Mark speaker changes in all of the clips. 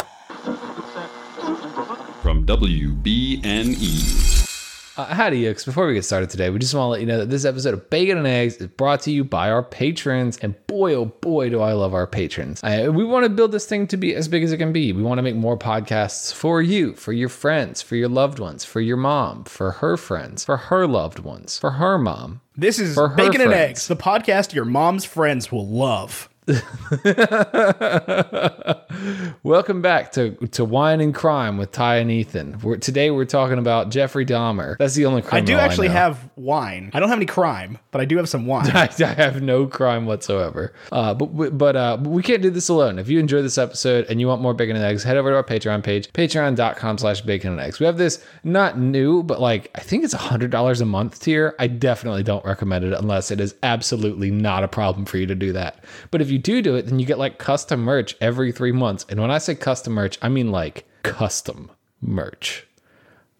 Speaker 1: E.
Speaker 2: WBNE.
Speaker 3: Uh, howdy, Yooks. Before we get started today, we just want to let you know that this episode of Bacon and Eggs is brought to you by our patrons. And boy, oh boy, do I love our patrons. I, we want to build this thing to be as big as it can be. We want to make more podcasts for you, for your friends, for your loved ones, for your mom, for her friends, for her loved ones, for her mom.
Speaker 4: This is
Speaker 3: For her
Speaker 4: Bacon and
Speaker 3: friends.
Speaker 4: Eggs, the podcast your mom's friends will love.
Speaker 3: Welcome back to, to Wine and Crime with Ty and Ethan. We're, today we're talking about Jeffrey Dahmer. That's the only
Speaker 4: I
Speaker 3: crime
Speaker 4: do actually
Speaker 3: Oh, know.
Speaker 4: have wine. I don't have any crime, but I do have some wine.
Speaker 3: I, I have no crime whatsoever. Uh, but we- but uh, but we can't do this alone. If you enjoyed this episode and you want more bacon and eggs, head over to our Patreon page, patreon.com slash bacon and eggs. We have this not new, but like I think it's $100 a month tier. I definitely don't recommend it unless it is absolutely not a problem for you to do that. But if you do do it, then you get like custom merch every three months. And when I say custom merch, I mean like custom merch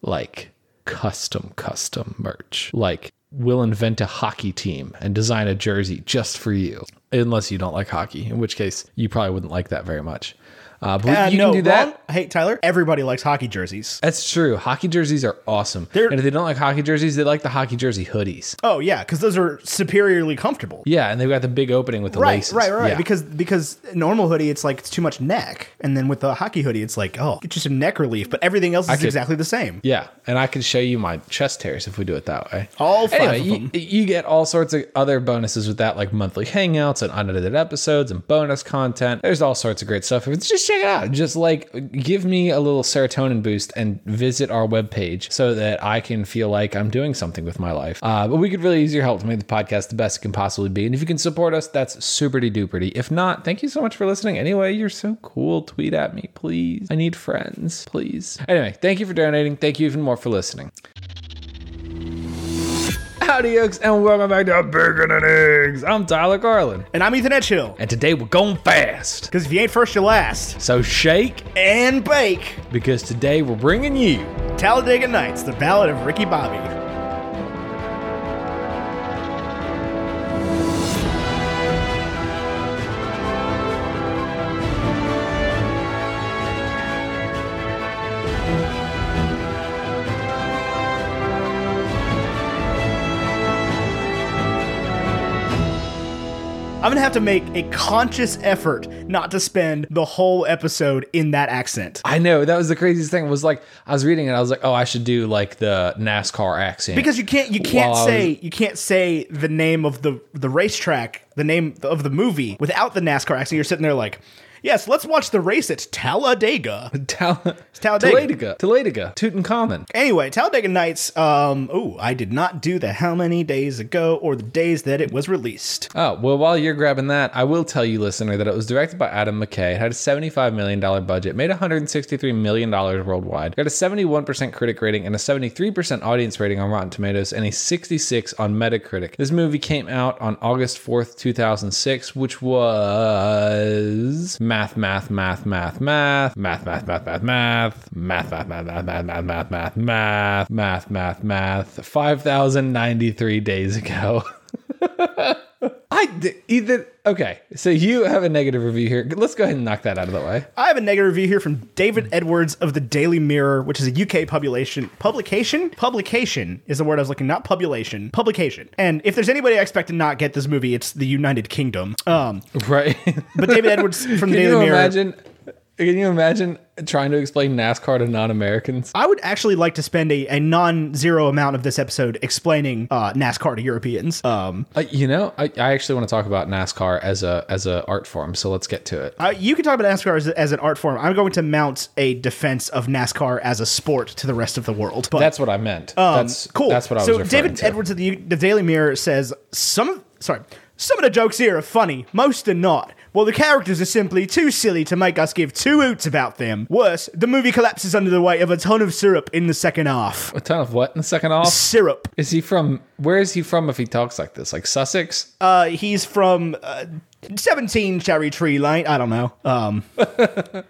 Speaker 3: like custom custom merch like we'll invent a hockey team and design a jersey just for you unless you don't like hockey in which case you probably wouldn't like that very much uh, but
Speaker 4: Uh,
Speaker 3: you
Speaker 4: no,
Speaker 3: can do
Speaker 4: wrong.
Speaker 3: that
Speaker 4: Hey, Tyler, everybody likes hockey jerseys.
Speaker 3: that's true hockey jerseys are awesome
Speaker 4: They're-
Speaker 3: and if they don't like hockey jerseys they like the hockey jersey hoodies
Speaker 4: Oh, yeah, because those are superiorly comfortable.
Speaker 3: yeah and they've got the big opening with the
Speaker 4: Right,
Speaker 3: laces
Speaker 4: right, right.
Speaker 3: Yeah.
Speaker 4: Because because normal hoodie, it's like it's too much neck, and then with the hockey hoodie, it's like oh, get you some neck relief. But everything else is
Speaker 3: could-
Speaker 4: exactly the same.
Speaker 3: Yeah, and I can show you my chest hairs if we do it that way.
Speaker 4: All five
Speaker 3: Anyway,
Speaker 4: of
Speaker 3: you-
Speaker 4: them.
Speaker 3: You, get all sorts of other bonuses with that, like monthly hangouts and unedited episodes and bonus content. There's all sorts of great stuff. Just check it out. Just like give me a little serotonin boost and visit our webpage so that I can feel like I'm doing something with my life. Uh, but we could really use your help to make the podcast the best it can possibly be. And if you can support us, that's super duperty. If not, thank you so much for listening. Anyway, you're so cool. Tweet at me, please. I need friends, please. Anyway, thank you for donating. Thank you even more for listening. Howdy, yokes, and welcome back to Bacon and Eggs. I'm Tyler Garland,
Speaker 4: And I'm Ethan Edgehill.
Speaker 3: and today we're going fast.
Speaker 4: Because if you ain't first, you're last.
Speaker 3: So shake,
Speaker 4: And bake.
Speaker 3: because today we're bringing you.
Speaker 4: Talladega Nights: The Ballad of Ricky Bobby. I'm gonna have to make a conscious effort not to spend the whole episode in that accent.
Speaker 3: I know that was the craziest thing. Was like I was reading it, I was like, oh, I should do like the NASCAR accent
Speaker 4: because you can't you can't
Speaker 3: While I was-
Speaker 4: say you can't say the name of the the racetrack the name of the movie without the NASCAR accent. You're sitting there like, yes, let's watch the race at Talladega.
Speaker 3: Tal- Talladega,
Speaker 4: Talladega.
Speaker 3: Talladega, Tutankhamun.
Speaker 4: Anyway, Talladega Nights. Um, ooh, I did not do the how many days ago or the days that it was released.
Speaker 3: Oh, well, while you're grabbing that, I will tell you, listener, that it was directed by Adam McKay. It had a $75 million budget, made $163 million worldwide, got a 71% critic rating and a 73% audience rating on Rotten Tomatoes, and a 66 on Metacritic. This movie came out on August 4th, 2006, which was math, math, math, math, math, math, math, math, math, math, math, math, math, math, math, math, math, math, math, math, math, math, 5,093 days ago. I d- Ethan. Okay, so you have a negative review here. Let's go ahead and knock that out of the way.
Speaker 4: I have a negative review here from David Edwards of the Daily Mirror, which is a UK population publication. Publication is the word I was looking, not population. Publication. And if there's anybody I expect to not get this movie, it's the United Kingdom. Um,
Speaker 3: Right.
Speaker 4: but David Edwards from
Speaker 3: Can
Speaker 4: the Daily
Speaker 3: you
Speaker 4: Mirror.
Speaker 3: imagine? Can you imagine trying to explain NASCAR to non-Americans?
Speaker 4: I would actually like to spend a, a non-zero amount of this episode explaining uh, NASCAR to Europeans. Um,
Speaker 3: Uh, you know, I, I actually want to talk about NASCAR as a as a art form. So let's get to it.
Speaker 4: I- you can talk about NASCAR as, as an art form. I'm going to mount a defense of NASCAR as a sport to the rest of the world. But
Speaker 3: That's what I meant.
Speaker 4: um,
Speaker 3: that's
Speaker 4: cool.
Speaker 3: That's what I was
Speaker 4: so
Speaker 3: referring
Speaker 4: David
Speaker 3: to.
Speaker 4: Edwards of the, the Daily Mirror says some. of- Sorry, some of the jokes here are funny. Most are not. Well, the characters are simply too silly to make us give two oots about them. Worse, the movie collapses under the weight of a ton of syrup in the second half.
Speaker 3: A ton of what in the second off?
Speaker 4: Syrup.
Speaker 3: Is he from? Where is he from? If he talks like this, like Sussex?
Speaker 4: Uh, he's from uh, 17 Cherry Tree Lane. I don't know. Um,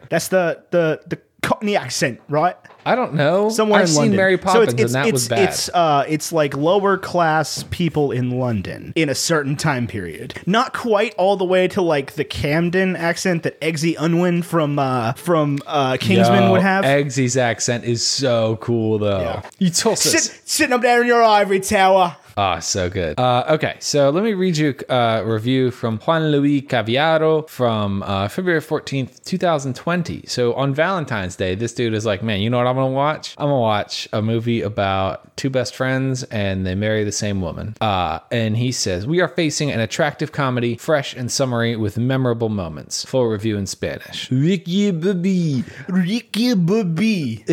Speaker 4: that's the the the Cockney accent, right?
Speaker 3: I don't know.
Speaker 4: Somewhere
Speaker 3: I've
Speaker 4: in
Speaker 3: seen
Speaker 4: London.
Speaker 3: Mary
Speaker 4: so
Speaker 3: Poppins
Speaker 4: it's,
Speaker 3: and
Speaker 4: it's,
Speaker 3: that
Speaker 4: it's,
Speaker 3: was bad.
Speaker 4: It's uh, it's like lower class people in London in a certain time period. Not quite all the way to like the Camden accent that Eggsy Unwin from uh, from uh, Kingsman
Speaker 3: Yo,
Speaker 4: would have.
Speaker 3: Eggsy's accent is so cool though. You told
Speaker 4: Sit,
Speaker 3: us.
Speaker 4: sitting up there in your ivory tower.
Speaker 3: Ah, so good. Uh, okay, so let me read you a uh, review from Juan Luis Caviaro from uh, February 14th, 2020. So on Valentine's Day, this dude is like, man, you know what I'm going to watch? I'm going to watch a movie about two best friends and they marry the same woman. Uh, and he says, we are facing an attractive comedy, fresh and summary with memorable moments. Full review in Spanish. Ricky Babi.
Speaker 4: Ricky Bobby.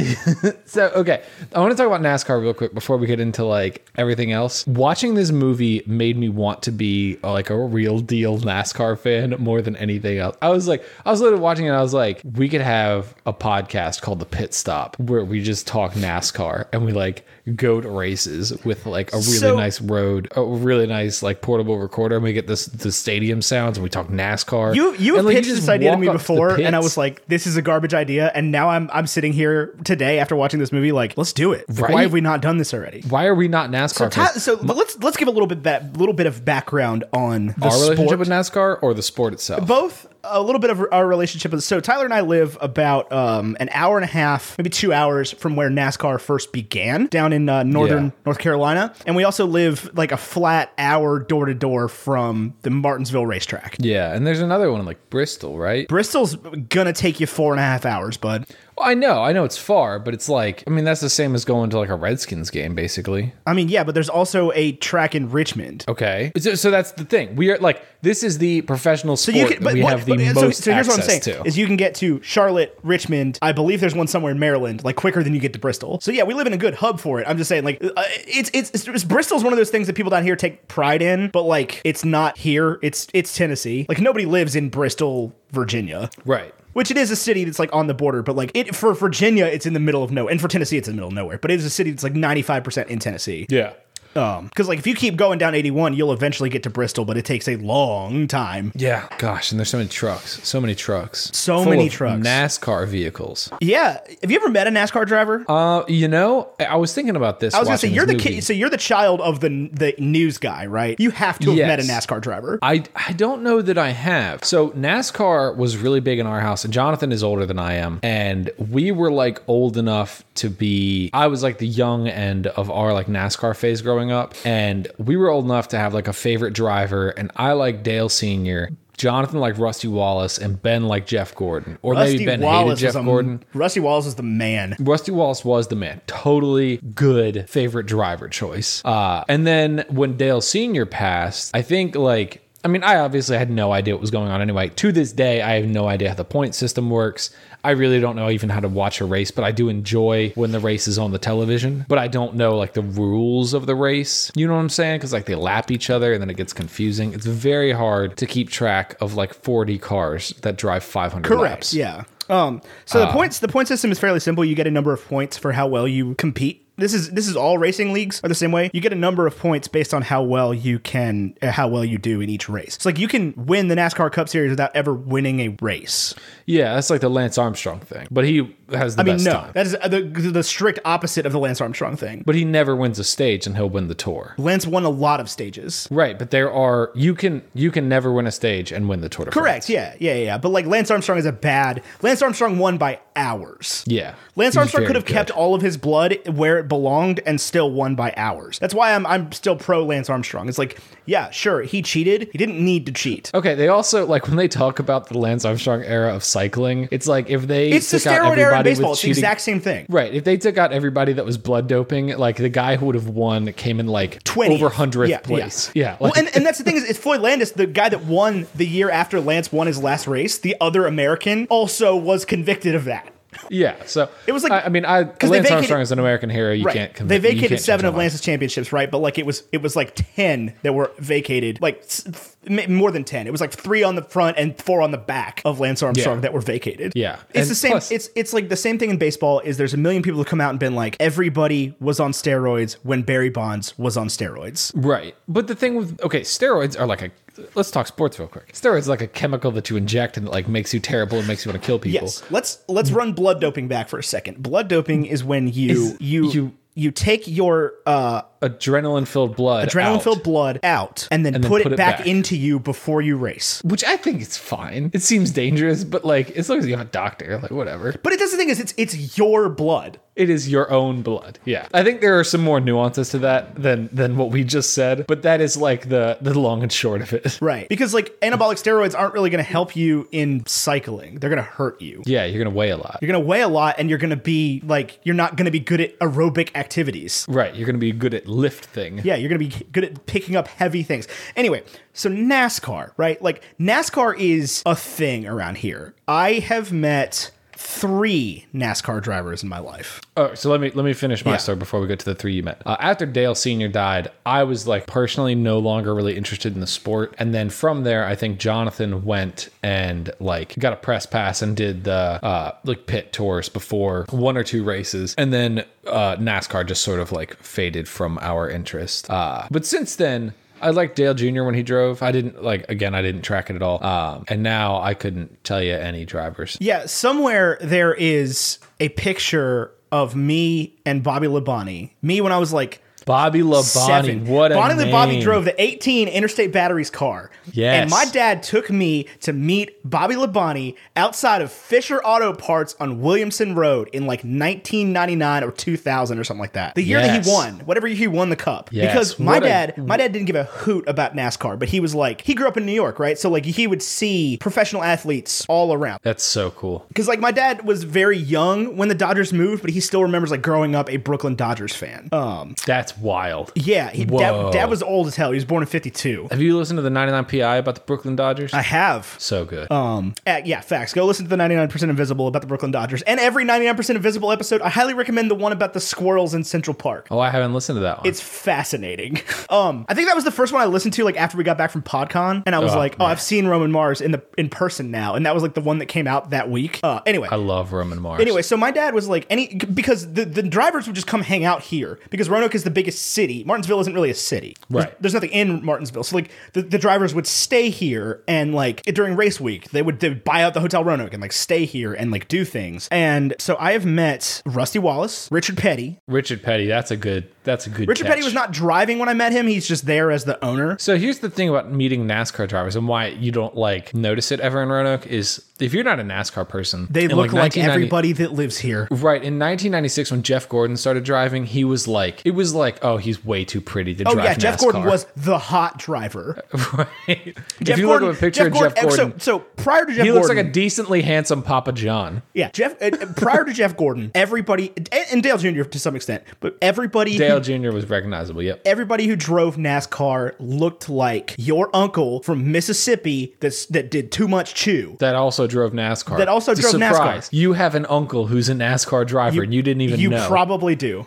Speaker 3: So okay, I want to talk about NASCAR real quick before we get into like everything else. Watching this movie made me want to be uh, like a real deal NASCAR fan more than anything else. I was like, I was literally watching it. I was like, we could have a podcast called The Pit Stop where we just talk NASCAR and we like go to races with like a really
Speaker 4: So-
Speaker 3: nice road, a really nice like portable recorder, and we get this the stadium sounds and we talk NASCAR.
Speaker 4: You you have
Speaker 3: And, like,
Speaker 4: pitched
Speaker 3: just
Speaker 4: this idea to
Speaker 3: walk
Speaker 4: me
Speaker 3: up the
Speaker 4: before, and I
Speaker 3: pits.
Speaker 4: was like, "This is a garbage idea." And now I'm I'm sitting here today after watching this movie, like, "Let's do it." Like,
Speaker 3: Right?
Speaker 4: Why have we not done this already?
Speaker 3: why are we not NASCAR?
Speaker 4: Ta-
Speaker 3: fans?
Speaker 4: so let's let's give a little bit that little bit of background on the
Speaker 3: Our
Speaker 4: sport.
Speaker 3: relationship with NASCAR or the sport itself?
Speaker 4: both a little bit of our relationship. So Tyler and I live about um, an hour and a half, maybe two hours from where NASCAR first began, down in uh, northern
Speaker 3: Yeah.
Speaker 4: North Carolina, and we also live like a flat hour door to door from the Martinsville racetrack.
Speaker 3: Yeah, and there's another one like Bristol, right?
Speaker 4: Bristol's gonna take you four and a half hours, bud.
Speaker 3: Well, I know, I know it's far, but it's like, I mean, that's the same as going to like a Redskins game, basically.
Speaker 4: I mean, yeah, but there's also a track in Richmond.
Speaker 3: Okay, so, so that's the thing. We are like, this is the professional sport that we
Speaker 4: what-
Speaker 3: have the
Speaker 4: but-
Speaker 3: most access to.
Speaker 4: is you can get to Charlotte, Richmond. I believe there's one somewhere in Maryland, like quicker than you get to Bristol. So yeah, we live in a good hub for it. I'm just saying, like, uh, it's, it's it's it's- Bristol's one of those things that people down here take pride in, but like, it's not here. It's it's Tennessee. Like nobody lives in Bristol, Virginia.
Speaker 3: right.
Speaker 4: Which it is a city that's like on the border, but like it for Virginia, it's in the middle of nowhere, and for Tennessee, it's in the middle of nowhere. But it is a city that's like ninety five percent in Tennessee.
Speaker 3: Yeah.
Speaker 4: Um, because like if you keep going down 81, you'll eventually get to Bristol, but it takes a long time.
Speaker 3: Yeah. Gosh, and there's so many trucks. So many trucks.
Speaker 4: So
Speaker 3: Full
Speaker 4: many
Speaker 3: of
Speaker 4: trucks.
Speaker 3: NASCAR vehicles.
Speaker 4: Yeah, have you ever met a NASCAR driver?
Speaker 3: Uh, you know, I- I was thinking about this.
Speaker 4: I was gonna say you're the
Speaker 3: movie.
Speaker 4: kid, so you're the child of the the news guy, right? You have to have met a
Speaker 3: Yes.
Speaker 4: NASCAR driver.
Speaker 3: I, I don't know that I have. So NASCAR was really big in our house, and Jonathan is older than I am, and we were like old enough to be. I was like the young end of our like NASCAR phase growing up, and we were old enough to have like a favorite driver, and I like Dale Senior. Jonathan like Rusty Wallace and Ben like Jeff Gordon, or maybe Ben hated
Speaker 4: was
Speaker 3: Jeff
Speaker 4: a-
Speaker 3: Gordon.
Speaker 4: Rusty Wallace is the man.
Speaker 3: Rusty Wallace was the man. Totally good favorite driver choice. Uh, and then when Dale Sr. passed, I think like. I mean, I obviously had no idea what was going on anyway. To this day, I have no idea how the point system works. I really don't know even how to watch a race, but I do enjoy when the race is on the television. But I don't know like the rules of the race. You know what I'm saying? Because like they lap each other and then it gets confusing. It's very hard to keep track of like 40 cars that drive 500
Speaker 4: Correct.
Speaker 3: laps.
Speaker 4: Yeah. Um. So
Speaker 3: Uh.
Speaker 4: the points the point system is fairly simple. You get a number of points for how well you compete. This is this is all racing leagues are the same way. You get a number of points based on how well you can uh, how well you do in each race. It's like you can win the NASCAR Cup Series without ever winning a race.
Speaker 3: Yeah, that's like the Lance Armstrong thing. But he has the
Speaker 4: I mean,
Speaker 3: best
Speaker 4: no,
Speaker 3: time.
Speaker 4: that is uh, the, the strict opposite of the Lance Armstrong thing.
Speaker 3: But he never wins a stage and he'll win the tour.
Speaker 4: Lance won a lot of stages.
Speaker 3: Right, but there are you can you can never win a stage and win the tour. de
Speaker 4: Correct.
Speaker 3: France.
Speaker 4: Yeah, yeah, yeah. But like Lance Armstrong is a bad. Lance Armstrong won by hours.
Speaker 3: Yeah.
Speaker 4: Lance
Speaker 3: He's
Speaker 4: Armstrong
Speaker 3: very
Speaker 4: could have
Speaker 3: good.
Speaker 4: kept all of his blood where it belonged and still won by hours. That's why I'm I'm still pro Lance Armstrong. It's like, yeah, sure, he cheated. He didn't need to cheat.
Speaker 3: Okay, they also like when they talk about the Lance Armstrong era of cycling, it's like if they
Speaker 4: It's the
Speaker 3: took out
Speaker 4: steroid era in
Speaker 3: everybody with
Speaker 4: baseball. It's the
Speaker 3: cheating-
Speaker 4: exact same thing.
Speaker 3: Right. If they took out everybody that was blood doping, like the guy who would have won came in like
Speaker 4: 20th.
Speaker 3: over hundredth
Speaker 4: Yeah,
Speaker 3: place.
Speaker 4: Yeah.
Speaker 3: Yeah.
Speaker 4: well,
Speaker 3: like-
Speaker 4: and, and that's the thing is, it's Floyd Landis, the guy that won the year after Lance won his last race. The other American also was convicted of that.
Speaker 3: yeah. So it
Speaker 4: was like-
Speaker 3: I, I mean, I Lance
Speaker 4: they vacated-
Speaker 3: Armstrong is an American hero. You
Speaker 4: Right.
Speaker 3: can't. conv-
Speaker 4: they
Speaker 3: you
Speaker 4: vacated
Speaker 3: can't
Speaker 4: seven
Speaker 3: change
Speaker 4: of
Speaker 3: my mind.
Speaker 4: Lance's championships, right? But like it was it was like ten that were vacated, like s- f- m- more than ten. It was like three on the front and four on the back of Lance Armstrong
Speaker 3: Yeah.
Speaker 4: that were vacated.
Speaker 3: Yeah.
Speaker 4: it's
Speaker 3: And
Speaker 4: the same.
Speaker 3: plus-
Speaker 4: it's it's like the same thing in baseball. Is there's a million people who come out and been like everybody was on steroids when Barry Bonds was on steroids.
Speaker 3: Right. But the thing with okay, steroids are like a Let's talk sports real quick. Steroids like a chemical that you inject and it like makes you terrible and makes you want to kill people.
Speaker 4: Yes. Let's let's run blood doping back for a second. Blood doping is when you
Speaker 3: Is-
Speaker 4: you you,
Speaker 3: you-
Speaker 4: take your uh,
Speaker 3: Adrenaline filled blood.
Speaker 4: adrenaline
Speaker 3: out.
Speaker 4: filled blood out and then,
Speaker 3: And then
Speaker 4: put,
Speaker 3: put
Speaker 4: it
Speaker 3: it
Speaker 4: back,
Speaker 3: back.
Speaker 4: into you before you race.
Speaker 3: Which I think is fine. It seems dangerous, but like as long as you have a doctor, like whatever.
Speaker 4: But it does the thing is it's it's your blood.
Speaker 3: It is your own blood. Yeah. I think there are some more nuances to that than than what we just said, but that is like the the long and short of it.
Speaker 4: Right. Because like anabolic steroids aren't really going to help you in cycling. They're going to hurt you.
Speaker 3: Yeah, you're gonna weigh a lot.
Speaker 4: You're going to weigh a lot and you're going to be like you're not going to be good at aerobic activities.
Speaker 3: Right, you're gonna be good at lift thing.
Speaker 4: Yeah, you're going to be good at picking up heavy things. Anyway, so NASCAR, right? Like NASCAR is a thing around here. I have met 3 NASCAR drivers in my life.
Speaker 3: Oh, so let me let me finish my
Speaker 4: Yeah.
Speaker 3: story before we get to the three you met. Uh, after Dale Senior died, I was like personally no longer really interested in the sport, and then from there, I think Jonathan went and like got a press pass and did the uh, like pit tours before one or two races, and then uh, NASCAR just sort of like faded from our interest. Uh, but since then. I liked Dale Jr. when he drove. I didn't like again. I didn't track it at all. Um, and now I couldn't tell you any drivers.
Speaker 4: Yeah, somewhere there is a picture of me and Bobby Labonte. Me when I was like
Speaker 3: Bobby Labonte,
Speaker 4: seven.
Speaker 3: what a
Speaker 4: Bonnie
Speaker 3: name.
Speaker 4: and Bobby drove the 18 Interstate Batteries car.
Speaker 3: Yes.
Speaker 4: And my dad took me to meet Bobby Labonte outside of Fisher Auto Parts on Williamson Road in like 1999 or 2000 or something like that. The year that
Speaker 3: Yes.
Speaker 4: he won, whatever year he won the cup.
Speaker 3: Yes.
Speaker 4: Because my
Speaker 3: What a-
Speaker 4: dad, my dad didn't give a hoot about NASCAR, but he was like, he grew up in New York, right? So like he would see professional athletes all around.
Speaker 3: That's so cool.
Speaker 4: Because like my dad was very young when the Dodgers moved, but he still remembers like growing up a Brooklyn Dodgers fan. Um,
Speaker 3: That's wild.
Speaker 4: yeah, he,
Speaker 3: Whoa.
Speaker 4: dad, dad was old as hell. He was born in '52.
Speaker 3: Have you listened to the 99 PI about the Brooklyn Dodgers?
Speaker 4: I have.
Speaker 3: so good.
Speaker 4: Um, uh, yeah, facts. Go listen to the 99% Invisible about the Brooklyn Dodgers and every 99% Invisible episode. I highly recommend the one about the squirrels in Central Park.
Speaker 3: oh, I haven't listened to that one.
Speaker 4: It's fascinating. Um, I think that was the first one I listened to like after we got back from PodCon, and I was
Speaker 3: Oh,
Speaker 4: like, oh, I've seen Roman Mars in the in person now, and that was like the one that came out that week. Uh, anyway,
Speaker 3: I love Roman Mars.
Speaker 4: Anyway, so my dad was like, any because the, the drivers would just come hang out here because Roanoke is the biggest city. Martinsville isn't really a city. There's-
Speaker 3: Right.
Speaker 4: There's, nothing in Martinsville. So like the, the drivers would stay here and like during race week, they would, they would buy out the Hotel Roanoke and like stay here and like do things. And so I have met Rusty Wallace, Richard Petty.
Speaker 3: Richard Petty, that's a good that's a good
Speaker 4: Richard Petty
Speaker 3: catch.
Speaker 4: was not driving when I met him. He's just there as the owner.
Speaker 3: So here's the thing about meeting NASCAR drivers and why you don't like notice it ever in Roanoke is if you're not a NASCAR person,
Speaker 4: They
Speaker 3: in,
Speaker 4: look like
Speaker 3: 1990
Speaker 4: everybody that lives here. Oh,
Speaker 3: Right in 1996, when Jeff Gordon started driving, he was like, it was like, oh, he's way too pretty to
Speaker 4: Oh
Speaker 3: drive.
Speaker 4: yeah, Jeff Gordon
Speaker 3: NASCAR.
Speaker 4: was the hot driver.
Speaker 3: right. if you look at a picture of Jeff
Speaker 4: oh,
Speaker 3: Gordon,
Speaker 4: So, so prior to Jeff
Speaker 3: he
Speaker 4: Gordon,
Speaker 3: looks like a decently handsome Papa John.
Speaker 4: Yeah, Jeff. Uh, uh, prior to Jeff Gordon, everybody and, and Dale Jr. to some extent, but everybody,
Speaker 3: Dale Jr. was recognizable. Yep.
Speaker 4: everybody who drove NASCAR looked like your uncle from Mississippi that's that did too much chew.
Speaker 3: that also drove NASCAR.
Speaker 4: That also
Speaker 3: It's a
Speaker 4: drove NASCAR.
Speaker 3: surprise. You have an uncle who's a NASCAR driver, and you didn't even
Speaker 4: you
Speaker 3: know. Uh,
Speaker 4: probably do.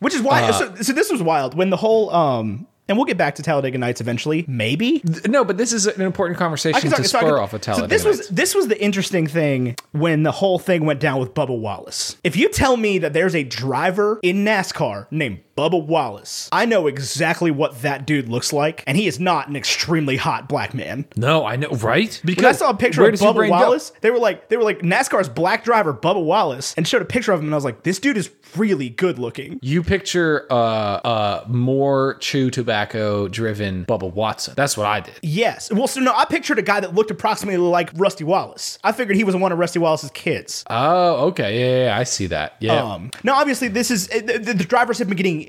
Speaker 4: Which is why. so, so this was wild when the whole um, and we'll get back to Talladega Nights eventually, maybe.
Speaker 3: no, but this is an important conversation
Speaker 4: I can
Speaker 3: to
Speaker 4: talk- so I
Speaker 3: spur
Speaker 4: can-
Speaker 3: off a
Speaker 4: so
Speaker 3: Talladega.
Speaker 4: this was
Speaker 3: Nights.
Speaker 4: this was the interesting thing when the whole thing went down with Bubba Wallace. If you tell me that there's a driver in NASCAR named Bubba Wallace, I know exactly what that dude looks like, and he is not an extremely hot black man.
Speaker 3: no, I know, right? Because
Speaker 4: When I saw a picture
Speaker 3: where
Speaker 4: of
Speaker 3: does your
Speaker 4: Bubba
Speaker 3: brain go?
Speaker 4: Wallace, they were like they were like NASCAR's black driver Bubba Wallace, and showed a picture of him, and I was like, this dude is really good looking.
Speaker 3: You picture uh, uh, more chew tobacco driven Bubba Watson. That's what I did.
Speaker 4: Yes. Well, so no, I pictured a guy that looked approximately like Rusty Wallace. I figured he was one of Rusty Wallace's kids.
Speaker 3: Oh, okay. Yeah, yeah, yeah I see that. Yeah.
Speaker 4: Um, now, obviously, this is the, the the drivers have been getting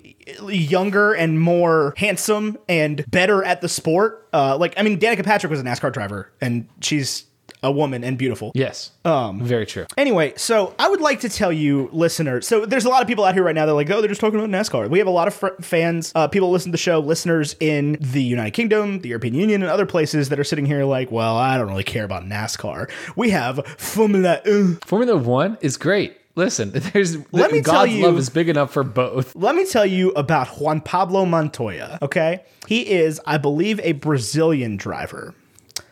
Speaker 4: younger and more handsome and better at the sport. Uh, like, I mean, Danica Patrick was a NASCAR driver, and she's a woman and beautiful.
Speaker 3: yes. Um, Very true.
Speaker 4: Anyway, so I would like to tell you, listeners. So there's a lot of people out here right now. They're like, oh, they're just talking about NASCAR. We have a lot of fr- fans, uh, people who listen to the show, listeners in the United Kingdom, the European Union, and other places that are sitting here like, well, I don't really care about NASCAR. We have Formula One.
Speaker 3: Formula One is great. Listen, there's
Speaker 4: Let me
Speaker 3: God's
Speaker 4: tell you-
Speaker 3: love is big enough for both.
Speaker 4: Let me tell you about Juan Pablo Montoya, okay? He is, I believe, a Brazilian driver.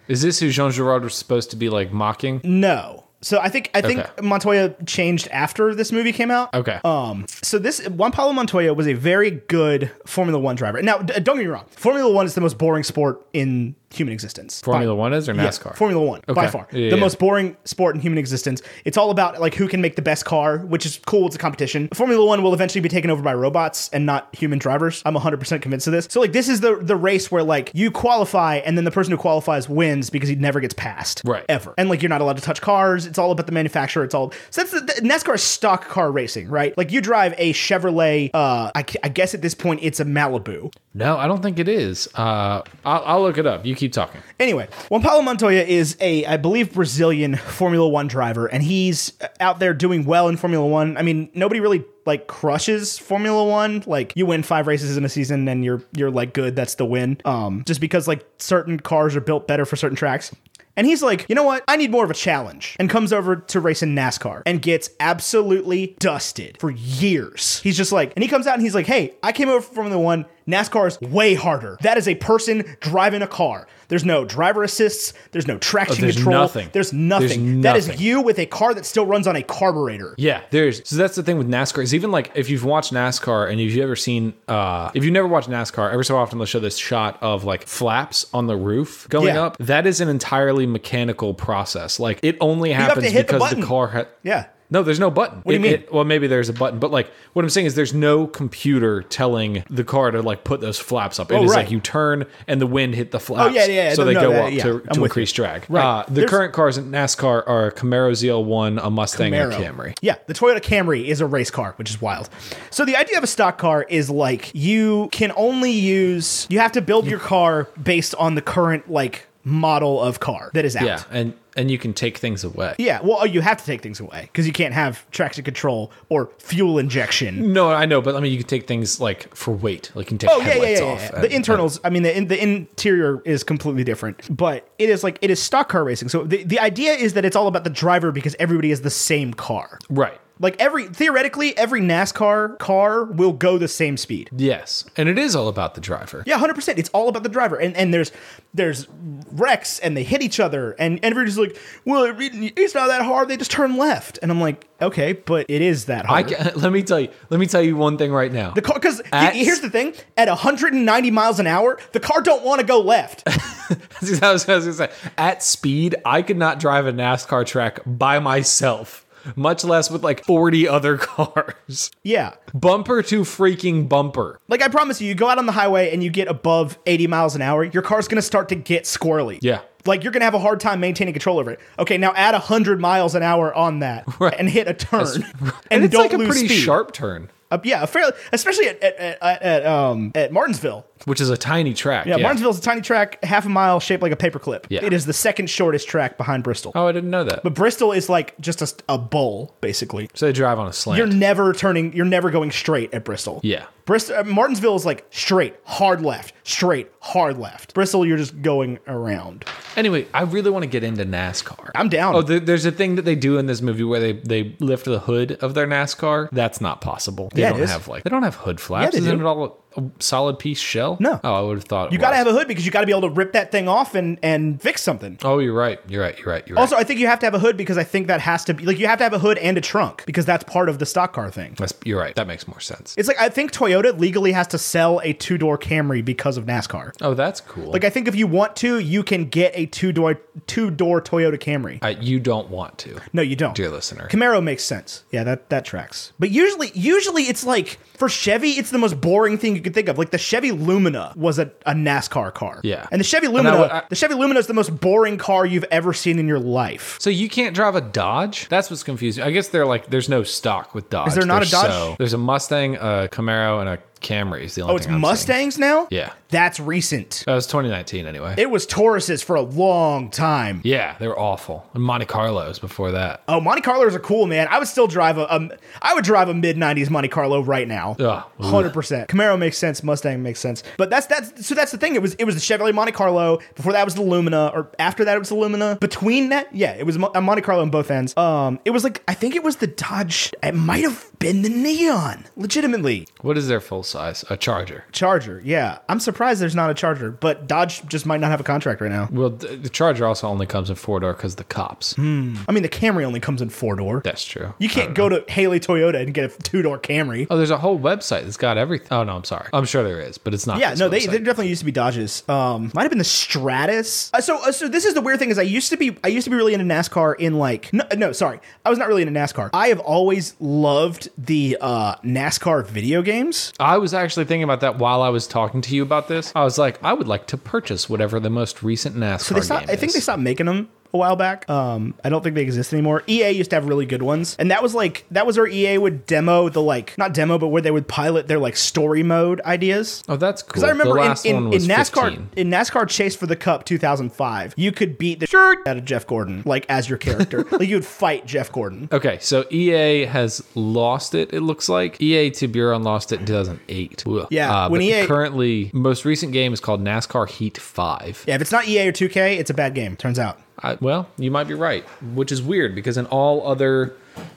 Speaker 3: Is this who Jean Girard was supposed to be like mocking?
Speaker 4: No. So I think I think
Speaker 3: Okay.
Speaker 4: Montoya changed after this movie came out.
Speaker 3: Okay.
Speaker 4: Um. So this Juan Pablo Montoya was a very good Formula One driver. Now, d- don't get me wrong. Formula One is the most boring sport in human existence.
Speaker 3: Formula
Speaker 4: By-
Speaker 3: One is or
Speaker 4: Yeah,
Speaker 3: NASCAR?
Speaker 4: Formula One by
Speaker 3: Okay.
Speaker 4: far
Speaker 3: Yeah, yeah.
Speaker 4: the most boring sport in human existence. It's all about like who can make the best car, which is cool. It's a competition. Formula One will eventually be taken over by robots and not human drivers. I'm 100 percent convinced of this. So like this is the the race where like you qualify and then the person who qualifies wins because he never gets passed
Speaker 3: Right.
Speaker 4: ever. And like you're not allowed to touch cars. It's all about the manufacturer. It's all so that's the, the NASCAR is stock car racing, right? Like you drive a Chevrolet. Uh, I, I guess at this point it's a Malibu.
Speaker 3: no, I don't think it is. Uh, I'll, I'll look it up. You keep talking.
Speaker 4: Anyway, Juan Paulo Montoya is a, I believe, Brazilian Formula One driver, and he's out there doing well in Formula One. I mean, nobody really like crushes Formula One. Like you win five races in a season, and you're you're like good. That's the win. Um, just because like certain cars are built better for certain tracks. And he's like, you know what? I need more of a challenge. And comes over to race in NASCAR and gets absolutely dusted for years. He's just like, and he comes out and he's like, hey, I came over from Formula One. NASCAR is way harder. That is a person driving a car. There's no driver assists. There's no traction
Speaker 3: Oh, there's
Speaker 4: control.
Speaker 3: nothing.
Speaker 4: There's nothing.
Speaker 3: There's
Speaker 4: That is
Speaker 3: nothing.
Speaker 4: you with a car that still runs on a carburetor.
Speaker 3: Yeah, there's so that's the thing with NASCAR is even like if you've watched NASCAR and if you've ever seen uh if you've never watched NASCAR, every so often they'll show this shot of like flaps on the roof going
Speaker 4: Yeah.
Speaker 3: up. That is an entirely mechanical process. Like it only
Speaker 4: have
Speaker 3: happens
Speaker 4: to hit the
Speaker 3: because the,
Speaker 4: button.
Speaker 3: car ha-
Speaker 4: Yeah.
Speaker 3: No, there's no button. What
Speaker 4: do you mean?
Speaker 3: well, maybe there's a button, but like what I'm saying is there's no computer telling the car to like put those flaps up. It is
Speaker 4: Oh, right. Oh,
Speaker 3: like you turn and the wind hit the flaps.
Speaker 4: yeah, yeah,
Speaker 3: So
Speaker 4: no,
Speaker 3: they
Speaker 4: no,
Speaker 3: go
Speaker 4: that-
Speaker 3: up
Speaker 4: yeah,
Speaker 3: to,
Speaker 4: I'm
Speaker 3: to
Speaker 4: with
Speaker 3: increase drag.
Speaker 4: Right.
Speaker 3: Uh, the
Speaker 4: There's-
Speaker 3: current cars in NASCAR are a Camaro ZL1, a Mustang, and a
Speaker 4: Camaro.
Speaker 3: Camry.
Speaker 4: Yeah, the Toyota Camry is a race car, which is wild. So the idea of a stock car is like you can only use you have to build your car based on the current like model of car that is out.
Speaker 3: Yeah, and and you can take things away.
Speaker 4: Yeah, well, oh, you have to take things away because you can't have traction control or fuel injection.
Speaker 3: No, I know, but I mean, you can take things like for weight, like you can take
Speaker 4: Oh yeah, yeah, yeah.
Speaker 3: headlights
Speaker 4: yeah,
Speaker 3: off.
Speaker 4: yeah.
Speaker 3: and- uh,
Speaker 4: the internals. I mean, the in, the interior is completely different, but it is like it is stock car racing. So the, the idea is that it's all about the driver because everybody is the same car.
Speaker 3: and- right?
Speaker 4: Like every theoretically, every NASCAR car will go the same speed.
Speaker 3: Yes, and it is all about the driver.
Speaker 4: Yeah, hundred percent. It's all about the driver, and and there's there's wrecks, and they hit each other, and everybody's like, "Well, it- it's not that hard. They just turn left." And I'm like, "Okay, but it is that
Speaker 3: I
Speaker 4: hard."
Speaker 3: ca- let me tell you. Let me tell you one thing right now.
Speaker 4: the car, because
Speaker 3: At-
Speaker 4: here's the thing: at 190 miles an hour, the car don't want to go left.
Speaker 3: That's what I was gonna say. At speed, I could not drive a NASCAR track by myself, much less with like forty other cars,
Speaker 4: yeah,
Speaker 3: bumper to freaking bumper.
Speaker 4: like I promise you, you go out on the highway and you get above 80 miles an hour, your car's gonna start to get squirrely.
Speaker 3: Yeah.
Speaker 4: Like you're gonna have a hard time maintaining control over it. Okay, now add hundred miles an hour on that
Speaker 3: Right.
Speaker 4: and hit a turn, and,
Speaker 3: And it's
Speaker 4: don't
Speaker 3: like a
Speaker 4: lose
Speaker 3: pretty
Speaker 4: speed.
Speaker 3: sharp turn,
Speaker 4: Uh, yeah, a fairly, especially at at, at, at, at, um, at Martinsville.
Speaker 3: which is a tiny track.
Speaker 4: Yeah, Martinsville's a tiny track, half a mile, shaped like a paperclip.
Speaker 3: Yeah.
Speaker 4: It is the second shortest track behind Bristol.
Speaker 3: Oh, I didn't know that.
Speaker 4: But Bristol is like just a, a bowl, basically.
Speaker 3: so they drive on a slant.
Speaker 4: You're never turning. You're never going straight at Bristol.
Speaker 3: Yeah.
Speaker 4: Bristol uh, Martinsville is like straight, hard left, straight, hard left. Bristol, you're just going around.
Speaker 3: Anyway, I really want to get into NASCAR.
Speaker 4: I'm down.
Speaker 3: Oh, there, there's a thing that they do in this movie where they they lift the hood of their NASCAR. That's not possible. They
Speaker 4: Yeah, it
Speaker 3: don't
Speaker 4: is.
Speaker 3: have like they don't have hood flaps.
Speaker 4: they
Speaker 3: Isn't
Speaker 4: do.
Speaker 3: it all a solid piece shell?
Speaker 4: No.
Speaker 3: Oh, I would have thought
Speaker 4: You got to have a hood because you got to be able to rip that thing off and and fix something.
Speaker 3: Oh, you're right. You're right. You're right. You're
Speaker 4: Also,
Speaker 3: right.
Speaker 4: I think you have to have a hood because I think that has to be like you have to have a hood and a trunk because that's part of the stock car thing.
Speaker 3: That's, you're right. That makes more sense.
Speaker 4: It's like I think Toyota legally has to sell a two door Camry because of NASCAR.
Speaker 3: Oh, that's cool.
Speaker 4: Like I think if you want to, you can get a two door two door Toyota Camry.
Speaker 3: Uh, you don't want to,
Speaker 4: No, you don't.
Speaker 3: dear listener.
Speaker 4: Camaro makes sense. Yeah, that that tracks. But usually, usually it's like for Chevy, it's the most boring thing you could think of. Like the Chevy Lumina was a, a NASCAR car.
Speaker 3: Yeah.
Speaker 4: and the Chevy
Speaker 3: I
Speaker 4: Lumina,
Speaker 3: would- I-
Speaker 4: the Chevy Lumina is the most boring car you've ever seen in your life.
Speaker 3: so you can't drive a Dodge? That's what's confusing. I guess they're like there's no stock with Dodge. Is
Speaker 4: there not a Dodge?
Speaker 3: there's a Mustang, a Camaro, and a Camry. Is the only
Speaker 4: Oh, it's
Speaker 3: thing I'm seeing.
Speaker 4: Mustangs now.
Speaker 3: Yeah.
Speaker 4: that's recent.
Speaker 3: That was 2019 anyway.
Speaker 4: It was Tauruses for a long time.
Speaker 3: Yeah, they were awful. And Monte Carlos before that.
Speaker 4: Oh, Monte Carlos are cool, man. I would still drive a, um, I would drive a mid '90s Monte Carlo right now.
Speaker 3: Ugh.
Speaker 4: Hundred percent. Camaro makes sense. Mustang makes sense. But that's that's so that's the thing. It was it was the Chevrolet Monte Carlo. Before that was the Lumina, or after that it was the Lumina. Between that, yeah, it was Mo- a Monte Carlo on both ends. Um, it was like I think it was the Dodge. It might have been the Neon. Legitimately,
Speaker 3: What is their full size, a Charger.
Speaker 4: Charger, yeah. I'm surprised there's not a Charger, but Dodge just might not have a contract right now.
Speaker 3: Well, th- the Charger also only comes in four door because the cops.
Speaker 4: I mean, the Camry only comes in four door.
Speaker 3: That's true.
Speaker 4: Hmm. You can't go to Haley Toyota and get a two door Camry.
Speaker 3: Oh, there's a whole website that's got everything. Oh no, I'm sorry. I'm sure there is, but it's not.
Speaker 4: Yeah,
Speaker 3: this
Speaker 4: no, they,
Speaker 3: website.
Speaker 4: they definitely used to be Dodges. Um, might have been the Stratus. Uh, so, uh, so this is the weird thing is I used to be I used to be really into NASCAR in like no, uh, no sorry I was not really into NASCAR. I have always loved the uh, NASCAR video games.
Speaker 3: I was actually thinking about that while I was talking to you about this. I was like, I would like to purchase whatever the most recent NASCAR
Speaker 4: So they stopped,
Speaker 3: game
Speaker 4: I think
Speaker 3: is.
Speaker 4: they stopped making them a while back. Um, I don't think they exist anymore. EA used to have really good ones, and that was like that was where EA would demo the like not demo but where they would pilot their like story mode ideas.
Speaker 3: oh, that's cool.
Speaker 4: Because I remember
Speaker 3: the last
Speaker 4: in, in,
Speaker 3: one was
Speaker 4: in NASCAR
Speaker 3: 15.
Speaker 4: in NASCAR Chase for the Cup 2005, you could beat the shirt out of Jeff Gordon like as your character. like you would fight Jeff Gordon.
Speaker 3: Okay, so EA has lost it. It looks like EA Tiburon lost it in 2008. Ugh.
Speaker 4: Yeah,
Speaker 3: uh,
Speaker 4: when E
Speaker 3: but
Speaker 4: EA
Speaker 3: currently most recent game is called NASCAR Heat Five.
Speaker 4: Yeah, if it's not EA or 2K, it's a bad game. Turns out.
Speaker 3: I, well, you might be right, which is weird because in all other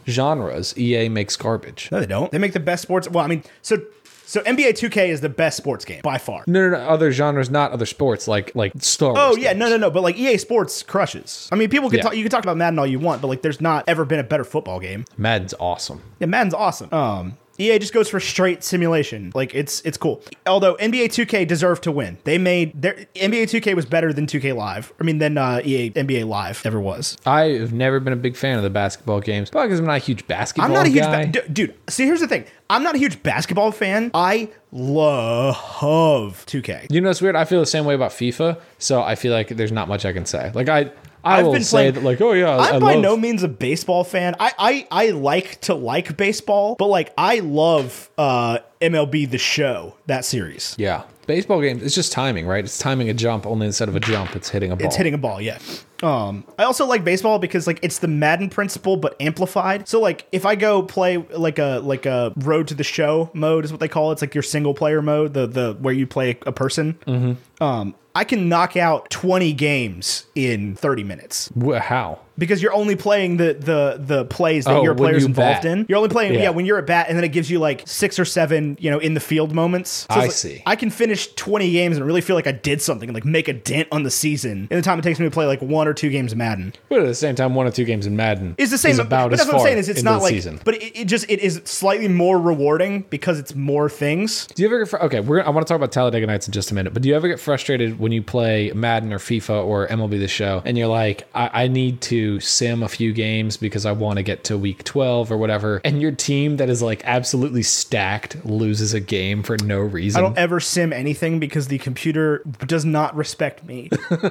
Speaker 3: genres, EA makes garbage.
Speaker 4: No, they don't. They make the best sports. Well, I mean, so so NBA 2K is the best sports game by far.
Speaker 3: No, no, no, other genres, not other sports like like Star Wars.
Speaker 4: Oh yeah, no, no, no. But like EA Sports crushes. I mean, people can
Speaker 3: Yeah.
Speaker 4: talk. You can talk about Madden all you want, but like, there's not ever been a better football game.
Speaker 3: Madden's awesome.
Speaker 4: Yeah, Madden's awesome. Um, EA just goes for straight simulation. Like it's it's cool. Although NBA 2K deserved to win. They made their NBA 2K was better than 2K Live. I mean than uh, EA NBA Live ever was.
Speaker 3: I have never been a big fan of the basketball games, probably because I'm not a huge basketball.
Speaker 4: I'm not a huge
Speaker 3: guy.
Speaker 4: ba- du- dude. See, here's the thing. I'm not a huge basketball fan. I love 2K.
Speaker 3: you know what's weird? I feel the same way about FIFA, so I feel like there's not much I can say. Like I, I
Speaker 4: I've
Speaker 3: will
Speaker 4: been
Speaker 3: say
Speaker 4: playing-
Speaker 3: that like, oh yeah, I
Speaker 4: I'm by
Speaker 3: love-
Speaker 4: no means a baseball fan. I, I I like to like baseball, but like I love uh MLB the show, that series.
Speaker 3: Yeah, baseball games. It's just timing, right? It's timing a jump. Only instead of a jump, it's hitting a ball.
Speaker 4: It's hitting a ball, yeah. Um, I also like baseball because like it's the Madden principle but amplified. So like if I go play like a like a Road to the Show mode is what they call it. It's like your single player mode, the the where you play a person. Um, I can knock out twenty games in thirty minutes
Speaker 3: Wh- How?
Speaker 4: because you're only playing the the the plays that
Speaker 3: Oh,
Speaker 4: your
Speaker 3: when
Speaker 4: players
Speaker 3: you
Speaker 4: involved
Speaker 3: bat.
Speaker 4: in. You're only playing yeah.
Speaker 3: Yeah.
Speaker 4: when you're at bat, and then it gives you like six or seven you know in the field moments. it's
Speaker 3: I
Speaker 4: like,
Speaker 3: see.
Speaker 4: I can finish 20 games and really feel like I did something and like make a dent on the season in the time it takes me to play like one or two games of Madden.
Speaker 3: But at the same time, one or two games in Madden
Speaker 4: It's the same,
Speaker 3: Is about
Speaker 4: but
Speaker 3: as
Speaker 4: that's what
Speaker 3: far
Speaker 4: I'm saying is it's
Speaker 3: into
Speaker 4: not
Speaker 3: the
Speaker 4: like,
Speaker 3: season.
Speaker 4: but it, it just it is slightly more rewarding because it's more things.
Speaker 3: Do you ever get fr- okay? We're I want to talk about Talladega Nights in just a minute, but do you ever get frustrated when you play Madden or FIFA or MLB The Show, and you're like, I, I need to sim a few games because I want to get to week twelve or whatever, and your team that is like absolutely stacked loses a game for no reason.
Speaker 4: I don't ever sim anything because the computer does not respect me.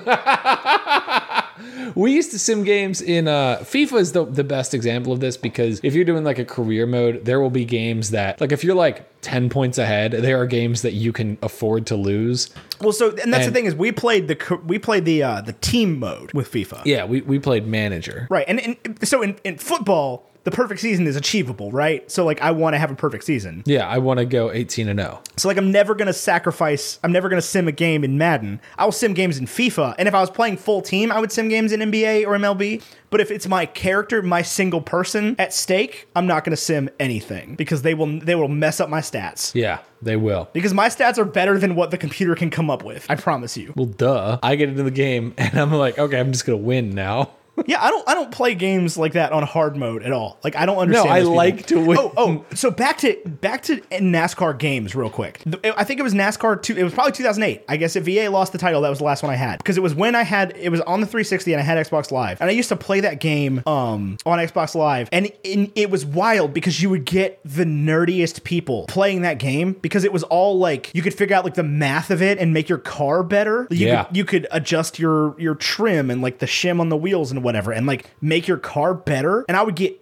Speaker 3: We used to sim games in uh, FIFA is the, the best example of this because if you're doing like a career mode, there will be games that like if you're like ten points ahead, there are games that you can afford to lose.
Speaker 4: well, so and that's the
Speaker 3: And-
Speaker 4: thing is we played the co- we played the uh, the team mode with FIFA.
Speaker 3: Yeah, we, we played manager.
Speaker 4: Right. And, and so in, in football, the perfect season is achievable, right? So like I want to have a perfect season.
Speaker 3: Yeah, I want to go eighteen and oh. zero.
Speaker 4: So like I'm never going to sacrifice I'm never going to sim a game in Madden. I'll sim games in FIFA. And if I was playing full team, I would sim games in NBA or MLB. But if it's my character, my single person at stake, I'm not going to sim anything because they will they will mess up my stats.
Speaker 3: Yeah, they will.
Speaker 4: Because my stats are better than what the computer can come up with. I promise you.
Speaker 3: Well, duh. I get into the game and I'm like, okay, I'm just gonna win now.
Speaker 4: Yeah, I don't I don't play games like that on hard mode at all. Like I don't understand.
Speaker 3: I
Speaker 4: those people.
Speaker 3: like to win.
Speaker 4: Oh, oh, so back to back to NASCAR games real quick. The- I think it was NASCAR two. It was probably 2008. I guess if VA lost the title, that was the last one I had because it was when I had it was on the 360 and I had Xbox Live and I used to play that game um on Xbox Live and it, it was wild because you would get the nerdiest people playing that game because it was all like you could figure out like the math of it and make your car better. You
Speaker 3: Yeah.
Speaker 4: Could, you could adjust your your trim and like the shim on the wheels and whatever and like make your car better and I would get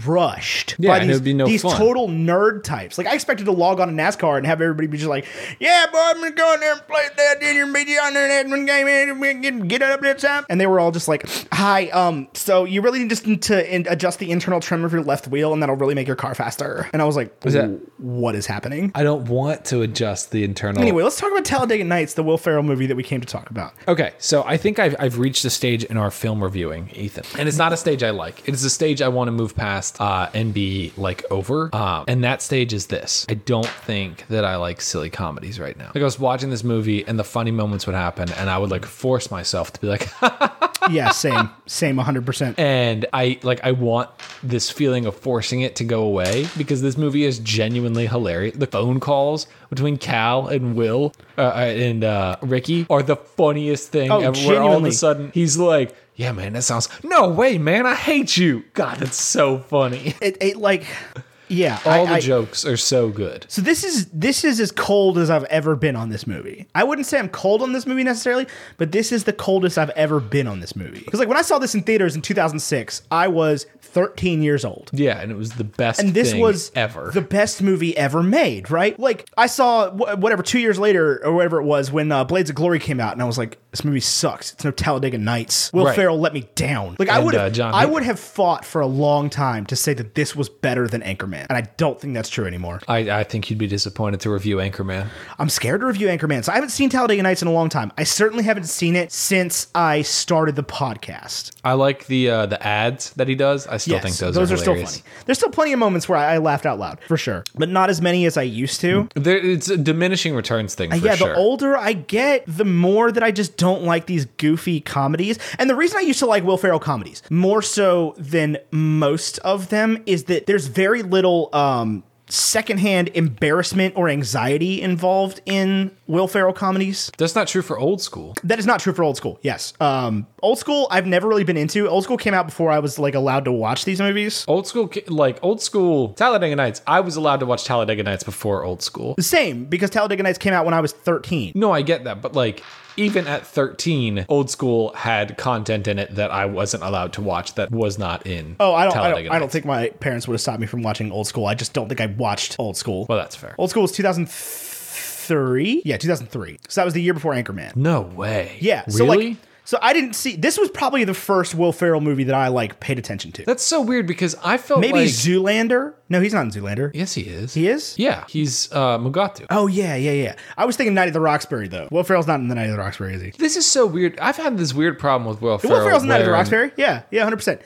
Speaker 4: crushed
Speaker 3: Yeah,
Speaker 4: by
Speaker 3: and
Speaker 4: these,
Speaker 3: it would be no
Speaker 4: these
Speaker 3: fun.
Speaker 4: total nerd types. Like I expected to log on to NASCAR and have everybody be just like, "Yeah, boy, I'm gonna go in there and play that in your media on there and game and we can get it up that time." And they were all just like, "Hi, um, so you really need just need to in- adjust the internal trim of your left wheel, and that'll really make your car faster." And I was like,
Speaker 3: that-
Speaker 4: "Ooh, "What is happening?"
Speaker 3: I don't want to adjust the internal.
Speaker 4: Anyway, let's talk about Talladega Nights, the Will Ferrell movie that we came to talk about.
Speaker 3: Okay, so I think I've, I've reached a stage in our film reviewing, Ethan. And it's not a stage I like. It's a stage I want to move move past uh, and be like over. Um, and that stage is this. I don't think that I like silly comedies right now. Like I was watching this movie and the funny moments would happen, and I would like force myself to be like,
Speaker 4: yeah, same, same, hundred percent.
Speaker 3: and I like I want this feeling of forcing it to go away because this movie is genuinely hilarious. The phone calls between Cal and Will uh, uh, and uh, Ricky are the funniest thing
Speaker 4: Oh,
Speaker 3: ever. Where all of a
Speaker 4: genuinely.
Speaker 3: sudden he's like, "Yeah, man, that sounds no way, man. I hate you. God, that's so funny.
Speaker 4: It, it like, yeah,
Speaker 3: All the
Speaker 4: I, I-
Speaker 3: jokes are so good.
Speaker 4: So this is this is as cold as I've ever been on this movie. I wouldn't say I'm cold on this movie necessarily, but this is the coldest I've ever been on this movie. Because like when I saw this in theaters in 2006, I was 13 years old.
Speaker 3: Yeah, and it was the best.
Speaker 4: And this
Speaker 3: thing
Speaker 4: was
Speaker 3: ever.
Speaker 4: the best movie ever made, right? Like I saw wh- whatever two years later or whatever it was when uh, Blades of Glory came out, and I was like, "This movie sucks. It's no Talladega Nights. Will
Speaker 3: Right.
Speaker 4: Ferrell let me down." Like I
Speaker 3: And,
Speaker 4: would,
Speaker 3: uh,
Speaker 4: have
Speaker 3: John
Speaker 4: I
Speaker 3: Hurt-
Speaker 4: would have fought for a long time to say that this was better than Anchorman, and I don't think that's true anymore.
Speaker 3: I, I think you'd be disappointed to review Anchorman.
Speaker 4: I'm scared to review Anchorman. So I haven't seen Talladega Nights in a long time. I certainly haven't seen it since I started the podcast.
Speaker 3: I like the uh, the ads that he does. I still think those, are,
Speaker 4: still
Speaker 3: hilarious.
Speaker 4: funny. There's still plenty of moments where I, I laughed out loud, for sure, but not as many as I used to.
Speaker 3: There, it's a diminishing returns thing. Mm, For
Speaker 4: Uh, yeah,
Speaker 3: sure.
Speaker 4: the older I get, the more that I just don't like these goofy comedies. And the reason I used to like Will Ferrell comedies more so than most of them is that there's very little um, secondhand embarrassment or anxiety involved in Will Ferrell comedies.
Speaker 3: That's not true for old school.
Speaker 4: That is not true for old school. Yes. Um, old school, I've never really been into. Old school came out before I was like allowed to watch these movies.
Speaker 3: Old school, ki- like old school Talladega Nights. I was allowed to watch Talladega Nights before old school.
Speaker 4: Same, because Talladega Nights came out when I was 13.
Speaker 3: No, I get that, but like even at 13, old school had content in it that I wasn't allowed to watch that was not in.
Speaker 4: Oh, I don't, I don't,
Speaker 3: Talladega
Speaker 4: I don't
Speaker 3: Nights.
Speaker 4: think my parents would have stopped me from watching old school. I just don't think I watched old school.
Speaker 3: Well, that's fair.
Speaker 4: Old school was 2003. Yeah, 2003. So that was the year before Anchorman.
Speaker 3: No way.
Speaker 4: Yeah.
Speaker 3: Really?
Speaker 4: So like, so I didn't see. This was probably the first Will Ferrell movie that I like paid attention to.
Speaker 3: that's so weird because I felt
Speaker 4: Maybe
Speaker 3: like-
Speaker 4: Zoolander. No, he's not in Zoolander.
Speaker 3: yes, he is.
Speaker 4: He is.
Speaker 3: Yeah, he's uh, Mugatu.
Speaker 4: Oh yeah, yeah, yeah. I was thinking Night of the Roxbury though. Will Ferrell's not in the Night of the Roxbury, is he?
Speaker 3: This is so weird. I've had this weird problem with Will Ferrell.
Speaker 4: Will Ferrell's in Night of the
Speaker 3: where-
Speaker 4: Roxbury. Yeah, yeah, hundred percent.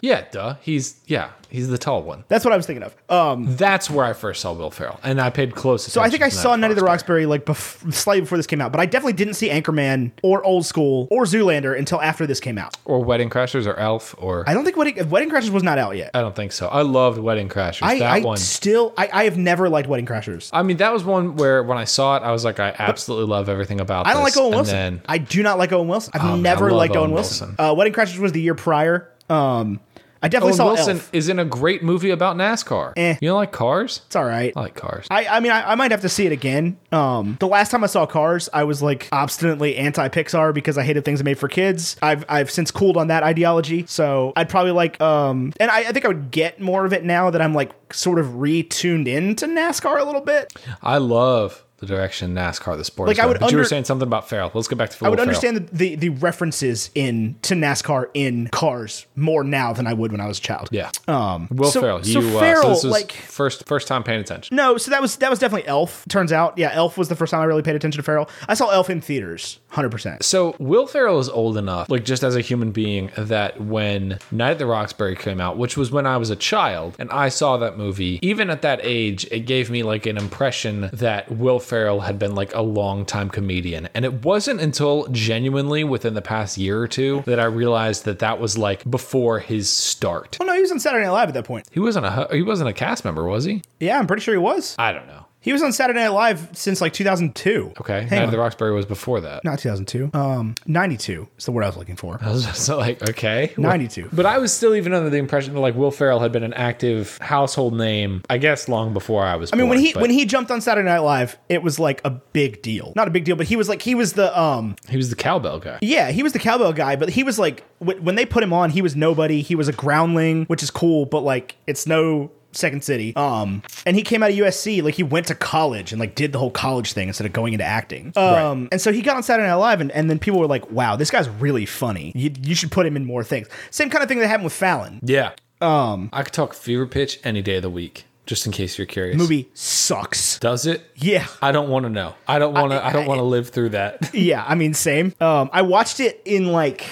Speaker 3: Yeah, duh. He's yeah, he's the tall one.
Speaker 4: That's what I was thinking of. Um,
Speaker 3: That's where I first saw Will Ferrell, and I paid close attention.
Speaker 4: so I think I
Speaker 3: to
Speaker 4: saw
Speaker 3: that
Speaker 4: Night of the
Speaker 3: roster.
Speaker 4: Roxbury like bef- slightly before this came out, but I definitely didn't see Anchorman or Old School or Zoolander until after this came out.
Speaker 3: or Wedding Crashers or Elf or
Speaker 4: I
Speaker 3: I,
Speaker 4: don't think Wedding, Wedding Crashers was not out yet.
Speaker 3: don't think so. I loved Wedding Crashers.
Speaker 4: I,
Speaker 3: that
Speaker 4: I
Speaker 3: one.
Speaker 4: still, I, I have never liked Wedding Crashers.
Speaker 3: I mean, that was one where when I saw it, I was like, I absolutely love everything about.
Speaker 4: I don't
Speaker 3: this.
Speaker 4: like Owen
Speaker 3: and
Speaker 4: Wilson.
Speaker 3: Then,
Speaker 4: I do not like Owen Wilson. I've
Speaker 3: man, I
Speaker 4: never
Speaker 3: love
Speaker 4: liked Owen
Speaker 3: Owen
Speaker 4: Wilson. Uh, Wedding Crashers was the year prior. Um, I definitely
Speaker 3: Owen
Speaker 4: saw
Speaker 3: Wilson
Speaker 4: Elf.
Speaker 3: is in a great movie about NASCAR.
Speaker 4: Eh.
Speaker 3: You don't like cars?
Speaker 4: It's all right.
Speaker 3: I like cars.
Speaker 4: I, I mean, I, I might have to see it again. Um, the last time I saw Cars, I was like obstinately anti Pixar because I hated things made for kids. I've I've since cooled on that ideology, so I'd probably like um, and I, I think I would get more of it now that I'm like sort of retuned into NASCAR a little bit.
Speaker 3: I, love the direction NASCAR the sport. is
Speaker 4: Like, I
Speaker 3: going.
Speaker 4: would
Speaker 3: But you were
Speaker 4: under-
Speaker 3: saying something about Ferrell. Let's get back to.
Speaker 4: I would understand the, the the references in to NASCAR in Cars more now than I would when I was a child.
Speaker 3: Yeah.
Speaker 4: Um,
Speaker 3: Will
Speaker 4: so-
Speaker 3: Ferrell.
Speaker 4: so
Speaker 3: You. uh,
Speaker 4: Ferrell,
Speaker 3: so this was
Speaker 4: like-
Speaker 3: first first time paying attention.
Speaker 4: No, so that was that was definitely Elf. Turns out, yeah, Elf was the first time I really paid attention to Ferrell. I saw Elf in theaters, hundred percent.
Speaker 3: So Will Ferrell is old enough, like just as a human being, that when Night at the Roxbury came out, which was when I was a child, and I saw that movie, even at that age, it gave me like an impression that Will Ferrell had been like a long time comedian, and it wasn't until genuinely within the past year or two that I realized that that was like before his start.
Speaker 4: Oh no, he was on Saturday Night Live at that point.
Speaker 3: He wasn't a he wasn't a cast member, was he?
Speaker 4: Yeah, I'm pretty sure he was.
Speaker 3: I don't know.
Speaker 4: He was on Saturday Night Live since like 2002.
Speaker 3: Okay,
Speaker 4: Hang
Speaker 3: Night
Speaker 4: on.
Speaker 3: at the Roxbury was before that.
Speaker 4: Not 2002. Um, 92 is the word I was looking for.
Speaker 3: I was just like, okay.
Speaker 4: 92.
Speaker 3: But I was still even under the impression that like Will Ferrell had been an active household name, I guess, long before I was.
Speaker 4: I mean, when he when he jumped on Saturday Night Live, it was like a big deal. Not a big deal, but he was like he was the um
Speaker 3: he was the cowbell guy.
Speaker 4: yeah he was the cowbell guy. But he was like wh- when they put him on, he was nobody. He was a groundling, which is cool, but like it's no Second City. Um, and he came out of USC like he went to college and like did the whole college thing instead of going into acting. Um, and so he got on Saturday Night Live, and, and then people were like, "Wow, this guy's really funny. You, you should put him in more things." Same kind of thing that happened with Fallon.
Speaker 3: Yeah. Um, I could talk fever pitch any day of the week, just in case you're curious.
Speaker 4: movie sucks.
Speaker 3: does it?
Speaker 4: Yeah.
Speaker 3: I don't want to know. I don't want to. I,
Speaker 4: I-
Speaker 3: don't want to live through that.
Speaker 4: Yeah, I mean same. Um I watched it in like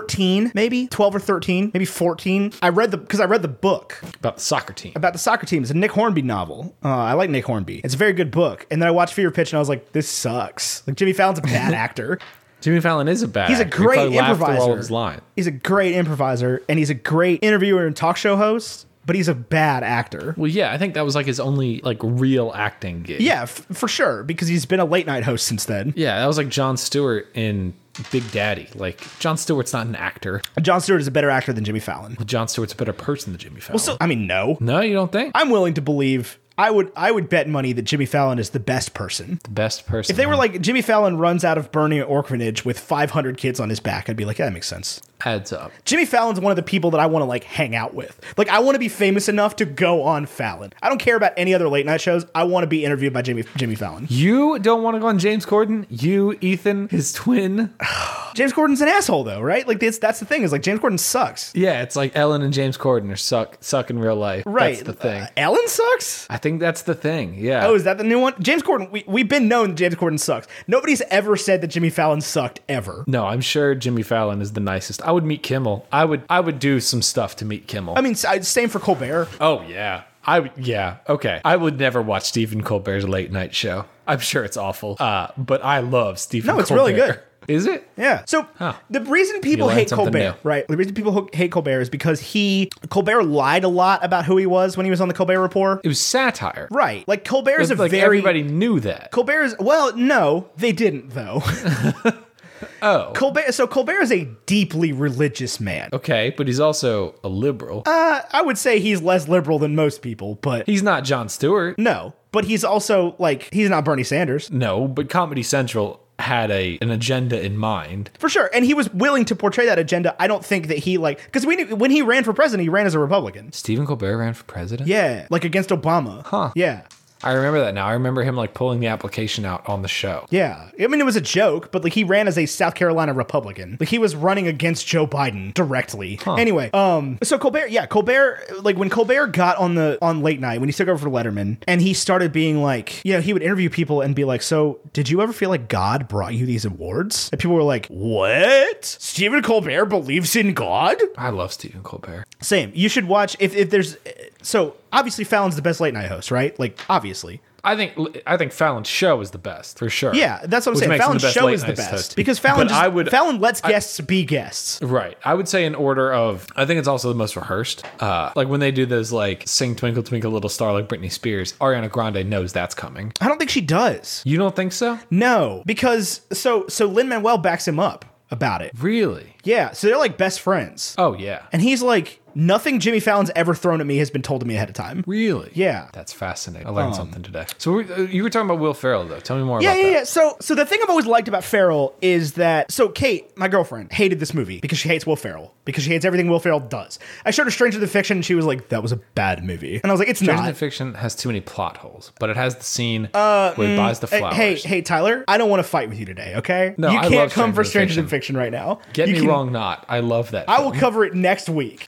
Speaker 4: 13, maybe 12 or 13, maybe 14. I read the because I read the book
Speaker 3: about the soccer team.
Speaker 4: about the soccer team. It's a Nick Hornby novel. Uh, I like Nick Hornby. It's a very good book. And then I watched Fever Pitch and I was like, this sucks. Like Jimmy Fallon's a bad actor.
Speaker 3: Jimmy Fallon is a bad.
Speaker 4: He's a
Speaker 3: actor. He
Speaker 4: great
Speaker 3: probably laughed through
Speaker 4: improviser.
Speaker 3: All of his line.
Speaker 4: He's a great improviser and he's a great interviewer and talk show host, but he's a bad actor.
Speaker 3: Well, yeah, I think that was like his only like real acting gig.
Speaker 4: Yeah, f- for sure, because he's been a late night host since then.
Speaker 3: yeah, that was like John Stewart in Big Daddy. Like John Stewart's not an actor.
Speaker 4: John Stewart is a better actor than Jimmy Fallon.
Speaker 3: John Stewart's a better person than Jimmy Fallon.
Speaker 4: Well, so I mean, no,
Speaker 3: no, you don't think
Speaker 4: I'm willing to believe. I would I would bet money that Jimmy Fallon is the best person.
Speaker 3: the best person.
Speaker 4: If they were like Jimmy Fallon runs out of Bernie Orphanage with 500 kids on his back, I'd be like, yeah, that makes sense.
Speaker 3: adds up.
Speaker 4: Jimmy Fallon's one of the people that I want to like hang out with. Like I want to be famous enough to go on Fallon. I don't care about any other late night shows. I want to be interviewed by Jimmy Jimmy Fallon.
Speaker 3: You don't want to go on James Corden. You, Ethan, his twin.
Speaker 4: James Corden's an asshole though, right? Like that's that's the thing is like James Corden sucks.
Speaker 3: Yeah, it's like Ellen and James Corden are suck suck in real life.
Speaker 4: Right.
Speaker 3: That's the thing.
Speaker 4: Uh, Ellen sucks?
Speaker 3: I think that's the thing. Yeah.
Speaker 4: Oh, is that the new one? James Corden, we, we've been known that James Corden sucks. Nobody's ever said that Jimmy Fallon sucked ever.
Speaker 3: no, I'm sure Jimmy Fallon is the nicest. I would meet Kimmel. I would I would do some stuff to meet Kimmel.
Speaker 4: I mean, s- I- same for Colbert.
Speaker 3: oh yeah. I would yeah. Okay. I would never watch Stephen Colbert's late night show. I'm sure it's awful. Uh, but I love Stephen
Speaker 4: No, it's
Speaker 3: Colbert.
Speaker 4: really good.
Speaker 3: Is it?
Speaker 4: Yeah. So the reason
Speaker 3: You
Speaker 4: people
Speaker 3: learn
Speaker 4: hate
Speaker 3: something
Speaker 4: Colbert,
Speaker 3: new.
Speaker 4: right? The reason people ho- hate Colbert is because he Colbert lied a lot about who he was when he was on the Colbert Report.
Speaker 3: It was satire.
Speaker 4: Right. Like Colbert is a
Speaker 3: Like
Speaker 4: very
Speaker 3: everybody knew that.
Speaker 4: Colbert is well, no, they didn't though.
Speaker 3: Oh.
Speaker 4: Colbert so Colbert is a deeply religious man.
Speaker 3: Okay, but he's also a liberal.
Speaker 4: Uh, I would say he's less liberal than most people, but
Speaker 3: he's not John Stewart.
Speaker 4: no. But he's also like he's not Bernie Sanders.
Speaker 3: No, but Comedy Central had a an agenda in mind.
Speaker 4: For sure. And he was willing to portray that agenda. I don't think that he like because we knew when he ran for president, he ran as a Republican.
Speaker 3: Stephen Colbert ran for president.
Speaker 4: Yeah. Like against Obama.
Speaker 3: Huh.
Speaker 4: Yeah.
Speaker 3: I remember that now. I remember him like pulling the application out on the show.
Speaker 4: Yeah. I mean, it was a joke, but like he ran as a South Carolina Republican. Like he was running against Joe Biden directly. Anyway, um, so Colbert, yeah, Colbert, like when Colbert got on the, on late night, when he took over for Letterman and he started being like, you know, he would interview people and be like, so did you ever feel like God brought you these awards? And people were like, what? Stephen Colbert believes in God?
Speaker 3: I love Stephen Colbert.
Speaker 4: Same. You should watch if, if there's, so obviously Fallon's the best late night host, right? Like obviously.
Speaker 3: I think I think Fallon's show is the best for sure.
Speaker 4: Yeah, that's what I'm
Speaker 3: Which
Speaker 4: saying.
Speaker 3: makes him
Speaker 4: Fallon's
Speaker 3: the best
Speaker 4: show
Speaker 3: late
Speaker 4: is the
Speaker 3: night
Speaker 4: best
Speaker 3: host.
Speaker 4: because Fallon
Speaker 3: But
Speaker 4: just,
Speaker 3: I would-
Speaker 4: Fallon lets guests be guests.
Speaker 3: Right. I would say in order of I think it's also the most rehearsed. Uh like when they do those like sing twinkle twinkle little star like Britney Spears, Ariana Grande knows that's coming.
Speaker 4: I don't think she does.
Speaker 3: You don't think so?
Speaker 4: No, because so so Lin Manuel backs him up about it.
Speaker 3: Really?
Speaker 4: Yeah, so they're like best friends,
Speaker 3: Oh yeah.
Speaker 4: and he's like, nothing Jimmy Fallon's ever thrown at me has been told to me ahead of time.
Speaker 3: Really?
Speaker 4: Yeah. Um,
Speaker 3: That's fascinating. I learned something today. So we, uh, you were talking about Will Ferrell though. Tell me more
Speaker 4: Yeah,
Speaker 3: about
Speaker 4: yeah,
Speaker 3: that.
Speaker 4: yeah. So, so the thing I've always liked about Ferrell is that so Kate, my girlfriend, hated this movie because she hates Will Ferrell because she hates everything Will Ferrell does. I showed her Stranger Than Fiction, and she was like, "That was a bad movie," and I was like, "It's
Speaker 3: Stranger
Speaker 4: not."
Speaker 3: Than Fiction has too many plot holes, but it has the scene where he buys the
Speaker 4: Uh, mm, Hey,
Speaker 3: flowers.
Speaker 4: Hey, hey, Tyler, I don't want to fight with you today, okay?
Speaker 3: No,
Speaker 4: you
Speaker 3: I
Speaker 4: can't
Speaker 3: love
Speaker 4: come for
Speaker 3: Stranger
Speaker 4: Stranger
Speaker 3: Than
Speaker 4: Than Fiction right now.
Speaker 3: Get
Speaker 4: you
Speaker 3: me
Speaker 4: can-
Speaker 3: wrong, not. I love that.
Speaker 4: I
Speaker 3: film.
Speaker 4: will cover it next week.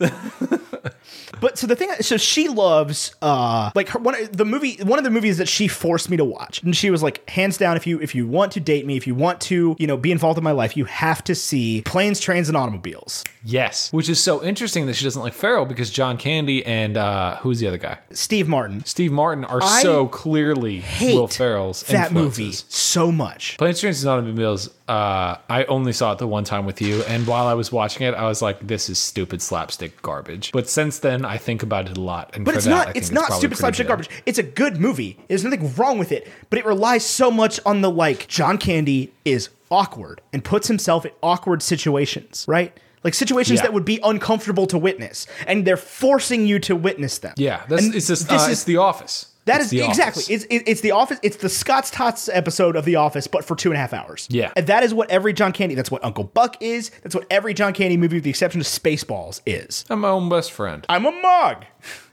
Speaker 4: but so the thing, so she loves uh like her, one of the movie, one of the movies that she forced me to watch, and she was like, hands down, if you if you want to date me, if you want to you know be involved in my life, you have to see Planes, Trains, and Automobiles.
Speaker 3: Yes, which is so interesting that she doesn't like Farrell because John Candy and uh, who's the other guy?
Speaker 4: Steve Martin
Speaker 3: Steve Martin are
Speaker 4: I
Speaker 3: so clearly
Speaker 4: hate
Speaker 3: Will Ferrell's
Speaker 4: that
Speaker 3: influences.
Speaker 4: movie so much.
Speaker 3: Planes, Trains, and Automobiles. Uh, I only saw it the one time with you, and while I was watching it, I was like, "This is stupid slapstick garbage." But since then, I think about it a lot. And
Speaker 4: But
Speaker 3: for
Speaker 4: it's
Speaker 3: that, I
Speaker 4: not.
Speaker 3: think
Speaker 4: It's not
Speaker 3: probably
Speaker 4: stupid
Speaker 3: pretty
Speaker 4: slapstick
Speaker 3: good.
Speaker 4: garbage. It's a good movie. There's nothing wrong with it. But it relies so much on the like. John Candy is awkward and puts himself in awkward situations. Right. Like situations
Speaker 3: Yeah.
Speaker 4: that would be uncomfortable to witness, and they're forcing you to witness them.
Speaker 3: Yeah, that's
Speaker 4: And
Speaker 3: it's just
Speaker 4: this
Speaker 3: uh,
Speaker 4: is-
Speaker 3: it's The Office.
Speaker 4: that
Speaker 3: It's
Speaker 4: is
Speaker 3: The Office.
Speaker 4: exactly. It's it, it's the office. It's the Scott's Tots episode of The Office, but for two and a half hours.
Speaker 3: Yeah.
Speaker 4: and that is what every John Candy. That's what Uncle Buck is. That's what every John Candy movie, with the exception of Spaceballs, is.
Speaker 3: I'm my own best friend.
Speaker 4: I'm a mog.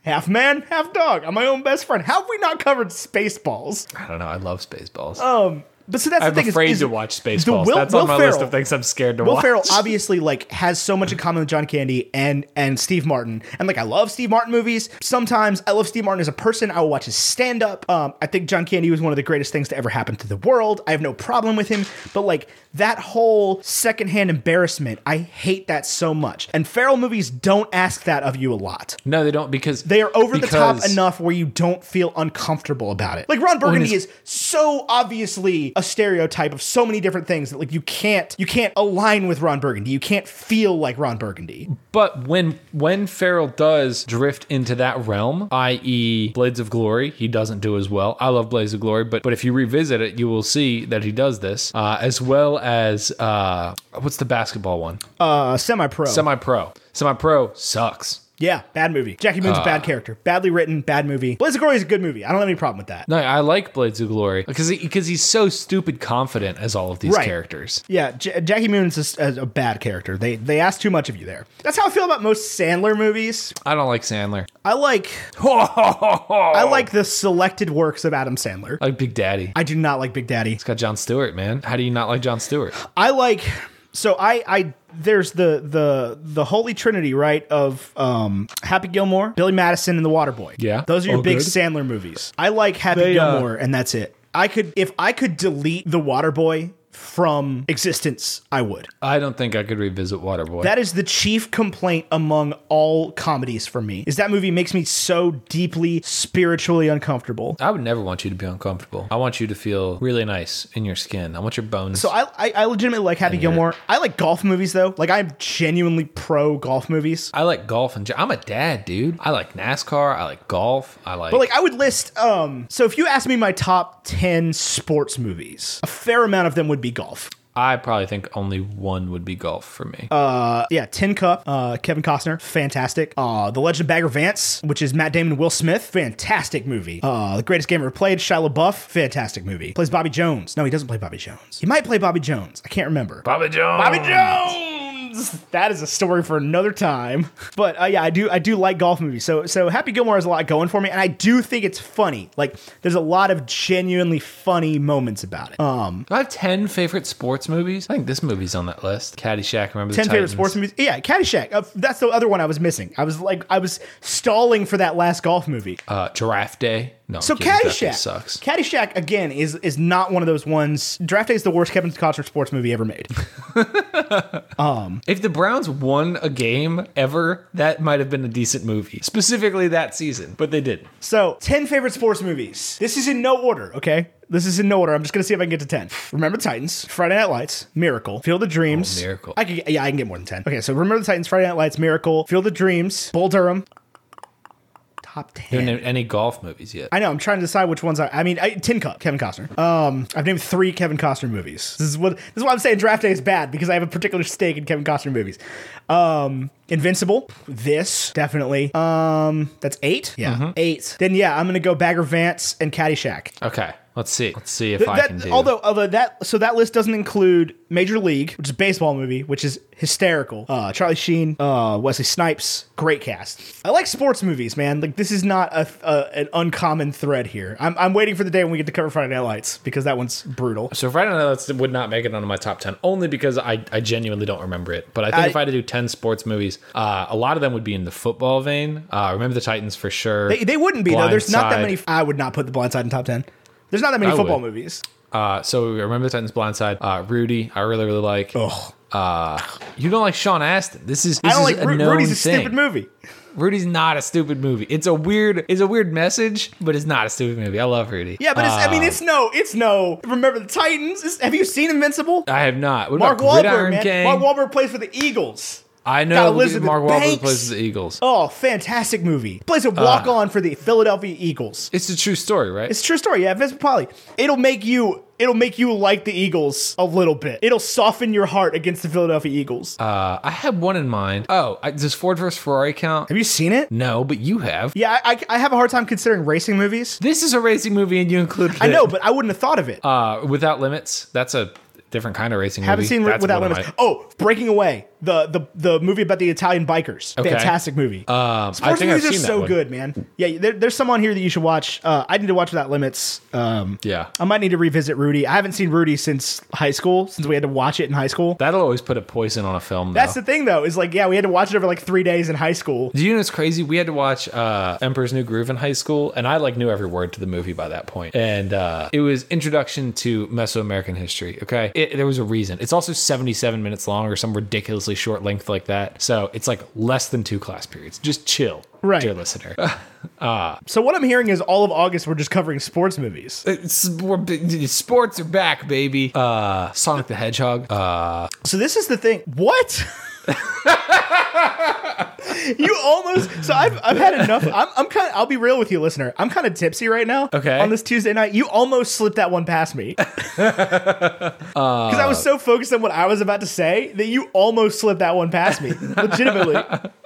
Speaker 4: Half man, half dog. I'm my own best friend. How have we not covered Spaceballs?
Speaker 3: I don't know. I love Spaceballs.
Speaker 4: Um, But so that's
Speaker 2: I'm
Speaker 4: the thing. is-
Speaker 2: afraid
Speaker 4: is,
Speaker 2: to watch
Speaker 4: the
Speaker 2: Spaceballs.
Speaker 4: Will-
Speaker 2: That's
Speaker 4: Will
Speaker 2: on my list
Speaker 4: Ferrell-
Speaker 2: of things I'm scared to
Speaker 4: Will
Speaker 2: watch.
Speaker 4: Ferrell obviously like has so much in common with John Candy and and Steve Martin. And like I love Steve Martin movies. Sometimes I love Steve Martin as a person. I will watch his stand up. Um, I think John Candy was one of the greatest things to ever happen to the world. I have no problem with him. But like that whole secondhand embarrassment, I hate that so much. And Ferrell movies don't ask that of you a lot.
Speaker 3: No, they don't because
Speaker 4: They are over the top
Speaker 3: because-
Speaker 4: enough where you don't feel uncomfortable about it. Like Ron Burgundy
Speaker 3: it's-
Speaker 4: is so obviously a stereotype of so many different things that like you can't you can't align with Ron Burgundy. You can't feel like Ron Burgundy.
Speaker 3: But when when Farrell does drift into that realm, i.e., Blades of Glory, he doesn't do as well. I love Blades of Glory, but but if you revisit it, you will see that he does this uh, as well as uh, what's the basketball one?
Speaker 4: Uh semi pro.
Speaker 3: Semi pro. Semi pro sucks.
Speaker 4: yeah, bad movie. Jackie Moon's a bad
Speaker 3: Ah.
Speaker 4: character. Badly written, bad movie. Blaze of Glory is a good movie. I don't have any problem with that.
Speaker 3: No, I like Blades of Glory because because he's so stupid confident as all of these
Speaker 4: Right.
Speaker 3: characters.
Speaker 4: Yeah, J- Jackie Moon's is a, a bad character. They they ask too much of you there. That's how I feel about most Sandler movies.
Speaker 3: I don't like Sandler.
Speaker 4: I like I like the selected works of Adam Sandler.
Speaker 3: Oh. I like Big Daddy.
Speaker 4: I do not like Big Daddy.
Speaker 3: It's got John Stewart, man. How do you not like John Stewart?
Speaker 4: I like so I I there's the the the holy trinity right of um Happy Gilmore, Billy Madison, and The Waterboy.
Speaker 3: Yeah.
Speaker 4: those are your
Speaker 3: All
Speaker 4: big
Speaker 3: good.
Speaker 4: Sandler movies. I like Happy
Speaker 3: They, uh,
Speaker 4: Gilmore, and that's it. I could if I could delete The Waterboy from existence, I would.
Speaker 3: I don't think I could revisit Waterboy.
Speaker 4: That is the chief complaint among all comedies for me. Is that movie makes me so deeply spiritually uncomfortable.
Speaker 3: I would never want you to be uncomfortable. I want you to feel really nice in your skin. I want your bones.
Speaker 4: So I, I, I legitimately like Happy Gilmore. I like golf movies though. Like I'm genuinely pro golf movies.
Speaker 3: I like golf and I'm a dad, dude. I like NASCAR. I like golf. I like.
Speaker 4: But like I would list um so if you asked me my top 10 sports movies, a fair amount of them would be golf.
Speaker 3: I probably think only one would be golf for me.
Speaker 4: Uh yeah, Tin Cup, uh Kevin Costner, fantastic. Uh The Legend of Bagger Vance, which is Matt Damon and Will Smith, fantastic movie. Uh The Greatest Game Ever Played, Shia LaBeouf, fantastic movie. Plays Bobby Jones. No, he doesn't play Bobby Jones. He might play Bobby Jones. I can't remember.
Speaker 3: Bobby Jones.
Speaker 4: Bobby Jones. That is a story for another time. But uh, yeah, I do I do like golf movies. So so Happy Gilmore has a lot going for me, and I do think it's funny. Like there's a lot of genuinely funny moments about it.
Speaker 3: Oh,
Speaker 4: Um,
Speaker 3: Do I have ten favorite sports movies? I think this movie's on that list. Caddyshack. Remember the
Speaker 4: ten favorite
Speaker 3: Titans.
Speaker 4: sports movies. Yeah, Caddyshack. Uh, that's the other one I was missing. I was like I was stalling for that last golf movie.
Speaker 3: Uh, Giraffe Day. No. I'm
Speaker 4: So
Speaker 3: kidding. Giraffe Day
Speaker 4: Caddyshack
Speaker 3: sucks.
Speaker 4: Caddyshack again is is not one of those ones. Draft Day is the worst Kevin Costner sports movie ever made.
Speaker 3: If the Browns won a game ever, that might have been a decent movie, specifically that season, but they didn't.
Speaker 4: So, 10 favorite sports movies. This is in no order, okay? This is in no order. I'm just gonna see if I can get to 10. Remember the Titans, Friday Night Lights, Miracle, Field of Dreams.
Speaker 3: Oh, Miracle.
Speaker 4: I can, yeah, I can get more than 10. Okay, so Remember the Titans, Friday Night Lights, Miracle, Field of Dreams, Bull Durham. Top 10.
Speaker 3: Didn't have any golf movies yet.
Speaker 4: I know. I'm trying to decide which ones I. I mean, I, Tin Cup, Kevin Costner. Um, I've named three Kevin Costner movies. This is what. This is why I'm saying Draft Day is bad because I have a particular stake in Kevin Costner movies. Um, Invincible. This definitely. Um, that's eight. Yeah, eight. Then yeah, I'm gonna go Bagger Vance and Caddyshack.
Speaker 3: Okay, let's see. Let's see if
Speaker 4: Th-
Speaker 3: I
Speaker 4: that-
Speaker 3: can do.
Speaker 4: although, although that so that list doesn't include Major League, which is a baseball movie, which is hysterical. Uh, Charlie Sheen, uh, Wesley Snipes, great cast. I like sports movies, man. Like this is not a, a an uncommon thread here. I'm, I'm waiting for the day when we get to cover Friday Night Lights because that one's brutal.
Speaker 3: So Friday Night Lights would not make it onto my top ten, only because I, I genuinely don't remember it. But I think
Speaker 4: I-
Speaker 3: if I had to do ten sports movies, uh, a lot of them would be in the football vein. Uh, remember the Titans for sure.
Speaker 4: They, they wouldn't be though. There's not that
Speaker 3: Blindside.
Speaker 4: many. I would not put The Blind Side in top ten. There's not that many
Speaker 3: I
Speaker 4: football
Speaker 3: would.
Speaker 4: movies.
Speaker 3: Uh, so remember the Titans, Blindside, uh, Rudy. I really really like.
Speaker 4: Ugh.
Speaker 3: Uh, you don't like Sean Astin. This is this
Speaker 4: Oh. I don't
Speaker 3: is
Speaker 4: like
Speaker 3: a
Speaker 4: Ru-
Speaker 3: known
Speaker 4: Rudy's a
Speaker 3: thing.
Speaker 4: stupid movie.
Speaker 3: Rudy's not a stupid movie. It's a weird it's a weird message, but it's not a stupid movie. I love Rudy.
Speaker 4: Yeah, but it's, I mean,
Speaker 3: Uh,
Speaker 4: it's no, it's no. Remember the Titans? It's- have you seen Invincible?
Speaker 3: I have not. What
Speaker 4: Mark
Speaker 3: about
Speaker 4: Wahlberg,
Speaker 3: Gridiron
Speaker 4: man.
Speaker 3: Gang?
Speaker 4: Mark Wahlberg plays for the Eagles.
Speaker 3: I
Speaker 4: got
Speaker 3: know look at
Speaker 4: Elizabeth
Speaker 3: Mark Wahlberg
Speaker 4: Banks.
Speaker 3: plays the Eagles.
Speaker 4: Oh, fantastic movie. Plays a walk on for the Philadelphia Eagles.
Speaker 3: It's a true story, right?
Speaker 4: It's a true story. Yeah, Vince Papali. It'll make you it'll make you like the Eagles a little bit. It'll soften your heart against the Philadelphia Eagles.
Speaker 3: Uh, I had one in mind. Oh, I, does Ford versus Ferrari count?
Speaker 4: have you seen it?
Speaker 3: No, but you have.
Speaker 4: Yeah, I, I, I have a hard time considering racing movies.
Speaker 3: This is a racing movie, and you included.
Speaker 4: I
Speaker 3: it. Oh,
Speaker 4: know, but I wouldn't have thought of it.
Speaker 3: Uh, Without Limits. That's a different kind of racing.
Speaker 4: Haven't
Speaker 3: movie.
Speaker 4: seen Ri-
Speaker 3: That's
Speaker 4: without
Speaker 3: one of
Speaker 4: limits.
Speaker 3: my-
Speaker 4: Oh, Breaking Away, the the the movie about the Italian bikers.
Speaker 3: Okay.
Speaker 4: Fantastic movie.
Speaker 3: Um, I
Speaker 4: Sports
Speaker 3: think I've
Speaker 4: movies are
Speaker 3: seen that
Speaker 4: so
Speaker 3: one.
Speaker 4: good, man. Yeah, there, there's some on here that you should watch. Uh, I need to watch Without Limits. Um,
Speaker 3: Yeah.
Speaker 4: I might need to revisit Rudy. I haven't seen Rudy since high school, since we had to watch it in high school.
Speaker 3: That'll always put a poison on a film.
Speaker 4: That's
Speaker 3: though.
Speaker 4: the thing, though, is like, yeah, we had to watch it over like three days in high school.
Speaker 3: Do you know what's crazy? We had to watch uh, Emperor's New Groove in high school, and I like knew every word to the movie by that point. And uh, it was Introduction to Mesoamerican History. Okay, it, there was a reason. It's also seventy-seven minutes long or some ridiculously short length like that. So it's like less than two class periods. Just chill,
Speaker 4: Right.
Speaker 3: dear listener.
Speaker 4: So what I'm hearing is all of August we're just covering sports movies.
Speaker 3: It's- we're- sports are back, baby. Uh, Sonic the Hedgehog. Uh,
Speaker 4: So this is the thing. What? you almost so I've, I've had enough i'm, I'm kind of i'll be real with you listener i'm kind of tipsy right now
Speaker 3: Okay.
Speaker 4: on this tuesday night you almost slipped that one past me because i was so focused on what i was about to say that you almost slipped that one past me legitimately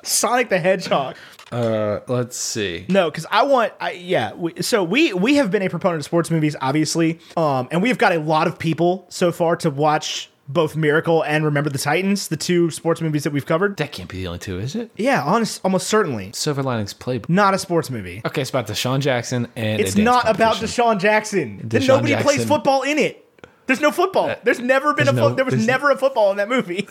Speaker 4: sonic the hedgehog
Speaker 3: uh, let's see.
Speaker 4: no, because I want, I, yeah. We, so we we have been a proponent of sports movies, obviously, um, and we've got a lot of people so far to watch both Miracle and Remember the Titans, the two sports movies that we've covered.
Speaker 3: That can't be the only two, is it?
Speaker 4: Yeah, honest, almost certainly
Speaker 3: Silver Linings Playbook.
Speaker 4: not a sports movie.
Speaker 3: Okay, it's about Deshaun Jackson and a
Speaker 4: It's
Speaker 3: dance
Speaker 4: not about
Speaker 3: competition.
Speaker 4: Deshaun Jackson. Then
Speaker 3: Deshaun
Speaker 4: nobody plays
Speaker 3: Jackson. Uh,
Speaker 4: football in it. There's no football. There's never been a
Speaker 3: there's
Speaker 4: fo-
Speaker 3: no-
Speaker 4: there was
Speaker 3: there's-
Speaker 4: never a football in that movie.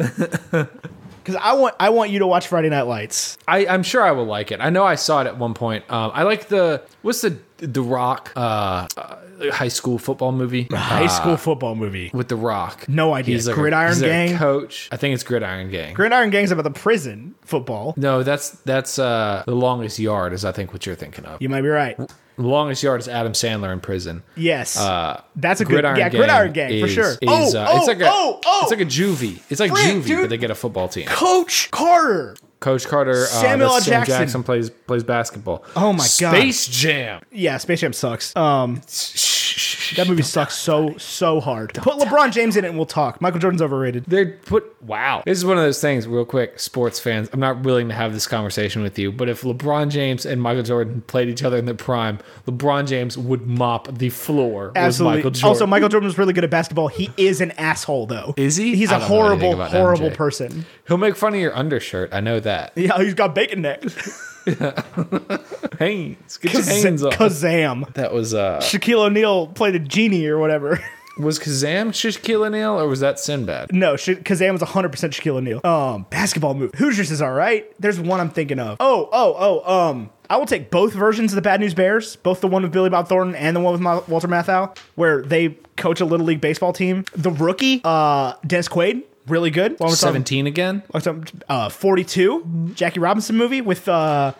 Speaker 4: Because I want I want you to watch Friday Night Lights.
Speaker 3: I, I'm sure I will like it. I know I saw it at one point. Um, I like the what's the the Rock uh, uh, high school football movie
Speaker 4: High school football movie.
Speaker 3: with the Rock.
Speaker 4: No idea.
Speaker 3: He's like a-
Speaker 4: Gridiron
Speaker 3: he's like a
Speaker 4: Gang?
Speaker 3: coach. I think it's Gridiron Gang.
Speaker 4: Gridiron Gang's about the prison football.
Speaker 3: no, that's that's uh, the longest yard is I think what you're thinking of.
Speaker 4: You might be right.
Speaker 3: The longest yard is Adam Sandler in prison.
Speaker 4: Yes.
Speaker 3: Uh,
Speaker 4: That's a good
Speaker 3: Gridiron
Speaker 4: yeah,
Speaker 3: Gang
Speaker 4: gridiron gang for
Speaker 3: is-
Speaker 4: sure.
Speaker 3: is,
Speaker 4: oh,
Speaker 3: uh,
Speaker 4: oh,
Speaker 3: it's like a
Speaker 4: oh, oh,
Speaker 3: it's like a juvie. It's like
Speaker 4: Frick,
Speaker 3: juvie,
Speaker 4: dude.
Speaker 3: but they get a football team.
Speaker 4: Coach Carter.
Speaker 3: Coach Carter, uh,
Speaker 4: Samuel
Speaker 3: that's
Speaker 4: L.
Speaker 3: Sam
Speaker 4: Jackson.
Speaker 3: Jackson plays plays basketball.
Speaker 4: Oh my God.
Speaker 3: Space Jam.
Speaker 4: Yeah, Space Jam sucks. Um, that movie sucks so so hard. Put LeBron James in it, and we'll talk. Michael Jordan's overrated.
Speaker 3: They put wow. This is one of those things, real quick, sports fans. I'm not willing to have this conversation with you, but if LeBron James and Michael Jordan played each other in their prime, LeBron James would mop the floor with
Speaker 4: Absolutely.
Speaker 3: Michael Jordan.
Speaker 4: Also, Michael Jordan was really good at basketball. He is an asshole, though.
Speaker 3: Is he?
Speaker 4: He's
Speaker 3: I
Speaker 4: a
Speaker 3: don't know anything
Speaker 4: horrible,
Speaker 3: about
Speaker 4: horrible
Speaker 3: MJ.
Speaker 4: person.
Speaker 3: he'll make fun of your undershirt. I know that.
Speaker 4: Yeah, he's got bacon neck.
Speaker 3: Haynes, get your hands off.
Speaker 4: Kazam.
Speaker 3: That was uh,
Speaker 4: Shaquille O'Neal played a genie or whatever.
Speaker 3: was Kazam Shaquille O'Neal or was that Sinbad?
Speaker 4: No, Sha- Kazam was 100% Shaquille O'Neal. Um, basketball move. Hoosiers is all right. There's one I'm thinking of. Oh, oh, oh, um, I will take both versions of the Bad News Bears, both the one with Billy Bob Thornton and the one with Ma- Walter Matthau, where they coach a Little League baseball team. The rookie, uh, Dennis Quaid, really good. Long time-
Speaker 3: Seventeen again.
Speaker 4: long time- Uh, 42, Jackie Robinson movie with, uh,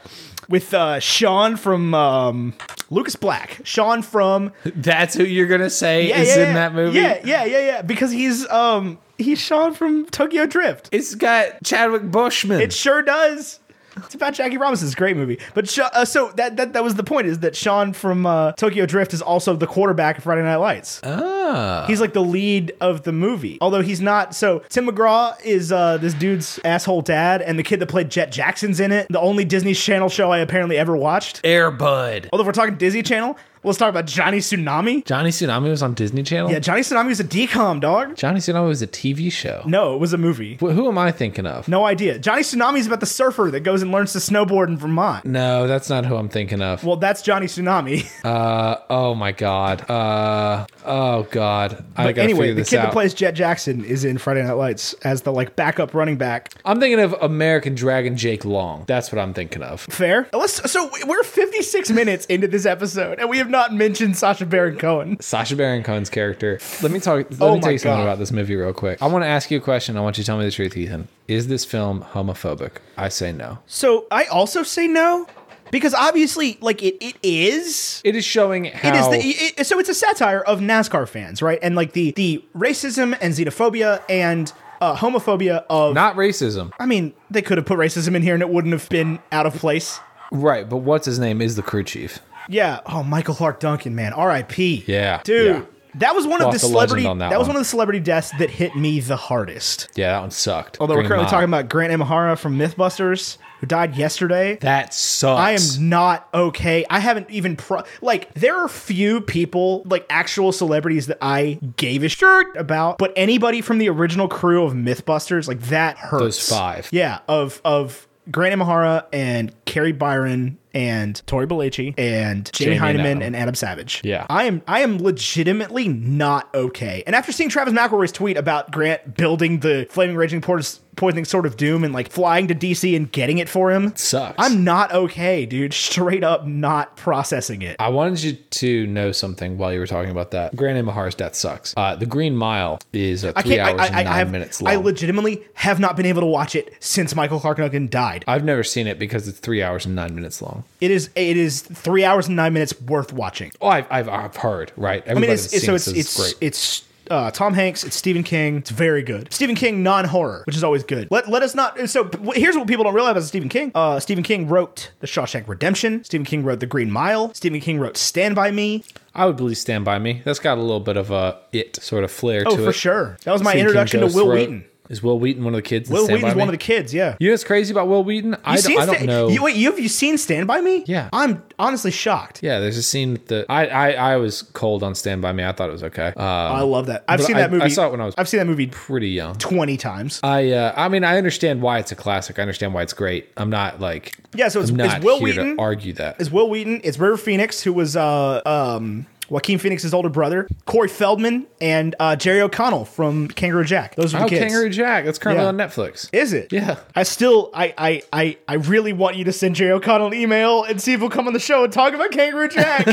Speaker 4: with uh, Sean from um, Lucas Black. Sean from
Speaker 3: That's who you're gonna say is in that movie.
Speaker 4: Yeah, yeah, yeah, yeah. Because he's um he's Sean from Tokyo Drift.
Speaker 3: It's got Chadwick Bushman.
Speaker 4: It sure does. It's about Jackie Robinson's great movie. But Sha- uh, so that, that that was the point is that Sean from uh, Tokyo Drift is also the quarterback of Friday Night Lights.
Speaker 3: ah,
Speaker 4: He's like the lead of the movie. Although he's not. So Tim McGraw is uh, this dude's asshole dad, and the kid that played Jet Jackson's in it. The only Disney Channel show I apparently ever watched.
Speaker 3: Airbud.
Speaker 4: Although if we're talking Disney Channel, let's talk about Johnny Tsunami.
Speaker 3: Johnny Tsunami was on Disney Channel.
Speaker 4: Yeah, Johnny Tsunami was a decom dog.
Speaker 3: Johnny Tsunami was a TV show.
Speaker 4: No, it was a movie.
Speaker 3: Wh- Who am I thinking of?
Speaker 4: No idea. Johnny Tsunami is about the surfer that goes and learns to snowboard in Vermont.
Speaker 3: No, that's not who I'm thinking of.
Speaker 4: Well, that's Johnny Tsunami.
Speaker 3: Uh, oh my god. Uh, oh god. I
Speaker 4: But
Speaker 3: gotta
Speaker 4: anyway,
Speaker 3: figure
Speaker 4: the
Speaker 3: this
Speaker 4: kid
Speaker 3: out.
Speaker 4: that plays Jet Jackson is in Friday Night Lights as the like backup running back.
Speaker 3: I'm thinking of American Dragon Jake Long. That's what I'm thinking of.
Speaker 4: Fair. Let's, so we're 56 minutes into this episode, and we have not mentioned Sasha Baron Cohen.
Speaker 3: Sasha Baron Cohen's character. Let me talk. Let
Speaker 4: Oh
Speaker 3: me tell
Speaker 4: my
Speaker 3: you something
Speaker 4: God.
Speaker 3: about this movie real quick. I want to ask you a question. I want you to tell me the truth, Ethan. Is this film homophobic? I say no.
Speaker 4: So I also say no because obviously, like it, it is.
Speaker 3: It is showing how
Speaker 4: It is the, e- it, so it's a satire of NASCAR fans, right? And like the the racism and xenophobia and uh, homophobia of
Speaker 3: not racism.
Speaker 4: I mean, they could have put racism in here and it wouldn't have been out of place.
Speaker 3: Right, but what's his name is the crew chief.
Speaker 4: Yeah. Oh, Michael Clark Duncan, man. R.I.P.
Speaker 3: Yeah,
Speaker 4: Dude,
Speaker 3: yeah.
Speaker 4: That was one of the
Speaker 3: Lost a legend
Speaker 4: celebrity.
Speaker 3: on
Speaker 4: That,
Speaker 3: that
Speaker 4: was
Speaker 3: one.
Speaker 4: one of the celebrity deaths that hit me the hardest.
Speaker 3: Yeah, that one sucked.
Speaker 4: Although
Speaker 3: Green
Speaker 4: we're currently
Speaker 3: Mile.
Speaker 4: talking about Grant Imahara from MythBusters, who died yesterday.
Speaker 3: that sucks.
Speaker 4: I am not okay. I haven't even pro- like there are few people like actual celebrities that I gave a shirt about, but anybody from the original crew of MythBusters like that hurts.
Speaker 3: Those five.
Speaker 4: yeah, of of Grant Imahara and Carrie Byron and
Speaker 2: Tori Belici.
Speaker 4: and Jamie
Speaker 3: Jamie and
Speaker 4: Heineman
Speaker 3: Adam.
Speaker 4: and Adam Savage.
Speaker 3: Yeah.
Speaker 4: I am I am legitimately not okay. And after seeing Travis McElroy's tweet about Grant building the flaming raging Poison poisoning sort of doom and like flying to DC and getting it for him.
Speaker 3: sucks.
Speaker 4: I'm not okay, dude. Straight up not processing it.
Speaker 3: I wanted you to know something while you were talking about that. Grant Imahara's death sucks. Uh, the Green Mile is uh,
Speaker 4: I
Speaker 3: three hours
Speaker 4: can't. I, I,
Speaker 3: and
Speaker 4: I
Speaker 3: nine
Speaker 4: have.
Speaker 3: minutes long.
Speaker 4: I legitimately have not been able to watch it since Michael Clark Duncan died.
Speaker 3: I've never seen it because it's three hours and nine minutes long.
Speaker 4: It is. It is three hours and nine minutes worth watching.
Speaker 3: Oh, I've, I've, I've heard, right?
Speaker 4: I mean,
Speaker 3: Everybody's
Speaker 4: it's, it's so it's
Speaker 3: seen it
Speaker 4: it's
Speaker 3: says
Speaker 4: it's, uh, Tom Hanks. It's Stephen King. It's very good. Stephen King non-horror, which is always good. Let let us not. So p- here's what people don't realize about Stephen King. Uh, Stephen King wrote The Shawshank Redemption. Stephen King wrote The Green Mile. Stephen King wrote Stand by Me.
Speaker 3: I would believe Stand By Me. That's got a little bit of a it sort of flair
Speaker 4: Oh,
Speaker 3: to it.
Speaker 4: for sure. That was
Speaker 3: Stephen
Speaker 4: my
Speaker 3: King
Speaker 4: introduction to
Speaker 3: Ghost
Speaker 4: Will
Speaker 3: wrote-
Speaker 4: Wheaton.
Speaker 3: Is Will Wheaton one of the kids? in
Speaker 4: Will
Speaker 3: Stand By
Speaker 4: Wheaton's
Speaker 3: Me?
Speaker 4: one of the kids. Yeah.
Speaker 3: You know what's crazy about Will Wheaton? I, d-
Speaker 4: seen
Speaker 3: I don't
Speaker 4: Sta-
Speaker 3: know.
Speaker 4: You, wait, you've you seen Stand by Me?
Speaker 3: Yeah.
Speaker 4: I'm honestly shocked.
Speaker 3: yeah, there's a scene that the I, I I was cold on Stand By Me. I thought it was okay. Uh,
Speaker 4: I love that. I've
Speaker 3: but
Speaker 4: seen
Speaker 3: I-
Speaker 4: that movie.
Speaker 3: I saw it when I was-
Speaker 4: I've seen that movie
Speaker 3: pretty young.
Speaker 4: twenty times.
Speaker 3: I uh, I mean I understand why it's a classic. I understand why it's great. I'm not like
Speaker 4: Yeah, so it's-
Speaker 3: I'm
Speaker 4: it's
Speaker 3: not
Speaker 4: Will
Speaker 3: here
Speaker 4: Wheaton.
Speaker 3: to argue that.
Speaker 4: It's Will Wheaton. It's River Phoenix, who was uh um Joaquin Phoenix's older brother, Corey Feldman, and uh, Jerry O'Connell from Kangaroo Jack. Those are the
Speaker 3: Oh,
Speaker 4: kids.
Speaker 3: Kangaroo Jack. That's currently
Speaker 4: Yeah.
Speaker 3: on Netflix.
Speaker 4: Is it?
Speaker 3: Yeah.
Speaker 4: I still, I, I, I, I really want you to send Jerry O'Connell an email and see if he'll come on the show and talk about Kangaroo Jack.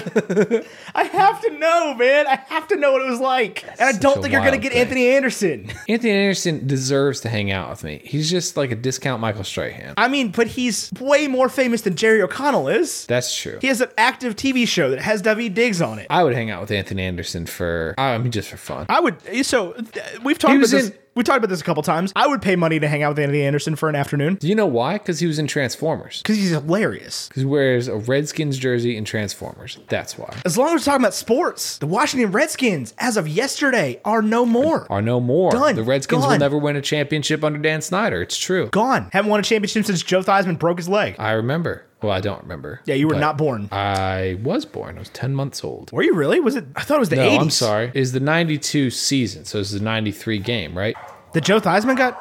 Speaker 4: I have to know, man. I have to know what it was like. And I don't
Speaker 3: a
Speaker 4: think you're going to
Speaker 3: wild
Speaker 4: get
Speaker 3: thing.
Speaker 4: Anthony Anderson.
Speaker 3: Anthony Anderson deserves to hang out with me. He's just like a discount Michael Strahan.
Speaker 4: I mean, but he's way more famous than Jerry O'Connell is.
Speaker 3: That's true.
Speaker 4: He has an active TV show that has David Diggs on it.
Speaker 3: I would hang out with Anthony Anderson for I mean just for fun.
Speaker 4: I would. So th- we've talked
Speaker 3: He
Speaker 4: about
Speaker 3: was
Speaker 4: this.
Speaker 3: in-
Speaker 4: we talked about this a couple times. I would pay money to hang out with Anthony Anderson for an afternoon
Speaker 3: Do you know why? Because he was in Transformers.
Speaker 4: because he's hilarious.
Speaker 3: Because he wears a Redskins jersey in Transformers. That's why.
Speaker 4: As long as we're talking about sports, the Washington Redskins, as of yesterday, are no more.
Speaker 3: Are no more.
Speaker 4: Done.
Speaker 3: The Redskins
Speaker 4: Gone.
Speaker 3: will never win a championship under Dan Snyder. It's true.
Speaker 4: Gone. Haven't won a championship since Joe Theismann broke his leg.
Speaker 3: I remember. Well, I don't remember.
Speaker 4: Yeah, you were
Speaker 3: But
Speaker 4: not born.
Speaker 3: I was born. I was ten months old.
Speaker 4: Were you really? Was it? I thought it was the
Speaker 3: No,
Speaker 4: 80s.
Speaker 3: I'm sorry. Is the 92 season. So it's the 93 game, right?
Speaker 4: The Joe Theismann got.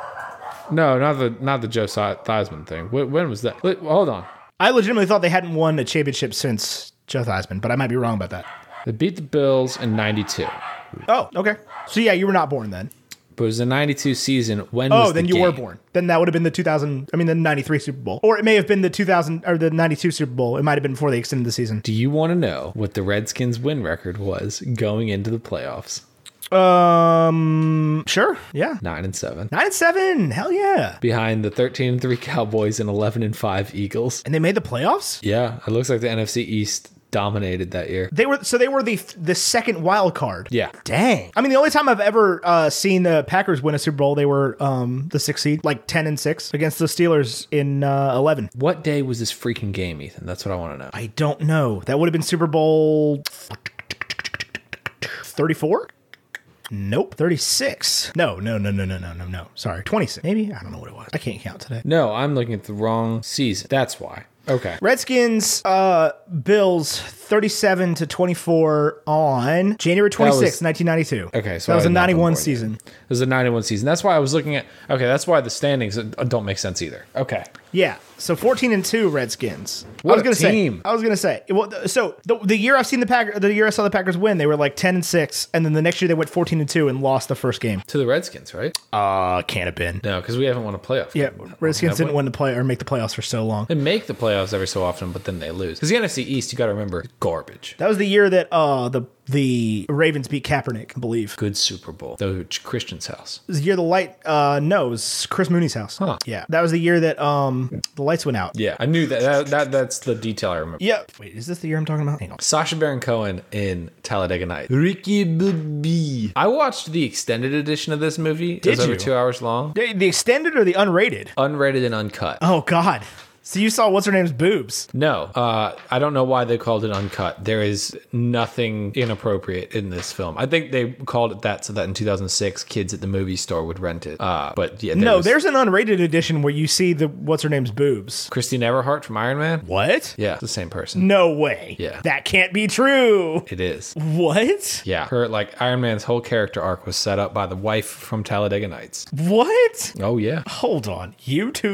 Speaker 3: No, not the not the Joe Si- Theismann thing. Wh- When was that? Wait, hold on.
Speaker 4: I legitimately thought they hadn't won a championship since Joe Theismann, but I might be wrong about that.
Speaker 3: They beat the Bills in 92.
Speaker 4: Oh, okay. So yeah, you were not born then.
Speaker 3: But it was the 92 season. When
Speaker 4: Oh,
Speaker 3: was
Speaker 4: then
Speaker 3: the
Speaker 4: you were
Speaker 3: game?
Speaker 4: born. Then that would have been the 2000, I mean, the 93 Super Bowl. Or it may have been the 2000 or the 92 Super Bowl. It might have been before they extended the season.
Speaker 3: Do you want to know what the Redskins win record was going into the playoffs?
Speaker 4: Um, sure. Yeah.
Speaker 3: 9 and 7.
Speaker 4: 9 and 7. Hell yeah.
Speaker 3: Behind the 13 and 3 Cowboys and 11 and 5 Eagles.
Speaker 4: And they made the playoffs?
Speaker 3: Yeah, it looks like the NFC East dominated that year.
Speaker 4: They were so they were the the second wild card.
Speaker 3: Yeah.
Speaker 4: Dang. I mean, the only time I've ever uh, seen the Packers win a Super Bowl, they were um the 6 seed, like 10 and 6 against the Steelers in uh, 11.
Speaker 3: What day was this freaking game, Ethan? That's what I want to know.
Speaker 4: I don't know. That would have been Super Bowl 34? Nope. 36. No, no, no, no, no, no, no, no. Sorry. 26. Maybe? I don't know what it was. I can't count today.
Speaker 3: No, I'm looking at the wrong season. That's why. Okay.
Speaker 4: Redskins, uh, Bills 37 to 24 on January 26, 1992.
Speaker 3: Okay, so
Speaker 4: that
Speaker 3: I
Speaker 4: was a
Speaker 3: had not been
Speaker 4: 91
Speaker 3: born yet.
Speaker 4: season.
Speaker 3: It was a 91 season. That's why I was looking at. Okay, that's why the standings uh, don't make sense either. Okay.
Speaker 4: Yeah. So 14 and 2 Redskins.
Speaker 3: What
Speaker 4: I was
Speaker 3: a
Speaker 4: gonna
Speaker 3: team.
Speaker 4: say I was gonna say well th- so the, the year I've seen the Pack the year I saw the Packers win, they were like 10 and 6 and then the next year they went 14 and 2 and lost the first game.
Speaker 3: To the Redskins, right?
Speaker 4: Uh, can't have been.
Speaker 3: No, because we haven't won a playoff.
Speaker 4: Yeah, Redskins
Speaker 3: Have we?
Speaker 4: didn't win the play or make the playoffs for so long.
Speaker 3: They make the playoffs every so often, but then they lose. Because the NFC East, you got to remember, is garbage.
Speaker 4: That was the year that uh the the Ravens beat Kaepernick, I believe.
Speaker 3: Good Super Bowl. That was Christian's house.
Speaker 4: It was the year the light uh no, it was Chris Mooney's house.
Speaker 3: Huh.
Speaker 4: Yeah. That was the year that um the lights went out.
Speaker 3: Yeah, I knew that. that, that that's the detail I remember.
Speaker 4: Yeah. Wait, is this the year I'm talking about? Hang on.
Speaker 3: Sasha Baron Cohen in Talladega Nights. Ricky Bobby. I watched the extended edition of this movie. it was
Speaker 4: Did
Speaker 3: over
Speaker 4: you?
Speaker 3: two hours long.
Speaker 4: The, the extended or the unrated?
Speaker 3: Unrated and uncut.
Speaker 4: Oh god. So you saw what's her name's boobs.
Speaker 3: No, uh, I don't know why they called it uncut. There is nothing inappropriate in this film. I think they called it that so that in 2006, kids at the movie store would rent it. Uh, but yeah, there
Speaker 4: No,
Speaker 3: was
Speaker 4: there's an unrated edition where you see the what's her name's boobs.
Speaker 3: Christine Everhart from Iron Man.
Speaker 4: What?
Speaker 3: Yeah, it's the same person.
Speaker 4: No way.
Speaker 3: Yeah.
Speaker 4: That can't be true.
Speaker 3: It is.
Speaker 4: What?
Speaker 3: Yeah, her like Iron Man's whole character arc was set up by the wife from Talladega Nights.
Speaker 4: What?
Speaker 3: Oh yeah,
Speaker 4: Hold on.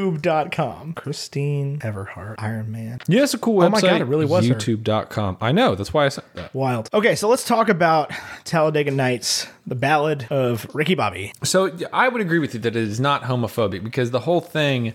Speaker 4: YouTube.com. Christine Everhart, Iron Man.
Speaker 3: yeah, it's a cool website.
Speaker 4: my God, it really was her.
Speaker 3: YouTube.com. I know. That's why I said that.
Speaker 4: Wild. Okay, so let's talk about Talladega Nights, the ballad of Ricky Bobby.
Speaker 3: So yeah, I would agree with you that it is not homophobic because the whole thing.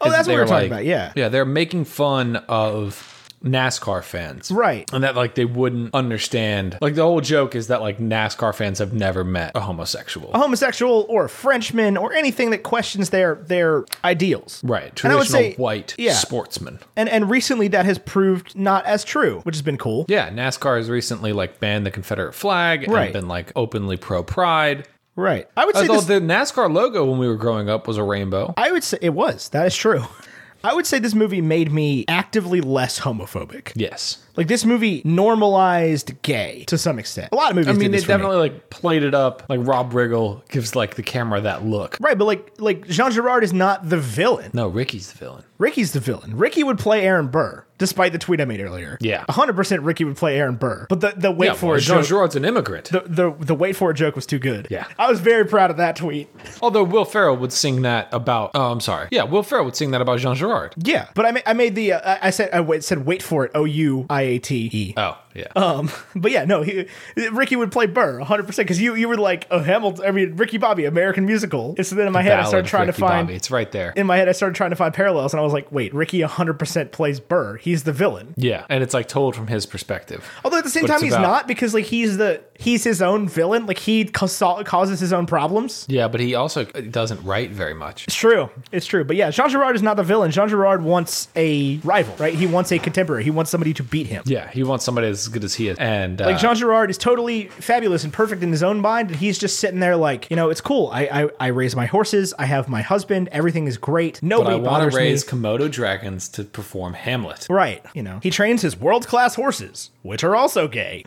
Speaker 4: Oh,
Speaker 3: is
Speaker 4: that's what we
Speaker 3: they're
Speaker 4: were talking about, yeah.
Speaker 3: yeah, they're making fun of NASCAR fans,
Speaker 4: Right.
Speaker 3: And that like they wouldn't understand. Like the whole joke is that like NASCAR fans have never met a homosexual.
Speaker 4: A homosexual or a Frenchman or anything that questions their their ideals.
Speaker 3: Right,
Speaker 4: And I
Speaker 3: traditional
Speaker 4: would say-
Speaker 3: white
Speaker 4: yeah.
Speaker 3: sportsman.
Speaker 4: And and recently that has proved not as true, which has been cool.
Speaker 3: Yeah, NASCAR has recently like banned the Confederate flag
Speaker 4: Right.
Speaker 3: and been like openly pro pride.
Speaker 4: Right. I would say
Speaker 3: Although
Speaker 4: this,
Speaker 3: the NASCAR logo when we were growing up was a rainbow.
Speaker 4: I would say it was. That is true. I would say this movie made me actively less homophobic.
Speaker 3: Yes.
Speaker 4: Like this movie normalized gay to some extent. A lot of movies.
Speaker 3: I mean,
Speaker 4: did
Speaker 3: they
Speaker 4: this for me.
Speaker 3: definitely like played it up. Like Rob Riggle gives like the camera that look.
Speaker 4: Right, but like like Jean Girard is not the villain.
Speaker 3: No, Ricky's the villain.
Speaker 4: Ricky's the villain. Ricky would play Aaron Burr, despite the tweet I made earlier.
Speaker 3: Yeah.
Speaker 4: 100% Ricky would play Aaron Burr. But the, the wait
Speaker 3: Yeah,
Speaker 4: for it
Speaker 3: Jean
Speaker 4: joke,
Speaker 3: Girard's an immigrant.
Speaker 4: the, the, the wait for it joke was too good.
Speaker 3: Yeah.
Speaker 4: I was very proud of that tweet.
Speaker 3: Although Will Ferrell would sing that about. Oh, I'm sorry. Yeah, Will Ferrell would sing that about Jean Girard.
Speaker 4: Yeah. But I, ma- I made the, uh, I- I said, I wait, said wait for it, O U I A T E.
Speaker 3: Oh, yeah.
Speaker 4: Um, but yeah, no, he, Ricky would play Burr 100% because you, you were like, oh, Hamilton, I mean, Ricky Bobby, American musical. And so then in my head, I started
Speaker 3: Ballad,
Speaker 4: trying
Speaker 3: Ricky
Speaker 4: to find,
Speaker 3: Bobby. It's right there.
Speaker 4: in my head, I started trying to find parallels and I was like, wait, Ricky 100% plays Burr. He's the villain.
Speaker 3: yeah, and it's like told from his perspective.
Speaker 4: Although at the same
Speaker 3: What
Speaker 4: time
Speaker 3: it's
Speaker 4: he's
Speaker 3: about.
Speaker 4: not because like he's the he's his own villain. Like he ca- causes his own problems.
Speaker 3: Yeah, but he also doesn't write very much.
Speaker 4: It's true. It's true. But yeah, Jean Girard is not the villain. Jean Girard wants a rival, right? He wants a contemporary. He wants somebody to beat him.
Speaker 3: Yeah, he wants somebody as good as he is. And uh,
Speaker 4: Like Jean Girard is totally fabulous and perfect in his own mind, and he's just sitting there like, you know, it's cool. I I, I raise my horses. I have my husband. Everything is great.
Speaker 3: but I
Speaker 4: Nobody
Speaker 3: want
Speaker 4: bothers
Speaker 3: to raise
Speaker 4: me.
Speaker 3: Komodo dragons to perform Hamlet.
Speaker 4: Right. You know, he trains his world class horses, which are also gay.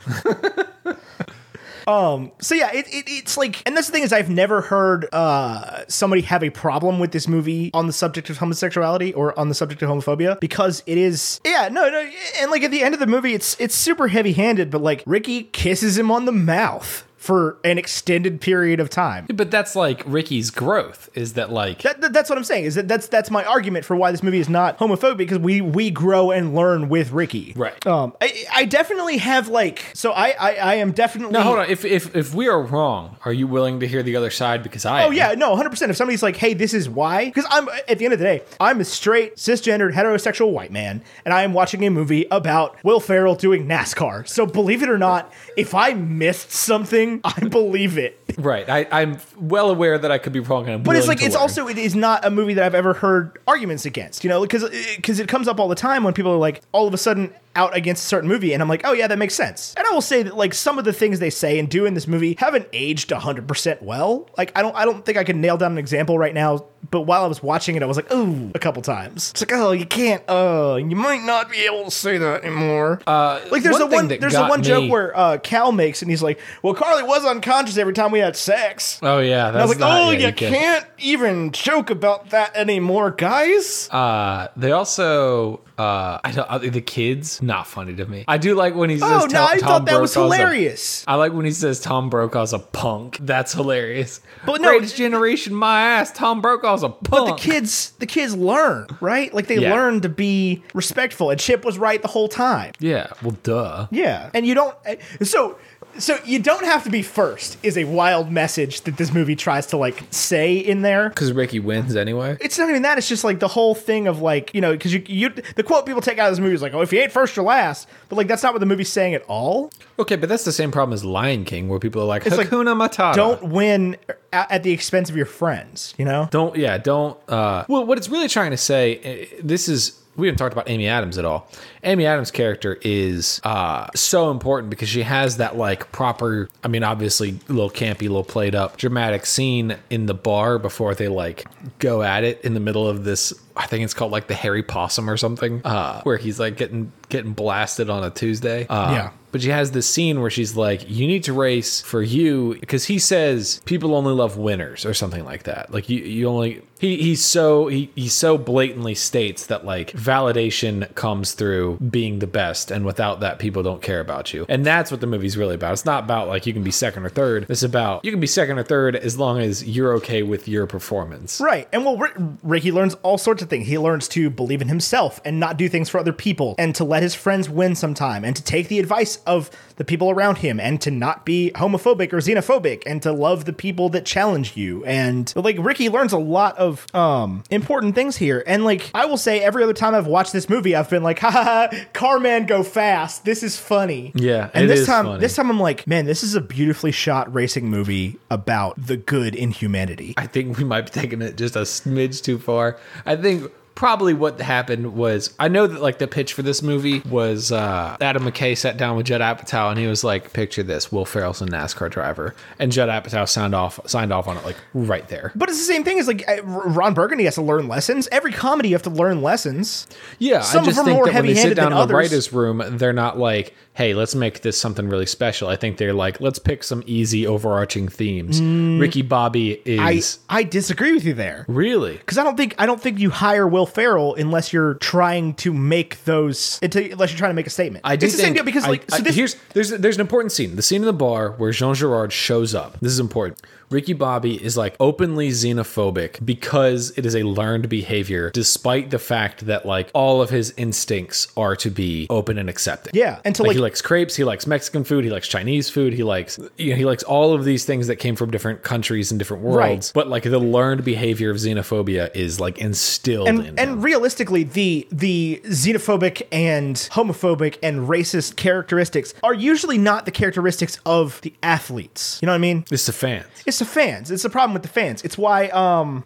Speaker 4: um. So yeah, it, it, it's like, and that's the thing is, I've never heard uh somebody have a problem with this movie on the subject of homosexuality or on the subject of homophobia because it is. Yeah. No. No. And like at the end of the movie, it's it's super heavy handed, but like Ricky kisses him on the mouth for an extended period of time.
Speaker 3: But that's like Ricky's growth is that like
Speaker 4: That, that- that's what I'm saying. Is that that's that's my argument for why this movie is not homophobic because we we grow and learn with Ricky.
Speaker 3: Right.
Speaker 4: Um. I, I definitely have like so I I, I am definitely
Speaker 3: No, hold on. If if if we are wrong, are you willing to hear the other side? Because I
Speaker 4: Oh yeah, no, 100%. If somebody's like, "Hey, this is why," because I'm at the end of the day, I'm a straight cisgendered heterosexual white man, and I am watching a movie about Will Ferrell doing NASCAR. So believe it or not, if I missed something, I believe it.
Speaker 3: right. I I'm well aware that I could be wrong, and I'm
Speaker 4: But it's
Speaker 3: willing
Speaker 4: like
Speaker 3: to
Speaker 4: it's
Speaker 3: learn.
Speaker 4: also it is not a movie that I've ever heard arguments against, you know, because because it comes up all the time when people are like all of a sudden out against a certain movie, and I'm like, oh yeah, that makes sense. And I will say that like some of the things they say and do in this movie haven't aged hundred percent well. Like I don't I don't think I can nail down an example right now. But while I was watching it, I was like, ooh, a couple times. It's like, oh, you can't. Oh, you might not be able to say that anymore. Uh, like there's
Speaker 3: one
Speaker 4: a
Speaker 3: thing
Speaker 4: one
Speaker 3: that
Speaker 4: there's a
Speaker 3: got
Speaker 4: one joke
Speaker 3: me-
Speaker 4: where uh, Cal makes, and he's like, well, Carly was unconscious every time we had sex.
Speaker 3: Oh yeah, that's
Speaker 4: I was like,
Speaker 3: not,
Speaker 4: oh,
Speaker 3: yeah,
Speaker 4: you,
Speaker 3: can-
Speaker 4: can't even joke about that anymore, guys.
Speaker 3: Uh, they also uh, I don't. uh, The kids not funny to me. I do like when he says.
Speaker 4: oh, no,
Speaker 3: Tom-
Speaker 4: I
Speaker 3: Tom
Speaker 4: thought that was
Speaker 3: Brokaw's a-
Speaker 4: hilarious.
Speaker 3: I like when he says Tom Brokaw's a punk. That's hilarious.
Speaker 4: But no,
Speaker 3: greatest
Speaker 4: it-
Speaker 3: generation, my ass. Tom Brokaw's a punk. But
Speaker 4: the kids, the kids learn, right? Like they
Speaker 3: Yeah.
Speaker 4: learn to be respectful, and Chip was right the whole time.
Speaker 3: Yeah. Well, duh.
Speaker 4: Yeah, and you don't. eh, So, so you don't have to be first. Is a wild message that this movie tries to like say in there.
Speaker 3: Because Ricky wins anyway.
Speaker 4: It's not even that. It's just like the whole thing of like you know because you you the quote people take out of this movie is like oh if you ain't first you're last, but like that's not what the movie's saying at all.
Speaker 3: Okay, but that's the same problem as Lion King, where people are like,
Speaker 4: like,
Speaker 3: Hakuna Matata.
Speaker 4: don't win at, at the expense of your friends, you know?
Speaker 3: don't yeah don't uh well what it's really trying to say uh, this is we haven't talked about amy adams at all amy adams character is uh so important because she has that like proper i mean obviously a little campy a little played up dramatic scene in the bar before they like go at it in the middle of this I think it's called like the Harry Possum or something, uh, where he's like getting getting blasted on a Tuesday. Uh,
Speaker 4: Yeah.
Speaker 3: But she has this scene where she's like, "You need to race for you," because he says people only love winners or something like that. Like you, you only he he's so he he so blatantly states that like validation comes through being the best, and without that, people don't care about you. And that's what the movie's really about. It's not about like you can be second or third. It's about you can be second or third as long as you're okay with your performance.
Speaker 4: Right. And well, Rick, Ricky learns all sorts of things. He learns to believe in himself and not do things for other people and to let his friends win sometime and to take the advice of the people around him and to not be homophobic or xenophobic and to love the people that challenge you. And like Ricky learns a lot of um important things here. And like I will say every other time I've watched this movie, I've been like, ha ha, ha Carman go fast. This is funny.
Speaker 3: Yeah,
Speaker 4: And
Speaker 3: it
Speaker 4: this
Speaker 3: is
Speaker 4: time
Speaker 3: funny.
Speaker 4: this time I'm like, man, this is a beautifully shot racing movie about the good in humanity.
Speaker 3: I think we might be taking it just a smidge too far. I think probably what happened was I know that like the pitch for this movie was uh, Adam McKay sat down with Judd Apatow and he was like, "Picture this: Will Ferrell's a NASCAR driver," and Judd Apatow signed off signed off on it like right there.
Speaker 4: But it's the same thing as like uh, R- Ron Burgundy has to learn lessons. Every comedy you have to learn lessons.
Speaker 3: Yeah,
Speaker 4: Some
Speaker 3: I
Speaker 4: of
Speaker 3: just
Speaker 4: them
Speaker 3: think
Speaker 4: more
Speaker 3: that when they sit
Speaker 4: heavy-handed
Speaker 3: down in
Speaker 4: than
Speaker 3: the
Speaker 4: others.
Speaker 3: writers' room, they're not like, "Hey, let's make this something really special." I think they're like, "Let's pick some easy overarching themes." Ricky Bobby
Speaker 4: Mm. I
Speaker 3: is
Speaker 4: I disagree with you there
Speaker 3: really
Speaker 4: because I don't think I don't think you hire Will Ferrell unless you're trying to make those until, unless you're trying to make a statement.
Speaker 3: I do
Speaker 4: it's the
Speaker 3: think
Speaker 4: same deal because
Speaker 3: I-
Speaker 4: like so
Speaker 3: I-
Speaker 4: this
Speaker 3: here's there's there's an important scene, the scene in the bar where Jean Girard shows up. This is important. Ricky Bobby is like openly xenophobic because it is a learned behavior, despite the fact that like all of his instincts are to be open and accepting.
Speaker 4: Yeah, and to,
Speaker 3: like, he
Speaker 4: like-
Speaker 3: likes crepes, he likes Mexican food, he likes Chinese food, he likes you know, he likes all of these things that came from different countries and different worlds.
Speaker 4: Right.
Speaker 3: But like the learned behavior of xenophobia is like instilled in him.
Speaker 4: and, and realistically the the xenophobic and homophobic and racist characteristics are usually not the characteristics of the athletes. You know what I mean?
Speaker 3: it's the fans.
Speaker 4: It's the fans. It's the problem with the fans. It's why um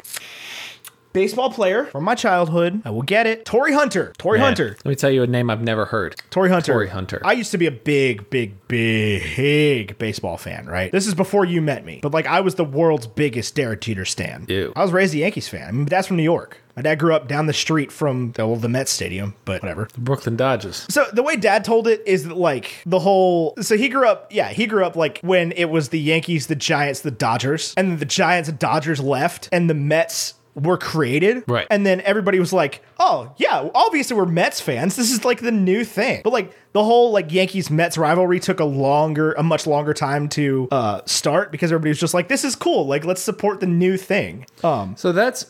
Speaker 4: baseball player from my childhood, I will get it. Tory Hunter. Tory Hunter.
Speaker 3: Let me tell you a name I've never heard.
Speaker 4: Tory Hunter.
Speaker 3: Tory Hunter.
Speaker 4: I used to be a big, big, big baseball fan, right? This is before you met me. But like I was the world's biggest Derek Jeter stan.
Speaker 3: Ew.
Speaker 4: I was raised a Yankees fan. I mean, but that's from New York. My dad grew up down the street from the, well, the Mets stadium, but whatever.
Speaker 3: Brooklyn Dodgers.
Speaker 4: So the way dad told it is that like the whole so he grew up yeah, he grew up like when it was the Yankees, the Giants, the Dodgers, and the Giants and Dodgers left and the Mets were created.
Speaker 3: Right.
Speaker 4: And then everybody was like, "Oh, yeah, obviously we're Mets fans. This is like the new thing." But like the whole like Yankees Mets rivalry took a longer a much longer time to uh start because everybody was just like, "This is cool. Like let's support the new thing." Um
Speaker 3: So that's.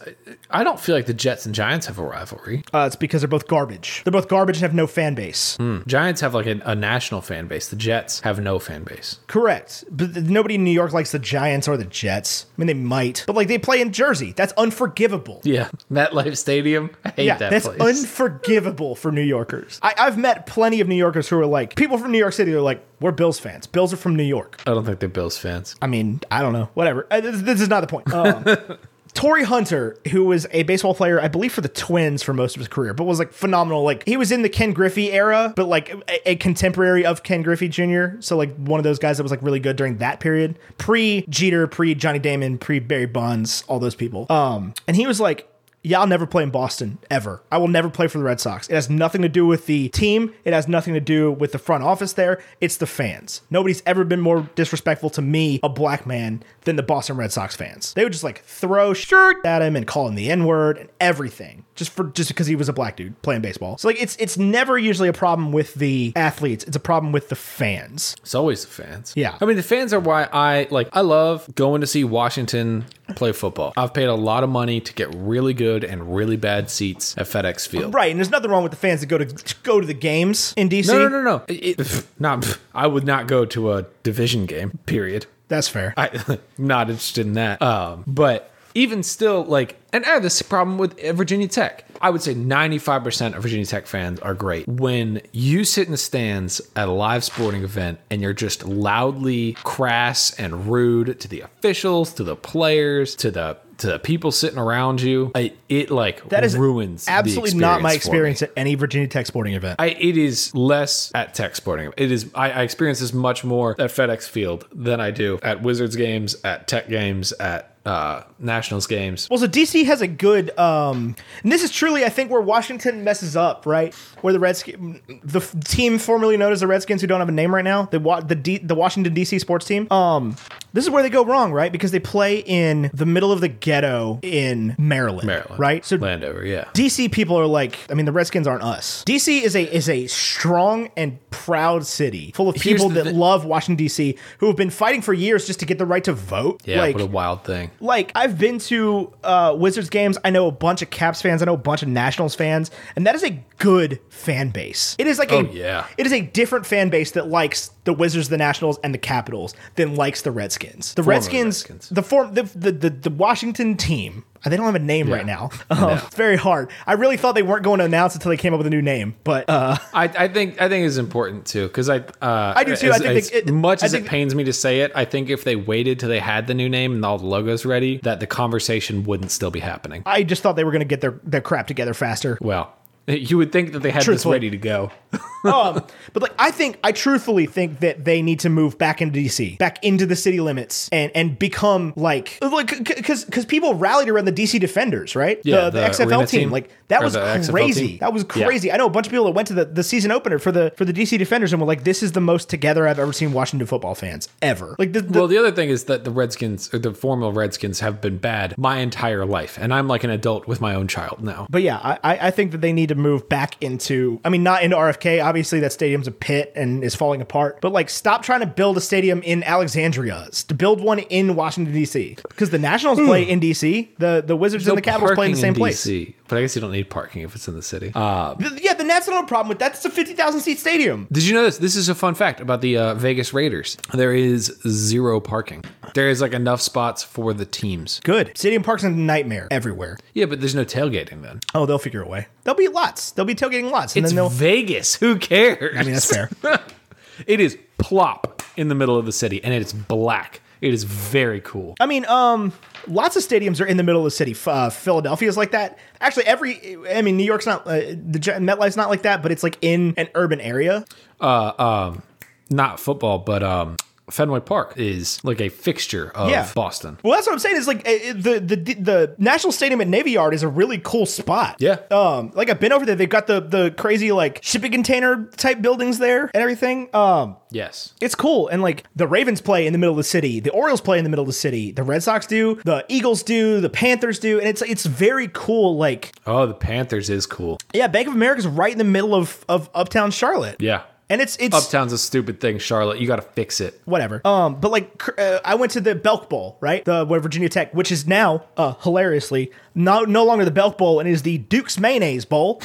Speaker 3: I don't feel like the Jets and Giants have a rivalry.
Speaker 4: uh, it's because they're both garbage. They're both garbage and have no fan base.
Speaker 3: Um, Giants have like a, a national fan base. The Jets have no fan base.
Speaker 4: Correct. But th- nobody in New York likes the Giants or the Jets. I mean, they might, but like they play in Jersey. That's unforgivable.
Speaker 3: Yeah, MetLife Stadium. I hate
Speaker 4: Yeah,
Speaker 3: that
Speaker 4: that's
Speaker 3: place.
Speaker 4: unforgivable for New Yorkers. I, I've met plenty of New Yorkers who are like, people from New York City are like, we're Bills fans. Bills are from New York.
Speaker 3: I don't think they're Bills fans.
Speaker 4: I mean, I don't know. Whatever. Uh, This, this is not the point. Um, Torrey Hunter, who was a baseball player, I believe, for the Twins for most of his career, but was like phenomenal. Like he was in the Ken Griffey era, but like a, a contemporary of Ken Griffey Jr. So like one of those guys that was like really good during that period, pre Jeter, pre Johnny Damon, pre Barry Bonds, all those people. Um, and he was like. Yeah, I'll never play in Boston ever. I will never play for the Red Sox. It has nothing to do with the team. It has nothing to do with the front office there. It's the fans. Nobody's ever been more disrespectful to me, a black man, than the Boston Red Sox fans. They would just like throw shirt at him and call him the N word and everything just for just because he was a black dude playing baseball. So like it's it's never usually a problem with the athletes. It's a problem with the fans.
Speaker 3: It's always the fans.
Speaker 4: Yeah.
Speaker 3: I mean, the fans are why I like, I love going to see Washington play football. I've paid a lot of money to get really good and really bad seats at FedEx Field.
Speaker 4: Right, and there's nothing wrong with the fans that go to, to go to the games in DC.
Speaker 3: No, no, no, no. It, it, not, I would not go to a division game, period.
Speaker 4: That's fair.
Speaker 3: I not interested in that. Um, but even still, like, and I have this problem with Virginia Tech. I would say 95% of Virginia Tech fans are great. When you sit in the stands at a live sporting event and you're just loudly crass and rude to the officials, to the players, to the to the people sitting around you, I, it like
Speaker 4: that is
Speaker 3: ruins the
Speaker 4: absolutely not my
Speaker 3: for me.
Speaker 4: experience at any Virginia Tech sporting event.
Speaker 3: I, it is less at Tech Sporting. It is I, I experience this much more at FedEx Field than I do at Wizards games, at Tech games, at uh, Nationals games.
Speaker 4: Well, so DC has a good, um, and this is truly, I think, where Washington messes up, right? Where the Redskins, the f- team formerly known as the Redskins, who don't have a name right now, the Wa- the D- the Washington DC sports team. Um, this is where they go wrong, right? Because they play in the middle of the ghetto in Maryland,
Speaker 3: Maryland,
Speaker 4: right? So
Speaker 3: Landover, yeah.
Speaker 4: DC people are like, I mean, the Redskins aren't us. DC is a is a strong and proud city full of
Speaker 3: Here's
Speaker 4: people
Speaker 3: the
Speaker 4: that
Speaker 3: thi-
Speaker 4: love Washington DC who have been fighting for years just to get the right to vote.
Speaker 3: Yeah,
Speaker 4: like,
Speaker 3: what a wild thing.
Speaker 4: like I've been to uh, Wizards games. I know a bunch of Caps fans. I know a bunch of Nationals fans, and that is a good fan base. It is like
Speaker 3: Oh,
Speaker 4: a
Speaker 3: yeah.
Speaker 4: It is a different fan base that likes the Wizards, the Nationals, and the Capitals than likes the Redskins. The Redskins,
Speaker 3: Redskins.
Speaker 4: the form, the the, the the Washington team. uh, They don't have a name right now. Uh, It's very hard. I really thought they weren't going to announce until they came up with a new name, but uh,
Speaker 3: I, I think I think it's important too because I uh,
Speaker 4: I do, too.
Speaker 3: As,
Speaker 4: I think
Speaker 3: as
Speaker 4: they- it-
Speaker 3: much
Speaker 4: I
Speaker 3: as
Speaker 4: think-
Speaker 3: it pains me to say it, I think if they waited till they had the new name and all the logos ready, that the conversation wouldn't still be happening.
Speaker 4: I just thought they were going to get their their crap together faster.
Speaker 3: Well, you would think that they had this
Speaker 4: Truthfully.
Speaker 3: ready to go.
Speaker 4: um, but like I think I truthfully think that they need to move back into DC, back into the city limits, and and become like like because because people rallied around the DC Defenders, right?
Speaker 3: Yeah,
Speaker 4: the, the
Speaker 3: the
Speaker 4: XFL
Speaker 3: arena
Speaker 4: team,
Speaker 3: team.
Speaker 4: like that
Speaker 3: Or
Speaker 4: was
Speaker 3: the XFL
Speaker 4: crazy.
Speaker 3: team.
Speaker 4: That was
Speaker 3: Yeah.
Speaker 4: crazy. I know a bunch of people that went to the, the season opener for the for the DC Defenders and were like, this is the most together I've ever seen Washington football fans ever. Like the, the
Speaker 3: well, the other thing is that the Redskins or the formal Redskins have been bad my entire life, and I'm like an adult with my own child now.
Speaker 4: But yeah, I, I I think that they need to move back into. I mean, not into RFK. Obviously, that stadium's a pit and is falling apart. But like, stop trying to build a stadium in Alexandria. S- To build one in Washington D.C. because the Nationals play in D.C. The the Wizards and the Capitals play in the same place.
Speaker 3: place. But I guess you don't need parking if it's in the city. Uh,
Speaker 4: Th- Yeah, the Nats don't have a problem with that. It's a fifty thousand seat stadium.
Speaker 3: did you know this? This is a fun fact about the uh, Vegas Raiders. There is zero parking. There is like enough spots for the teams.
Speaker 4: Good stadium parks a nightmare everywhere.
Speaker 3: Yeah, but there's no tailgating then.
Speaker 4: Oh, they'll figure a way. There'll be lots. There'll be tailgating lots, and
Speaker 3: It's
Speaker 4: then they'll.
Speaker 3: Vegas. Who cares?
Speaker 4: I mean, that's fair.
Speaker 3: It is plop in the middle of the city, and it's black. It is very cool.
Speaker 4: I mean, um, lots of stadiums are in the middle of the city. F- Uh, Philadelphia's like that. Actually, every I mean, New York's not uh, the J- MetLife's not like that, but it's like in an urban area.
Speaker 3: Not football, but um, Fenway Park is like a fixture of
Speaker 4: Yeah.
Speaker 3: Boston.
Speaker 4: Well, that's what I'm saying. Is like uh, uh, the the the National Stadium at Navy Yard is a really cool spot.
Speaker 3: Yeah.
Speaker 4: Um, like I've been over there. They've got the the crazy like shipping container type buildings there and everything. Um,
Speaker 3: Yes.
Speaker 4: it's cool. And like the Ravens play in the middle of the city, the Orioles play in the middle of the city, the Red Sox do, the Eagles do, the Panthers do, and it's it's very cool. Like
Speaker 3: Oh, the Panthers is cool.
Speaker 4: Yeah, Bank of America's right in the middle of of uptown Charlotte.
Speaker 3: Yeah.
Speaker 4: And it's it's
Speaker 3: Uptown's a stupid thing, Charlotte. You got to fix it.
Speaker 4: whatever. Um, but like cr- uh, I went to the Belk Bowl, right? The where Virginia Tech, which is now uh, hilariously no no longer the Belk Bowl and is the Duke's Mayonnaise Bowl.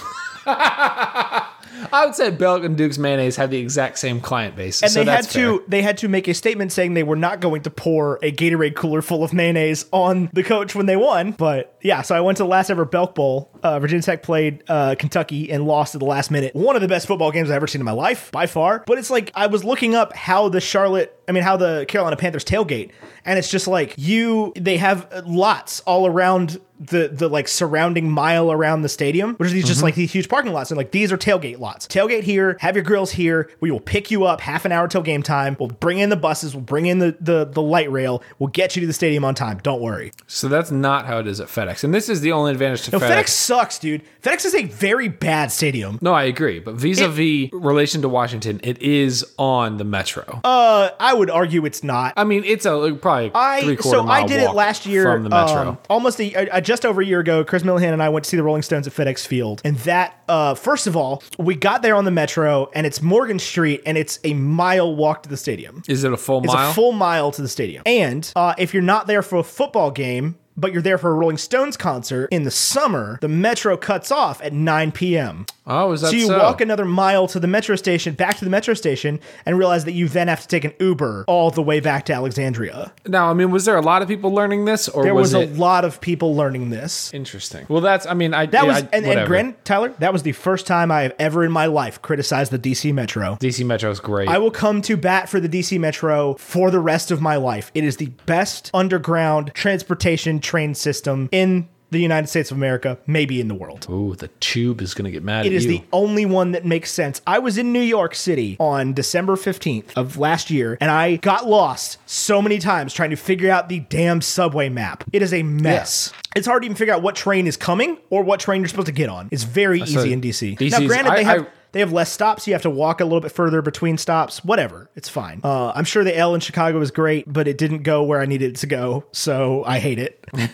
Speaker 3: I would say Belk and Duke's mayonnaise have the exact same client base,
Speaker 4: And
Speaker 3: so
Speaker 4: they had
Speaker 3: that's fair.
Speaker 4: to they had to make a statement saying they were not going to pour a Gatorade cooler full of mayonnaise on the coach when they won. But yeah, so I went to the last ever Belk Bowl. Uh, Virginia Tech played uh, Kentucky and lost at the last minute. One of the best football games I've ever seen in my life by far. But it's like I was looking up how the Charlotte. I mean, how the Carolina Panthers tailgate, and it's just like you. They have lots all around the the like surrounding mile around the stadium, which is these just like these huge parking lots, and like these are tailgate lots. Tailgate here, have your grills here. We will pick you up half an hour till game time. We'll bring in the buses, we'll bring in the the, the light rail, we'll get you to the stadium on time. Don't worry.
Speaker 3: So that's not how it is at FedEx, and this is the only advantage to
Speaker 4: No,
Speaker 3: FedEx.
Speaker 4: FedEx sucks, dude. FedEx is a very bad stadium.
Speaker 3: No, I agree, but vis-a-vis relation to Washington, it is on the metro.
Speaker 4: Uh, I would argue it's not.
Speaker 3: I mean, it's a like, probably
Speaker 4: I
Speaker 3: three quarter
Speaker 4: so I did it last year
Speaker 3: from the metro.
Speaker 4: um, almost a, uh, uh, just over a year ago. Chris Millihan and I went to see the Rolling Stones at FedEx Field, and that uh, first of all, we got there on the metro, and it's Morgan Street, and it's a mile walk to the stadium.
Speaker 3: is it a full
Speaker 4: It's
Speaker 3: mile?
Speaker 4: a full mile to the stadium, and uh, if you're not there for a football game. But you're there for a Rolling Stones concert in the summer. The metro cuts off at 9 p.m.
Speaker 3: oh, is that so?
Speaker 4: So you walk another mile to the metro station, back to the metro station, and realize that you then have to take an Uber all the way back to Alexandria.
Speaker 3: now, I mean, was there a lot of people learning this, or
Speaker 4: There
Speaker 3: was,
Speaker 4: was,
Speaker 3: it
Speaker 4: a lot of people learning this.
Speaker 3: interesting? Well, that's. I mean, I
Speaker 4: That
Speaker 3: yeah,
Speaker 4: was
Speaker 3: I-
Speaker 4: and, and
Speaker 3: whatever.
Speaker 4: granted, Tyler, that was the first time I have ever in my life criticized the DC Metro.
Speaker 3: DC Metro is great.
Speaker 4: I will come to bat for the DC Metro for the rest of my life. It is the best underground transportation train system in the United States of America, maybe in the world.
Speaker 3: Ooh, the tube is gonna get mad
Speaker 4: It
Speaker 3: at
Speaker 4: is
Speaker 3: you.
Speaker 4: the only one that makes sense. I was in New York City on December 15th of last year, and I got lost so many times trying to figure out the damn subway map. It is a mess. It's hard to even figure out what train is coming or what train you're supposed to get on. It's very
Speaker 3: So,
Speaker 4: easy in DC.
Speaker 3: DC's
Speaker 4: now, granted,
Speaker 3: I-
Speaker 4: they have.
Speaker 3: I-
Speaker 4: they have less stops. You have to walk a little bit further between stops. Whatever, it's fine. Uh, I'm sure the L in Chicago was great, but it didn't go where I needed it to go, so I hate it.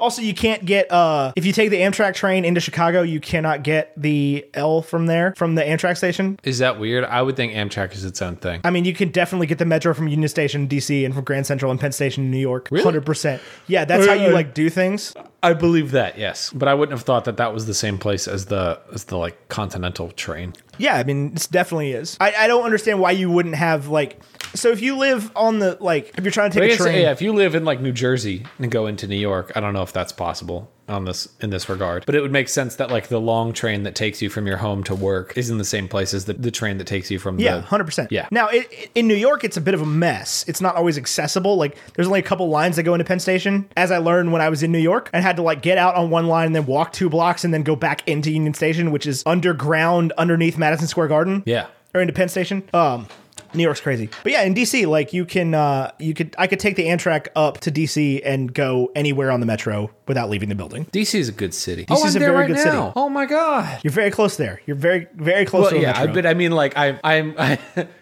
Speaker 4: Also, you can't get uh if you take the Amtrak train into Chicago, you cannot get the L from there from the Amtrak station.
Speaker 3: is that weird? I would think Amtrak is its own thing.
Speaker 4: I mean, you can definitely get the metro from Union Station, in DC, and from Grand Central and Penn Station, in New York.
Speaker 3: Really?
Speaker 4: Hundred percent. Yeah, that's how
Speaker 3: Uh,
Speaker 4: you like do things.
Speaker 3: I believe that, yes, but I wouldn't have thought that that was the same place as the as the like continental train.
Speaker 4: Yeah, I mean, it definitely is. I, I don't understand why you wouldn't have like. So if you live on the like, if you're trying to
Speaker 3: I
Speaker 4: take a
Speaker 3: guess,
Speaker 4: train,
Speaker 3: yeah, if you live in like New Jersey and go into New York, I don't know if that's possible on this in this regard. But it would make sense that like the long train that takes you from your home to work is in the same place as the, the train that takes you from
Speaker 4: Yeah,
Speaker 3: the
Speaker 4: hundred percent.
Speaker 3: Yeah.
Speaker 4: Now it, it- in New York, it's a bit of a mess. It's not always accessible. Like there's only a couple lines that go into Penn Station. As I learned when I was in New York, I had to like get out on one line and then walk two blocks and then go back into Union Station, which is underground underneath Madison Square Garden.
Speaker 3: Yeah.
Speaker 4: Or into Penn Station. Um. New York's crazy, but yeah, in DC, like you can, uh, you could, I could take the Amtrak up to DC and go anywhere on the metro without leaving the building.
Speaker 3: DC is a good city.
Speaker 4: DC is a very good city.
Speaker 3: Oh my god.
Speaker 4: You're very close there. You're very, very close
Speaker 3: Well,
Speaker 4: to the
Speaker 3: yeah, I,
Speaker 4: metro.
Speaker 3: but I mean, like, I, I'm, I,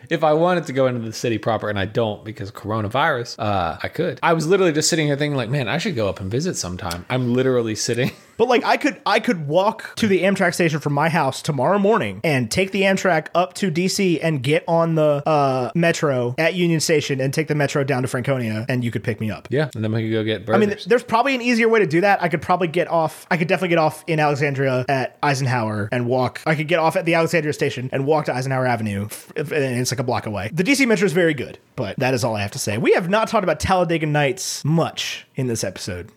Speaker 3: if I wanted to go into the city proper, and I don't because coronavirus, uh, I could. I was literally just sitting here thinking, like, man, I should go up and visit sometime. I'm literally sitting.
Speaker 4: But like I could I could walk to the Amtrak station from my house tomorrow morning and take the Amtrak up to DC and get on the uh, metro at Union Station and take the metro down to Franconia and you could pick me up.
Speaker 3: Yeah, and then we could go get burgers.
Speaker 4: I mean, th- there's probably an easier way to do that. I could probably get off. I could definitely get off in Alexandria at Eisenhower and walk. I could get off at the Alexandria station and walk to Eisenhower Avenue, f- if- and it's like a block away. The DC Metro is very good, but that is all I have to say. We have not talked about Talladega Nights much in this episode.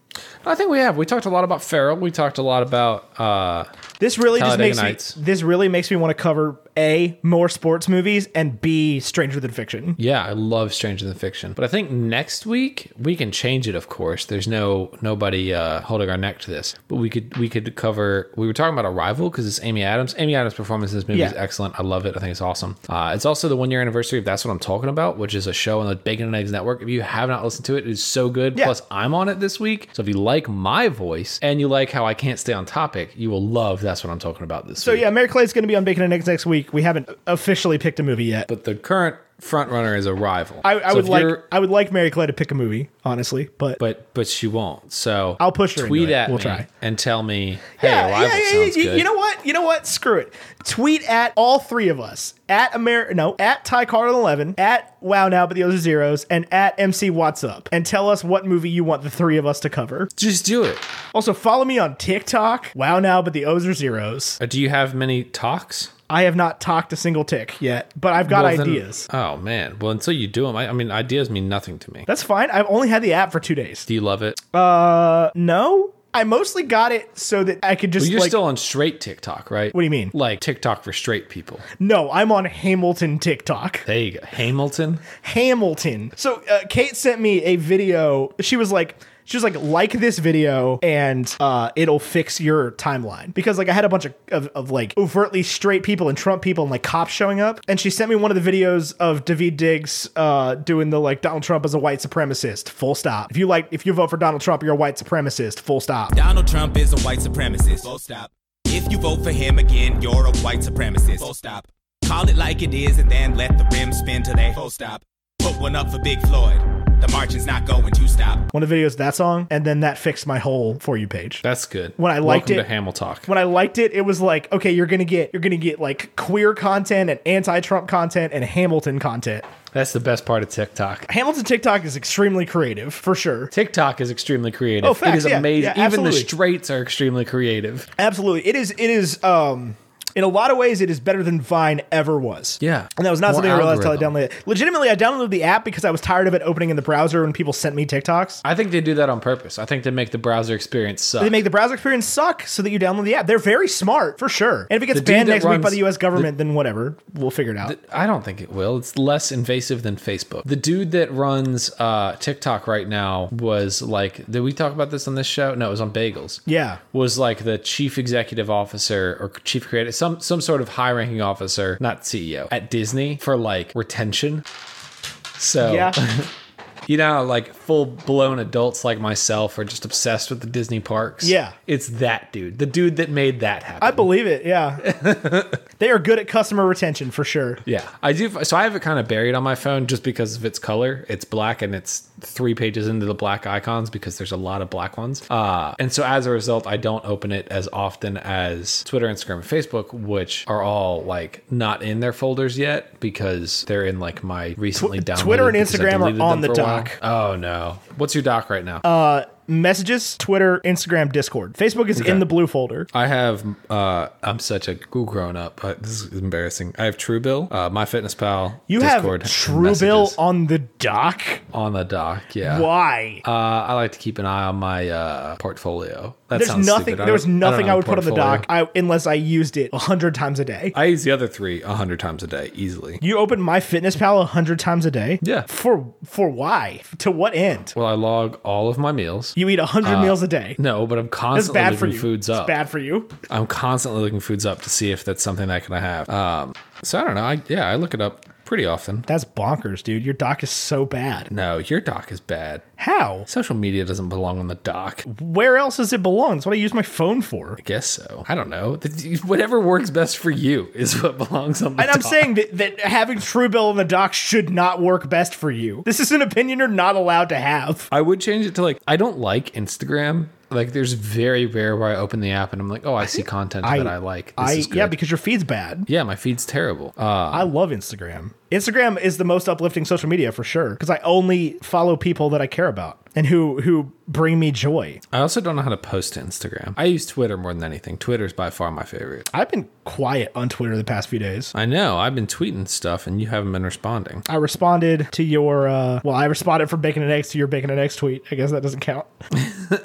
Speaker 3: I think we have. We talked a lot about Farrell. We talked a lot about. uh
Speaker 4: This really just
Speaker 3: Talladega
Speaker 4: makes
Speaker 3: Nights.
Speaker 4: me. This really makes me want to cover a more sports movies and b Stranger Than Fiction.
Speaker 3: Yeah, I love Stranger Than Fiction, but I think next week we can change it. Of course, there's no nobody uh, holding our neck to this, but we could we could cover. We were talking about Arrival because it's Amy Adams. Amy Adams' performance in this movie is
Speaker 4: Yeah.
Speaker 3: excellent. I love it. I think it's awesome. Uh, it's also the one year anniversary of That's What I'm Talking About, which is a show on the Bacon and Eggs Network. If you have not listened to it, it is so good.
Speaker 4: Yeah.
Speaker 3: Plus, I'm on it this week, so if you like my voice and you like how I can't stay on topic, you will love That's What I'm Talking About this
Speaker 4: So
Speaker 3: week.
Speaker 4: yeah, Mary Clay's going to be on Bacon and Eggs next week. We haven't officially picked a movie yet.
Speaker 3: But the current front runner is Arrival.
Speaker 4: I, I
Speaker 3: So
Speaker 4: would
Speaker 3: if
Speaker 4: like
Speaker 3: you're-
Speaker 4: I would like Mary Clay to pick a movie, honestly. But,
Speaker 3: but but she won't. So
Speaker 4: I'll push her into
Speaker 3: Tweet
Speaker 4: it.
Speaker 3: at
Speaker 4: We'll
Speaker 3: me
Speaker 4: try.
Speaker 3: and tell me, hey, Arrival
Speaker 4: you-
Speaker 3: sounds
Speaker 4: you,
Speaker 3: good.
Speaker 4: you know what? You know what? Screw it. Tweet at all three of us at Amer no at Ty Carlin eleven at Wow Now, but the other zeros and at MC What's Up and tell us what movie you want the three of us to cover.
Speaker 3: just do it.
Speaker 4: Also, follow me on TikTok. Wow, now, but the O's are zeros.
Speaker 3: Uh, Do you have many talks?
Speaker 4: I have not talked a single tick yet, but I've got
Speaker 3: Well, then-
Speaker 4: ideas.
Speaker 3: oh man. Well, until you do them, I, I mean, ideas mean nothing to me.
Speaker 4: That's fine. I've only had the app for two days.
Speaker 3: Do you love it?
Speaker 4: Uh, no. I mostly got it so that I could just
Speaker 3: You're
Speaker 4: like
Speaker 3: still on straight TikTok, right?
Speaker 4: What do you mean?
Speaker 3: Like TikTok for straight people.
Speaker 4: no. I'm on Hamilton TikTok.
Speaker 3: There you go. Hamilton.
Speaker 4: Hamilton. So uh, Kate sent me a video. She was like, she was like, like this video and uh, it'll fix your timeline because like I had a bunch of, of of like overtly straight people and Trump people and like cops showing up. And she sent me one of the videos of David Diggs uh, doing the like Donald Trump is a white supremacist. Full stop. If you like, if you vote for Donald Trump, you're a white supremacist. Full stop.
Speaker 2: Donald Trump is a white supremacist. Full stop. If you vote for him again, you're a white supremacist. Full stop. Call it like it is and then let the rim spin till they full stop. Put one up for Big Floyd. The march is not going to stop.
Speaker 4: One of the videos that song, and then that fixed my whole for you page.
Speaker 3: That's good.
Speaker 4: When I liked
Speaker 3: Welcome
Speaker 4: it-
Speaker 3: to Hamil Talk.
Speaker 4: when I liked it, it was like, okay, you're gonna get you're gonna get like queer content and anti-Trump content and Hamilton content.
Speaker 3: That's the best part of TikTok.
Speaker 4: Hamilton TikTok is extremely creative for sure.
Speaker 3: TikTok is extremely creative.
Speaker 4: Oh,
Speaker 3: it
Speaker 4: facts,
Speaker 3: is
Speaker 4: yeah,
Speaker 3: amazing.
Speaker 4: yeah,
Speaker 3: Even the
Speaker 4: absolutely.
Speaker 3: straights are extremely creative.
Speaker 4: Absolutely, it is. It is. Um, In a lot of ways, it is better than Vine ever was.
Speaker 3: Yeah.
Speaker 4: And that was not
Speaker 3: More
Speaker 4: something I realized until I
Speaker 3: algorithm.
Speaker 4: downloaded it. Legitimately, I downloaded the app because I was tired of it opening in the browser when people sent me TikToks.
Speaker 3: I think they do that on purpose. I think they make the browser experience suck.
Speaker 4: They make the browser experience suck so that you download the app. They're very smart, for sure. And if it gets
Speaker 3: The dude
Speaker 4: banned
Speaker 3: that
Speaker 4: next week by
Speaker 3: runs-
Speaker 4: the US government, then whatever. We'll figure it out.
Speaker 3: I don't think it will. It's less invasive than Facebook. The dude that runs uh, TikTok right now was like, did we talk about this on this show? No, it was on Bagels.
Speaker 4: Yeah.
Speaker 3: was like the chief executive officer or chief creative, some some sort of high ranking officer, not CEO, at Disney for like retention. So
Speaker 4: Yeah.
Speaker 3: you know, like full blown adults like myself are just obsessed with the Disney parks.
Speaker 4: Yeah.
Speaker 3: it's that dude, the dude that made that happen.
Speaker 4: I believe it. Yeah. they are good at customer retention, for sure.
Speaker 3: Yeah, I do. So I have it kind of buried on my phone just because of its color. It's black and it's three pages into the black icons because there's a lot of black ones. Uh, and so as a result, I don't open it as often as Twitter, Instagram, and Facebook, which are all like not in their folders yet because they're in like my recently downloaded.
Speaker 4: Twitter and
Speaker 3: because I
Speaker 4: Instagram are
Speaker 3: deleted
Speaker 4: on
Speaker 3: them
Speaker 4: the
Speaker 3: for a while.
Speaker 4: dock. Um,
Speaker 3: Oh no, what's your doc right now?
Speaker 4: Messages, Twitter, Instagram, Discord. Facebook is in the blue folder.
Speaker 3: I have. Uh, I'm such a cool grown up, but this is embarrassing. I have Truebill, uh, MyFitnessPal,
Speaker 4: You
Speaker 3: Discord,
Speaker 4: have
Speaker 3: and
Speaker 4: Truebill
Speaker 3: messages
Speaker 4: on the dock?
Speaker 3: on the dock. Yeah.
Speaker 4: Why?
Speaker 3: Uh, I like to keep an eye on my uh, portfolio. That
Speaker 4: There's
Speaker 3: sounds
Speaker 4: nothing.
Speaker 3: stupid. I
Speaker 4: There was
Speaker 3: don't- don't
Speaker 4: nothing I,
Speaker 3: own
Speaker 4: would put on the
Speaker 3: portfolio.
Speaker 4: dock I, unless I used it a hundred times a day.
Speaker 3: I use the other three a hundred times a day easily.
Speaker 4: you open my Fitness Pal a hundred times a day.
Speaker 3: Yeah.
Speaker 4: For for why? To what end?
Speaker 3: Well, I log all of my meals.
Speaker 4: You eat a hundred meals a day.
Speaker 3: Uh, No, but I'm
Speaker 4: That's
Speaker 3: constantly
Speaker 4: bad for
Speaker 3: looking
Speaker 4: you.
Speaker 3: foods
Speaker 4: it's
Speaker 3: up.
Speaker 4: bad for you.
Speaker 3: I'm constantly looking foods up to see if that's something that I can have. Um, so I don't know. I, yeah, I look it up pretty often.
Speaker 4: That's bonkers, dude. Your dock is so bad.
Speaker 3: No, your doc is bad.
Speaker 4: How?
Speaker 3: Social media doesn't belong on the doc.
Speaker 4: Where else does it belong? That's what I use my phone for.
Speaker 3: Guess so. I don't know. Whatever works best for you is what belongs on the
Speaker 4: And I'm
Speaker 3: doc.
Speaker 4: saying that, that having Truebill in the dock should not work best for you. This is an opinion you're not allowed to have.
Speaker 3: I would change it to like I don't like Instagram. Like there's very rare where I open the app and I'm like, oh, I see content that I like. This
Speaker 4: I
Speaker 3: is good.
Speaker 4: yeah, because your feed's bad.
Speaker 3: yeah, my feed's terrible. Uh,
Speaker 4: I love Instagram. Instagram is the most uplifting social media for sure because I only follow people that I care about and who who bring me joy.
Speaker 3: I also don't know how to post to Instagram. I use Twitter more than anything. Twitter's by far my favorite.
Speaker 4: I've been quiet on Twitter the past few days.
Speaker 3: I know I've been tweeting stuff and you haven't been responding.
Speaker 4: I responded to your uh, well, I responded for bacon and eggs to your bacon and eggs tweet. I guess that doesn't count.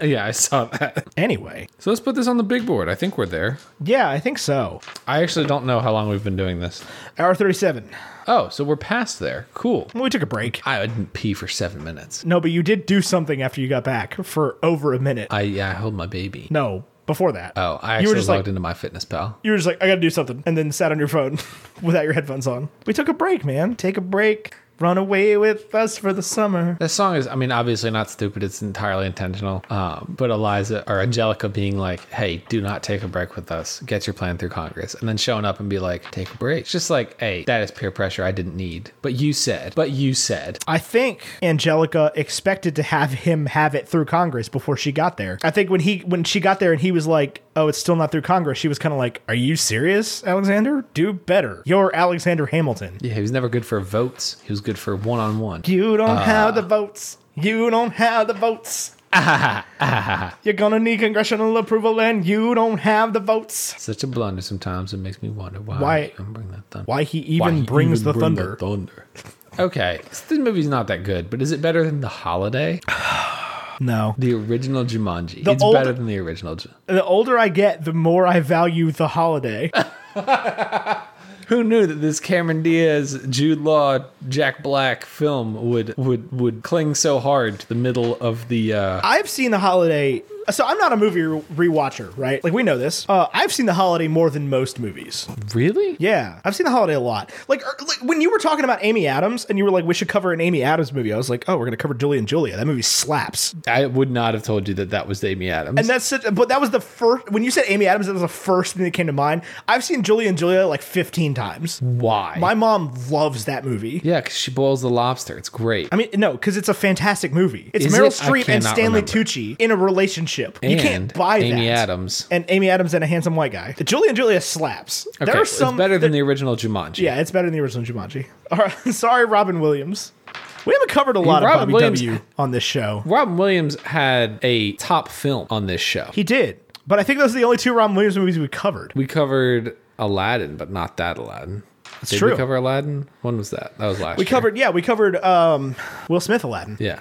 Speaker 3: yeah, I saw that.
Speaker 4: Anyway,
Speaker 3: So let's put this on the big board. I think we're there.
Speaker 4: yeah, I think so.
Speaker 3: I actually don't know how long we've been doing this.
Speaker 4: Hour thirty-seven.
Speaker 3: Oh, so we're past there. Cool.
Speaker 4: We took a break.
Speaker 3: I didn't pee for seven minutes.
Speaker 4: No, but you did do something after you got back for over a minute.
Speaker 3: I yeah, I held my baby.
Speaker 4: no, before that.
Speaker 3: Oh, I actually
Speaker 4: you were
Speaker 3: logged
Speaker 4: just like
Speaker 3: into my fitness pal.
Speaker 4: you were just like I got to do something, and then sat on your phone without your headphones on. We took a break, man. Take a break. Run away with us for the summer.
Speaker 3: This song is, I mean, obviously not stupid. It's entirely intentional. Um, but Eliza or Angelica being like, hey, do not take a break with us. Get your plan through Congress. And then showing up and be like, take a break. It's just like, hey, that is peer pressure I didn't need. But you said, but you said.
Speaker 4: I think Angelica expected to have him have it through Congress before she got there. I think when he when she got there and he was like, "Oh, it's still not through Congress." She was kind of like, "Are you serious, Alexander? Do better. You're Alexander Hamilton.
Speaker 3: Yeah, he was never good for votes. He was good for one on one.
Speaker 4: You don't have the votes. You don't have the votes." You're gonna need congressional approval, and you don't have the votes.
Speaker 3: Such a blunder sometimes. It makes me wonder why,
Speaker 4: Why-
Speaker 3: he even bring that thunder.
Speaker 4: Why he even brings the thunder?
Speaker 3: thunder. okay. So this movie's not that good, but is it better than The Holiday?
Speaker 4: No.
Speaker 3: The original Jumanji. it's
Speaker 4: old-
Speaker 3: better than the original. Ju-
Speaker 4: The older I get, the more I value the holiday.
Speaker 3: Who knew that this Cameron Diaz, Jude Law, Jack Black film would would would cling so hard to the middle of the uh
Speaker 4: I've seen the holiday. So I'm not a movie re- rewatcher, right? Like we know this. Uh, I've seen the holiday more than most movies.
Speaker 3: Really?
Speaker 4: Yeah, I've seen the holiday a lot. Like, er, like when you were talking about Amy Adams, and you were like, "We should cover an Amy Adams movie." I was like, "Oh, we're gonna cover Julie and Julia. That movie slaps."
Speaker 3: I would not have told you that that was Amy Adams.
Speaker 4: And that's such, but that was the first when you said Amy Adams. That was the first thing that came to mind. I've seen Julie and Julia like 15 times.
Speaker 3: why?
Speaker 4: My mom loves that movie.
Speaker 3: yeah, cuz she boils the lobster. It's great.
Speaker 4: I mean, no, because it's a fantastic movie. It's
Speaker 3: Is
Speaker 4: Meryl
Speaker 3: it? I
Speaker 4: Streep and
Speaker 3: cannot
Speaker 4: Stanley
Speaker 3: remember.
Speaker 4: Tucci in a relationship. you can't
Speaker 3: And
Speaker 4: buy
Speaker 3: Amy
Speaker 4: that.
Speaker 3: Adams.
Speaker 4: and Amy Adams and a handsome white guy. The Julie and Julia slaps.
Speaker 3: Okay,
Speaker 4: there are some
Speaker 3: it's better than
Speaker 4: there-
Speaker 3: the original Jumanji.
Speaker 4: yeah, it's better than the original Jumanji. All right, sorry, Robin Williams. We haven't covered a lot
Speaker 3: Robin
Speaker 4: of Bobby
Speaker 3: Williams-
Speaker 4: W on this show.
Speaker 3: Robin Williams had a top film on this show.
Speaker 4: He did, but I think those are the only two Robin Williams movies we covered.
Speaker 3: we covered Aladdin, but not that Aladdin. Did we
Speaker 4: true.
Speaker 3: cover Aladdin? When was that? That was last
Speaker 4: We
Speaker 3: year.
Speaker 4: covered, yeah, we covered um, Will Smith Aladdin.
Speaker 3: Yeah.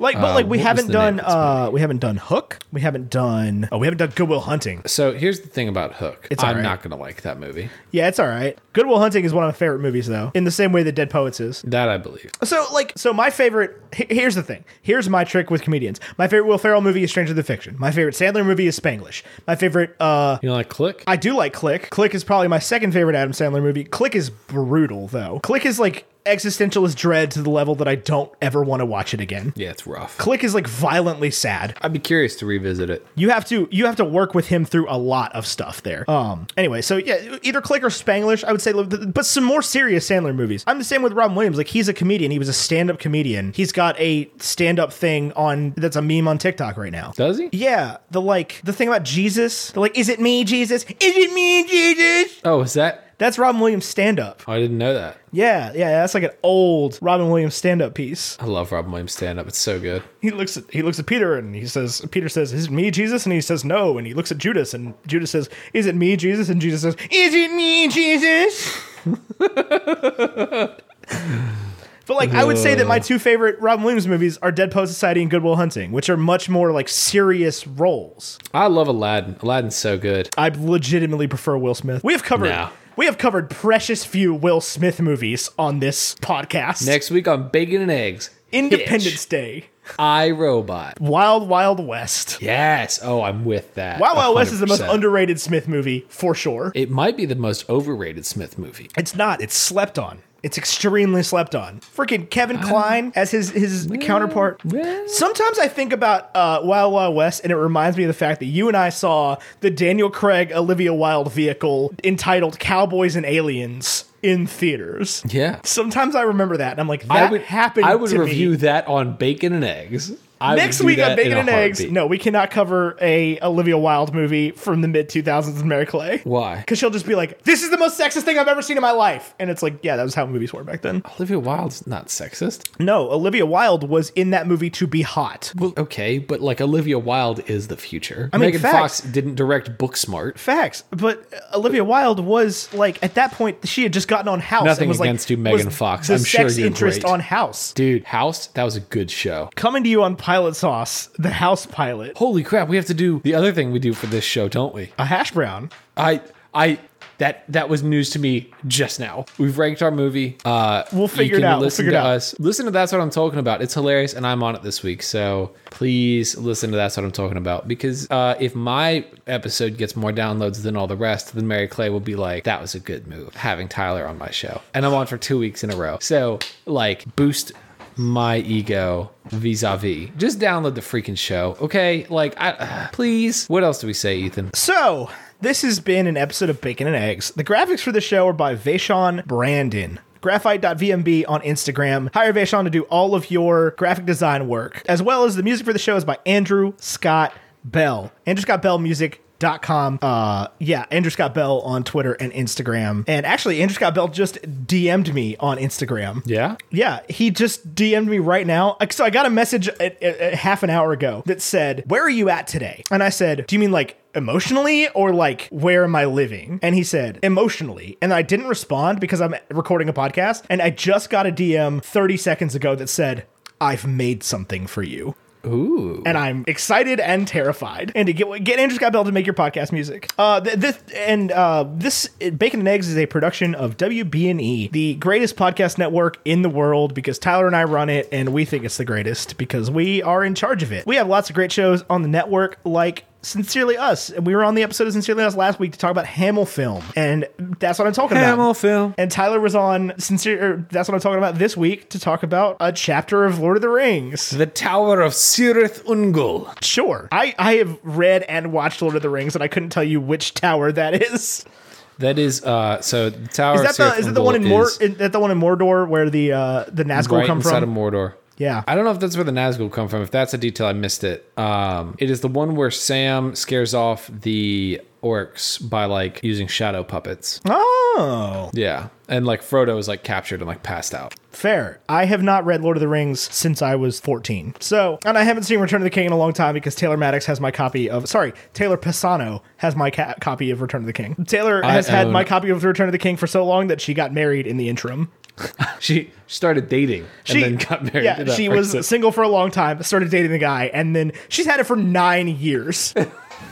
Speaker 4: Like, but like
Speaker 3: Um,
Speaker 4: we
Speaker 3: what was
Speaker 4: haven't
Speaker 3: the name
Speaker 4: done,
Speaker 3: of this
Speaker 4: uh, we haven't done Hook. We haven't done. Oh, we haven't done Goodwill Hunting.
Speaker 3: So here's the thing about Hook.
Speaker 4: It's
Speaker 3: I'm
Speaker 4: alright.
Speaker 3: not gonna like that movie.
Speaker 4: Yeah, it's all right. Goodwill Hunting is one of my favorite movies, though, in the same way that Dead Poets is.
Speaker 3: That I believe.
Speaker 4: So, like, so my favorite. he- Here's the thing. Here's my trick with comedians. My favorite Will Ferrell movie is Stranger Than Fiction. My favorite Sandler movie is Spanglish. My favorite. uh
Speaker 3: You know, like Click.
Speaker 4: I do like Click. Click is probably my second favorite Adam Sandler movie. Click is brutal, though. Click is like existentialist dread to the level that I don't ever want to watch it again.
Speaker 3: yeah, it's rough.
Speaker 4: Click is like violently sad.
Speaker 3: I'd be curious to revisit it.
Speaker 4: You have to you have to work with him through a lot of stuff there. Um. Anyway, so yeah, either Click or Spanglish, I would say, but some more serious Sandler movies. I'm the same with Robin Williams. Like he's a comedian. He was a stand-up comedian. He's got a stand-up thing on that's a meme on TikTok right now.
Speaker 3: Does he?
Speaker 4: Yeah, the like the thing about Jesus. The like, is it me, Jesus? Is it me, Jesus?
Speaker 3: Oh, is that?
Speaker 4: That's Robin Williams stand-up.
Speaker 3: Oh, I didn't know that.
Speaker 4: Yeah, yeah, that's like an old Robin Williams stand-up piece.
Speaker 3: I love Robin Williams stand up. It's so good.
Speaker 4: He looks at he looks at Peter and he says, Peter says, "Is it me, Jesus?" And he says, "No." And he looks at Judas and Judas says, "Is it me, Jesus?" And Jesus says, "Is it me, Jesus?" but like, I would say that my two favorite Robin Williams movies are Dead Poet Society and Good Will Hunting, which are much more like serious roles.
Speaker 3: I love Aladdin. Aladdin's so good.
Speaker 4: I legitimately prefer Will Smith. We have covered
Speaker 3: Nah.
Speaker 4: we have covered precious few Will Smith movies on this podcast.
Speaker 3: Next week on Bacon and Eggs.
Speaker 4: Independence Day,
Speaker 3: Hitch, I Robot.
Speaker 4: Wild Wild West.
Speaker 3: Yes. Oh, I'm with that.
Speaker 4: Wild Wild West is the most
Speaker 3: 100%.
Speaker 4: underrated Smith movie for sure.
Speaker 3: It might be the most overrated Smith movie.
Speaker 4: It's not. It's slept on. It's extremely slept on. Freaking Kevin
Speaker 3: Uh,
Speaker 4: Klein as his his counterpart.
Speaker 3: well.
Speaker 4: Sometimes I think about uh, Wild Wild West, and it reminds me of the fact that you and I saw the Daniel Craig Olivia Wilde vehicle entitled "Cowboys and Aliens" in theaters.
Speaker 3: Yeah.
Speaker 4: Sometimes I remember that, and I'm like, that happened.
Speaker 3: I would
Speaker 4: to
Speaker 3: review
Speaker 4: me.
Speaker 3: that on Bacon and Eggs. I
Speaker 4: Next
Speaker 3: would do
Speaker 4: week on
Speaker 3: that in
Speaker 4: Bacon
Speaker 3: a
Speaker 4: and Eggs.
Speaker 3: heartbeat.
Speaker 4: No, we cannot cover a Olivia Wilde movie from the mid 2000s with Mary Clay.
Speaker 3: Why?
Speaker 4: Because she'll just be like, this is the most sexist thing I've ever seen in my life. And it's like, yeah, that was how movies were back then.
Speaker 3: Olivia Wilde's not sexist.
Speaker 4: No, Olivia Wilde was in that movie to be hot.
Speaker 3: Well, okay, but like Olivia Wilde is the future.
Speaker 4: mean,
Speaker 3: Megan
Speaker 4: facts.
Speaker 3: Fox didn't direct Booksmart.
Speaker 4: Facts. But uh, Olivia Wilde was like, at that point, she had just gotten on House.
Speaker 3: Nothing
Speaker 4: and was, like,
Speaker 3: against you,
Speaker 4: was
Speaker 3: Megan Fox.
Speaker 4: The
Speaker 3: I'm sure
Speaker 4: sex
Speaker 3: you're
Speaker 4: interest
Speaker 3: great.
Speaker 4: on House.
Speaker 3: Dude, House, that was a good show.
Speaker 4: Coming to you on Pilot Sauce, the House pilot.
Speaker 3: Holy crap, we have to do the other thing we do for this show, don't we?
Speaker 4: A hash brown.
Speaker 3: I I that that was news to me just now. We've ranked our movie. Uh
Speaker 4: We'll
Speaker 3: you
Speaker 4: figure it
Speaker 3: can
Speaker 4: out. We'll
Speaker 3: Listen
Speaker 4: figure it
Speaker 3: to
Speaker 4: out.
Speaker 3: us. Listen to that's what I'm talking about. It's hilarious and I'm on it this week. So please listen to that's what I'm talking about because uh if my episode gets more downloads than all the rest, then Mary Clay will be like that was a good move having Tyler on my show. And I'm on for 2 weeks in a row. So like boost my ego vis-a-vis just download the freaking show okay like i please what else do we say ethan
Speaker 4: So, this has been an episode of Bacon and Eggs. The graphics for the show are by Vaishon Brandon. Graphite.vmb on Instagram. Hire Vaishon to do all of your graphic design work, as well as the music for the show is by Andrew Scott Bell. Andrew Scott Bell Music. Dot com. Uh, yeah, Andrew Scott Bell on Twitter and Instagram. And actually, Andrew Scott Bell just DM'd me on Instagram.
Speaker 3: yeah
Speaker 4: Yeah, he just DM'd me right now. So I got a message a, a, a half an hour ago that said, "Where are you at today?" And I said, "Do you mean like emotionally or like where am I living?" And he said, "Emotionally." And I didn't respond because I'm recording a podcast, and I just got a DM 30 seconds ago that said, "I've made something for you."
Speaker 3: ooh
Speaker 4: and I'm excited and terrified. And to get get Andrew Scott Bell to make your podcast music. Uh, th- this and uh, this uh, Bacon and Eggs is a production of WBNE, E, the greatest podcast network in the world because Tyler and I run it, and we think it's the greatest because we are in charge of it. We have lots of great shows on the network, like. Sincerely Us. And We were on the episode of Sincerely Us last week to talk about Hamill film. And that's what I'm talking about.
Speaker 3: film.
Speaker 4: And Tyler was on Sincere. or That's what I'm talking about this week to talk about a chapter of Lord of the Rings.
Speaker 3: The Tower of Sirith Ungol.
Speaker 4: Sure. I, I have read and watched Lord of the Rings, and I couldn't tell you which tower that is.
Speaker 3: That is uh so the Tower
Speaker 4: Is that
Speaker 3: of Sirith
Speaker 4: the is that the
Speaker 3: Ungol
Speaker 4: one in Mor
Speaker 3: is
Speaker 4: is that the one in Mordor where the uh, the Nazgul
Speaker 3: right
Speaker 4: come
Speaker 3: inside
Speaker 4: from?
Speaker 3: of Mordor.
Speaker 4: Yeah.
Speaker 3: I don't know if that's where the Nazgul come from. If that's a detail, I missed it. Um, it is the one where Sam scares off the orcs by like using shadow puppets.
Speaker 4: Oh,
Speaker 3: Yeah. And like Frodo is like captured and like passed out.
Speaker 4: fair. I have not read Lord of the Rings since I was 14. So, and I haven't seen Return of the King in a long time because Taylor Maddox has my copy of, sorry, Taylor Pisano has my ca- copy of Return of the King. Taylor
Speaker 3: I
Speaker 4: has had
Speaker 3: own-
Speaker 4: my copy of Return of the King for so long that she got married in the interim.
Speaker 3: She started dating
Speaker 4: She
Speaker 3: and then got married.
Speaker 4: Yeah,
Speaker 3: to that
Speaker 4: she
Speaker 3: person.
Speaker 4: was single for a long time, started dating the guy, and then she's had it for nine years.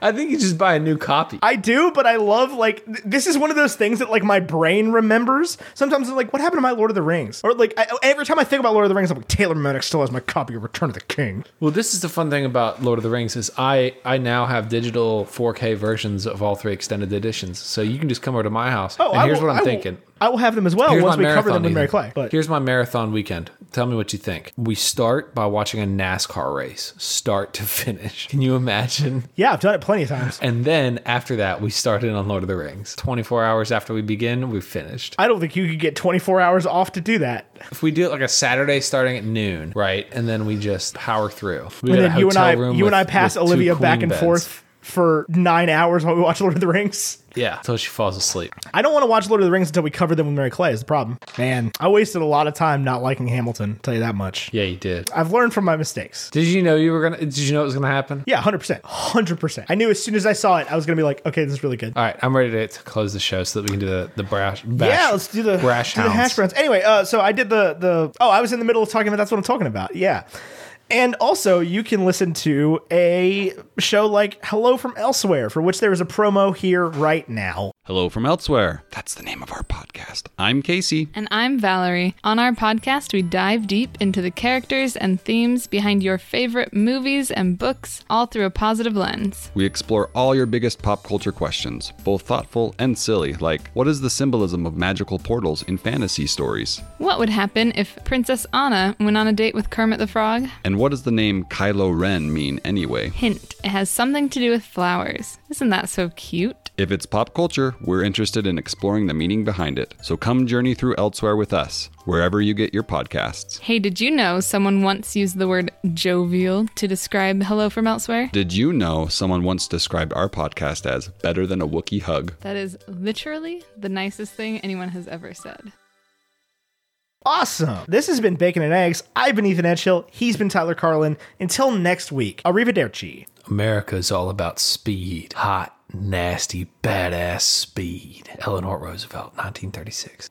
Speaker 3: I think you just buy a new copy.
Speaker 4: I do, but I love like th- this is one of those things that like my brain remembers. Sometimes I'm like, what happened to my Lord of the Rings? Or like I, every time I think about Lord of the Rings, I'm like, Taylor Maddox still has my copy of Return of the King.
Speaker 3: Well, this is the fun thing about Lord of the Rings is I I now have digital 4K versions of all three extended editions, so you can just come over to my house. and
Speaker 4: Oh, I
Speaker 3: here's
Speaker 4: will-
Speaker 3: what I'm
Speaker 4: I will-
Speaker 3: thinking.
Speaker 4: I will have them as well
Speaker 3: Here's
Speaker 4: once
Speaker 3: my
Speaker 4: we cover
Speaker 3: marathon.
Speaker 4: them with Mary
Speaker 3: Ethan.
Speaker 4: Clay. But
Speaker 3: Here's my marathon weekend. Tell me what you think. We start by watching a NASCAR race, start to finish. Can you imagine?
Speaker 4: yeah, I've done it plenty of times.
Speaker 3: And then after that, we started on Lord of the Rings. 24 hours after we begin, we finished.
Speaker 4: I don't think you could get 24 hours off to do that.
Speaker 3: If we do it like a Saturday starting at noon, right? And then we just power through. We got
Speaker 4: And
Speaker 3: a
Speaker 4: then you
Speaker 3: hotel
Speaker 4: and I,
Speaker 3: room
Speaker 4: you
Speaker 3: with-
Speaker 4: and I pass
Speaker 3: with two
Speaker 4: Olivia back
Speaker 3: queen
Speaker 4: and
Speaker 3: beds.
Speaker 4: forth for nine hours while we watch Lord of the Rings.
Speaker 3: Yeah, until she falls asleep.
Speaker 4: I don't want to watch Lord of the Rings until we cover them with Mary Clay. Is the problem? Man, I wasted a lot of time not liking Hamilton. Tell you that much.
Speaker 3: Yeah, you did.
Speaker 4: I've learned from my mistakes.
Speaker 3: Did you know you were gonna? Did you know it was gonna happen?
Speaker 4: Yeah, 100%. 100%. I knew as soon as I saw it, I was going to be like, okay, this is really good.
Speaker 3: All right, I'm ready to, to close the show so that we can do the the brash. Uh, Bash,
Speaker 4: yeah, let's do the,
Speaker 3: brash
Speaker 4: do the hash
Speaker 3: hounds.
Speaker 4: browns. Anyway, uh, so I did the, the. Oh, I was in the middle of talking about that's what I'm talking about. Yeah. And also, you can listen to a show like Hello from Elsewhere, for which there is a promo here right now.
Speaker 1: Hello from Elsewhere. That's the name of our podcast. I'm Casey.
Speaker 5: And I'm Valerie. On our podcast, we dive deep into the characters and themes behind your favorite movies and books, all through a positive lens.
Speaker 1: We explore all your biggest pop culture questions, both thoughtful and silly, like what is the symbolism of magical portals in fantasy stories?
Speaker 5: What would happen if Princess Anna went on a date with Kermit the Frog?
Speaker 1: And what does the name Kylo Ren mean anyway?
Speaker 5: Hint, it has something to do with flowers. Isn't that so cute?
Speaker 1: If it's pop culture, we're interested in exploring the meaning behind it. So come journey through Elsewhere with us, wherever you get your podcasts.
Speaker 5: Hey, did you know someone once used the word jovial to describe Hello from Elsewhere?
Speaker 1: Did you know someone once described our podcast as better than a Wookiee hug?
Speaker 5: That is literally the nicest thing anyone has ever said.
Speaker 4: Awesome. This has been Bacon and Eggs. I've been Ethan Edgehill. He's been Tyler Carlin. Until next week, arrivederci.
Speaker 3: America's all about speed, hot, nasty, badass speed. Eleanor Roosevelt, 1936.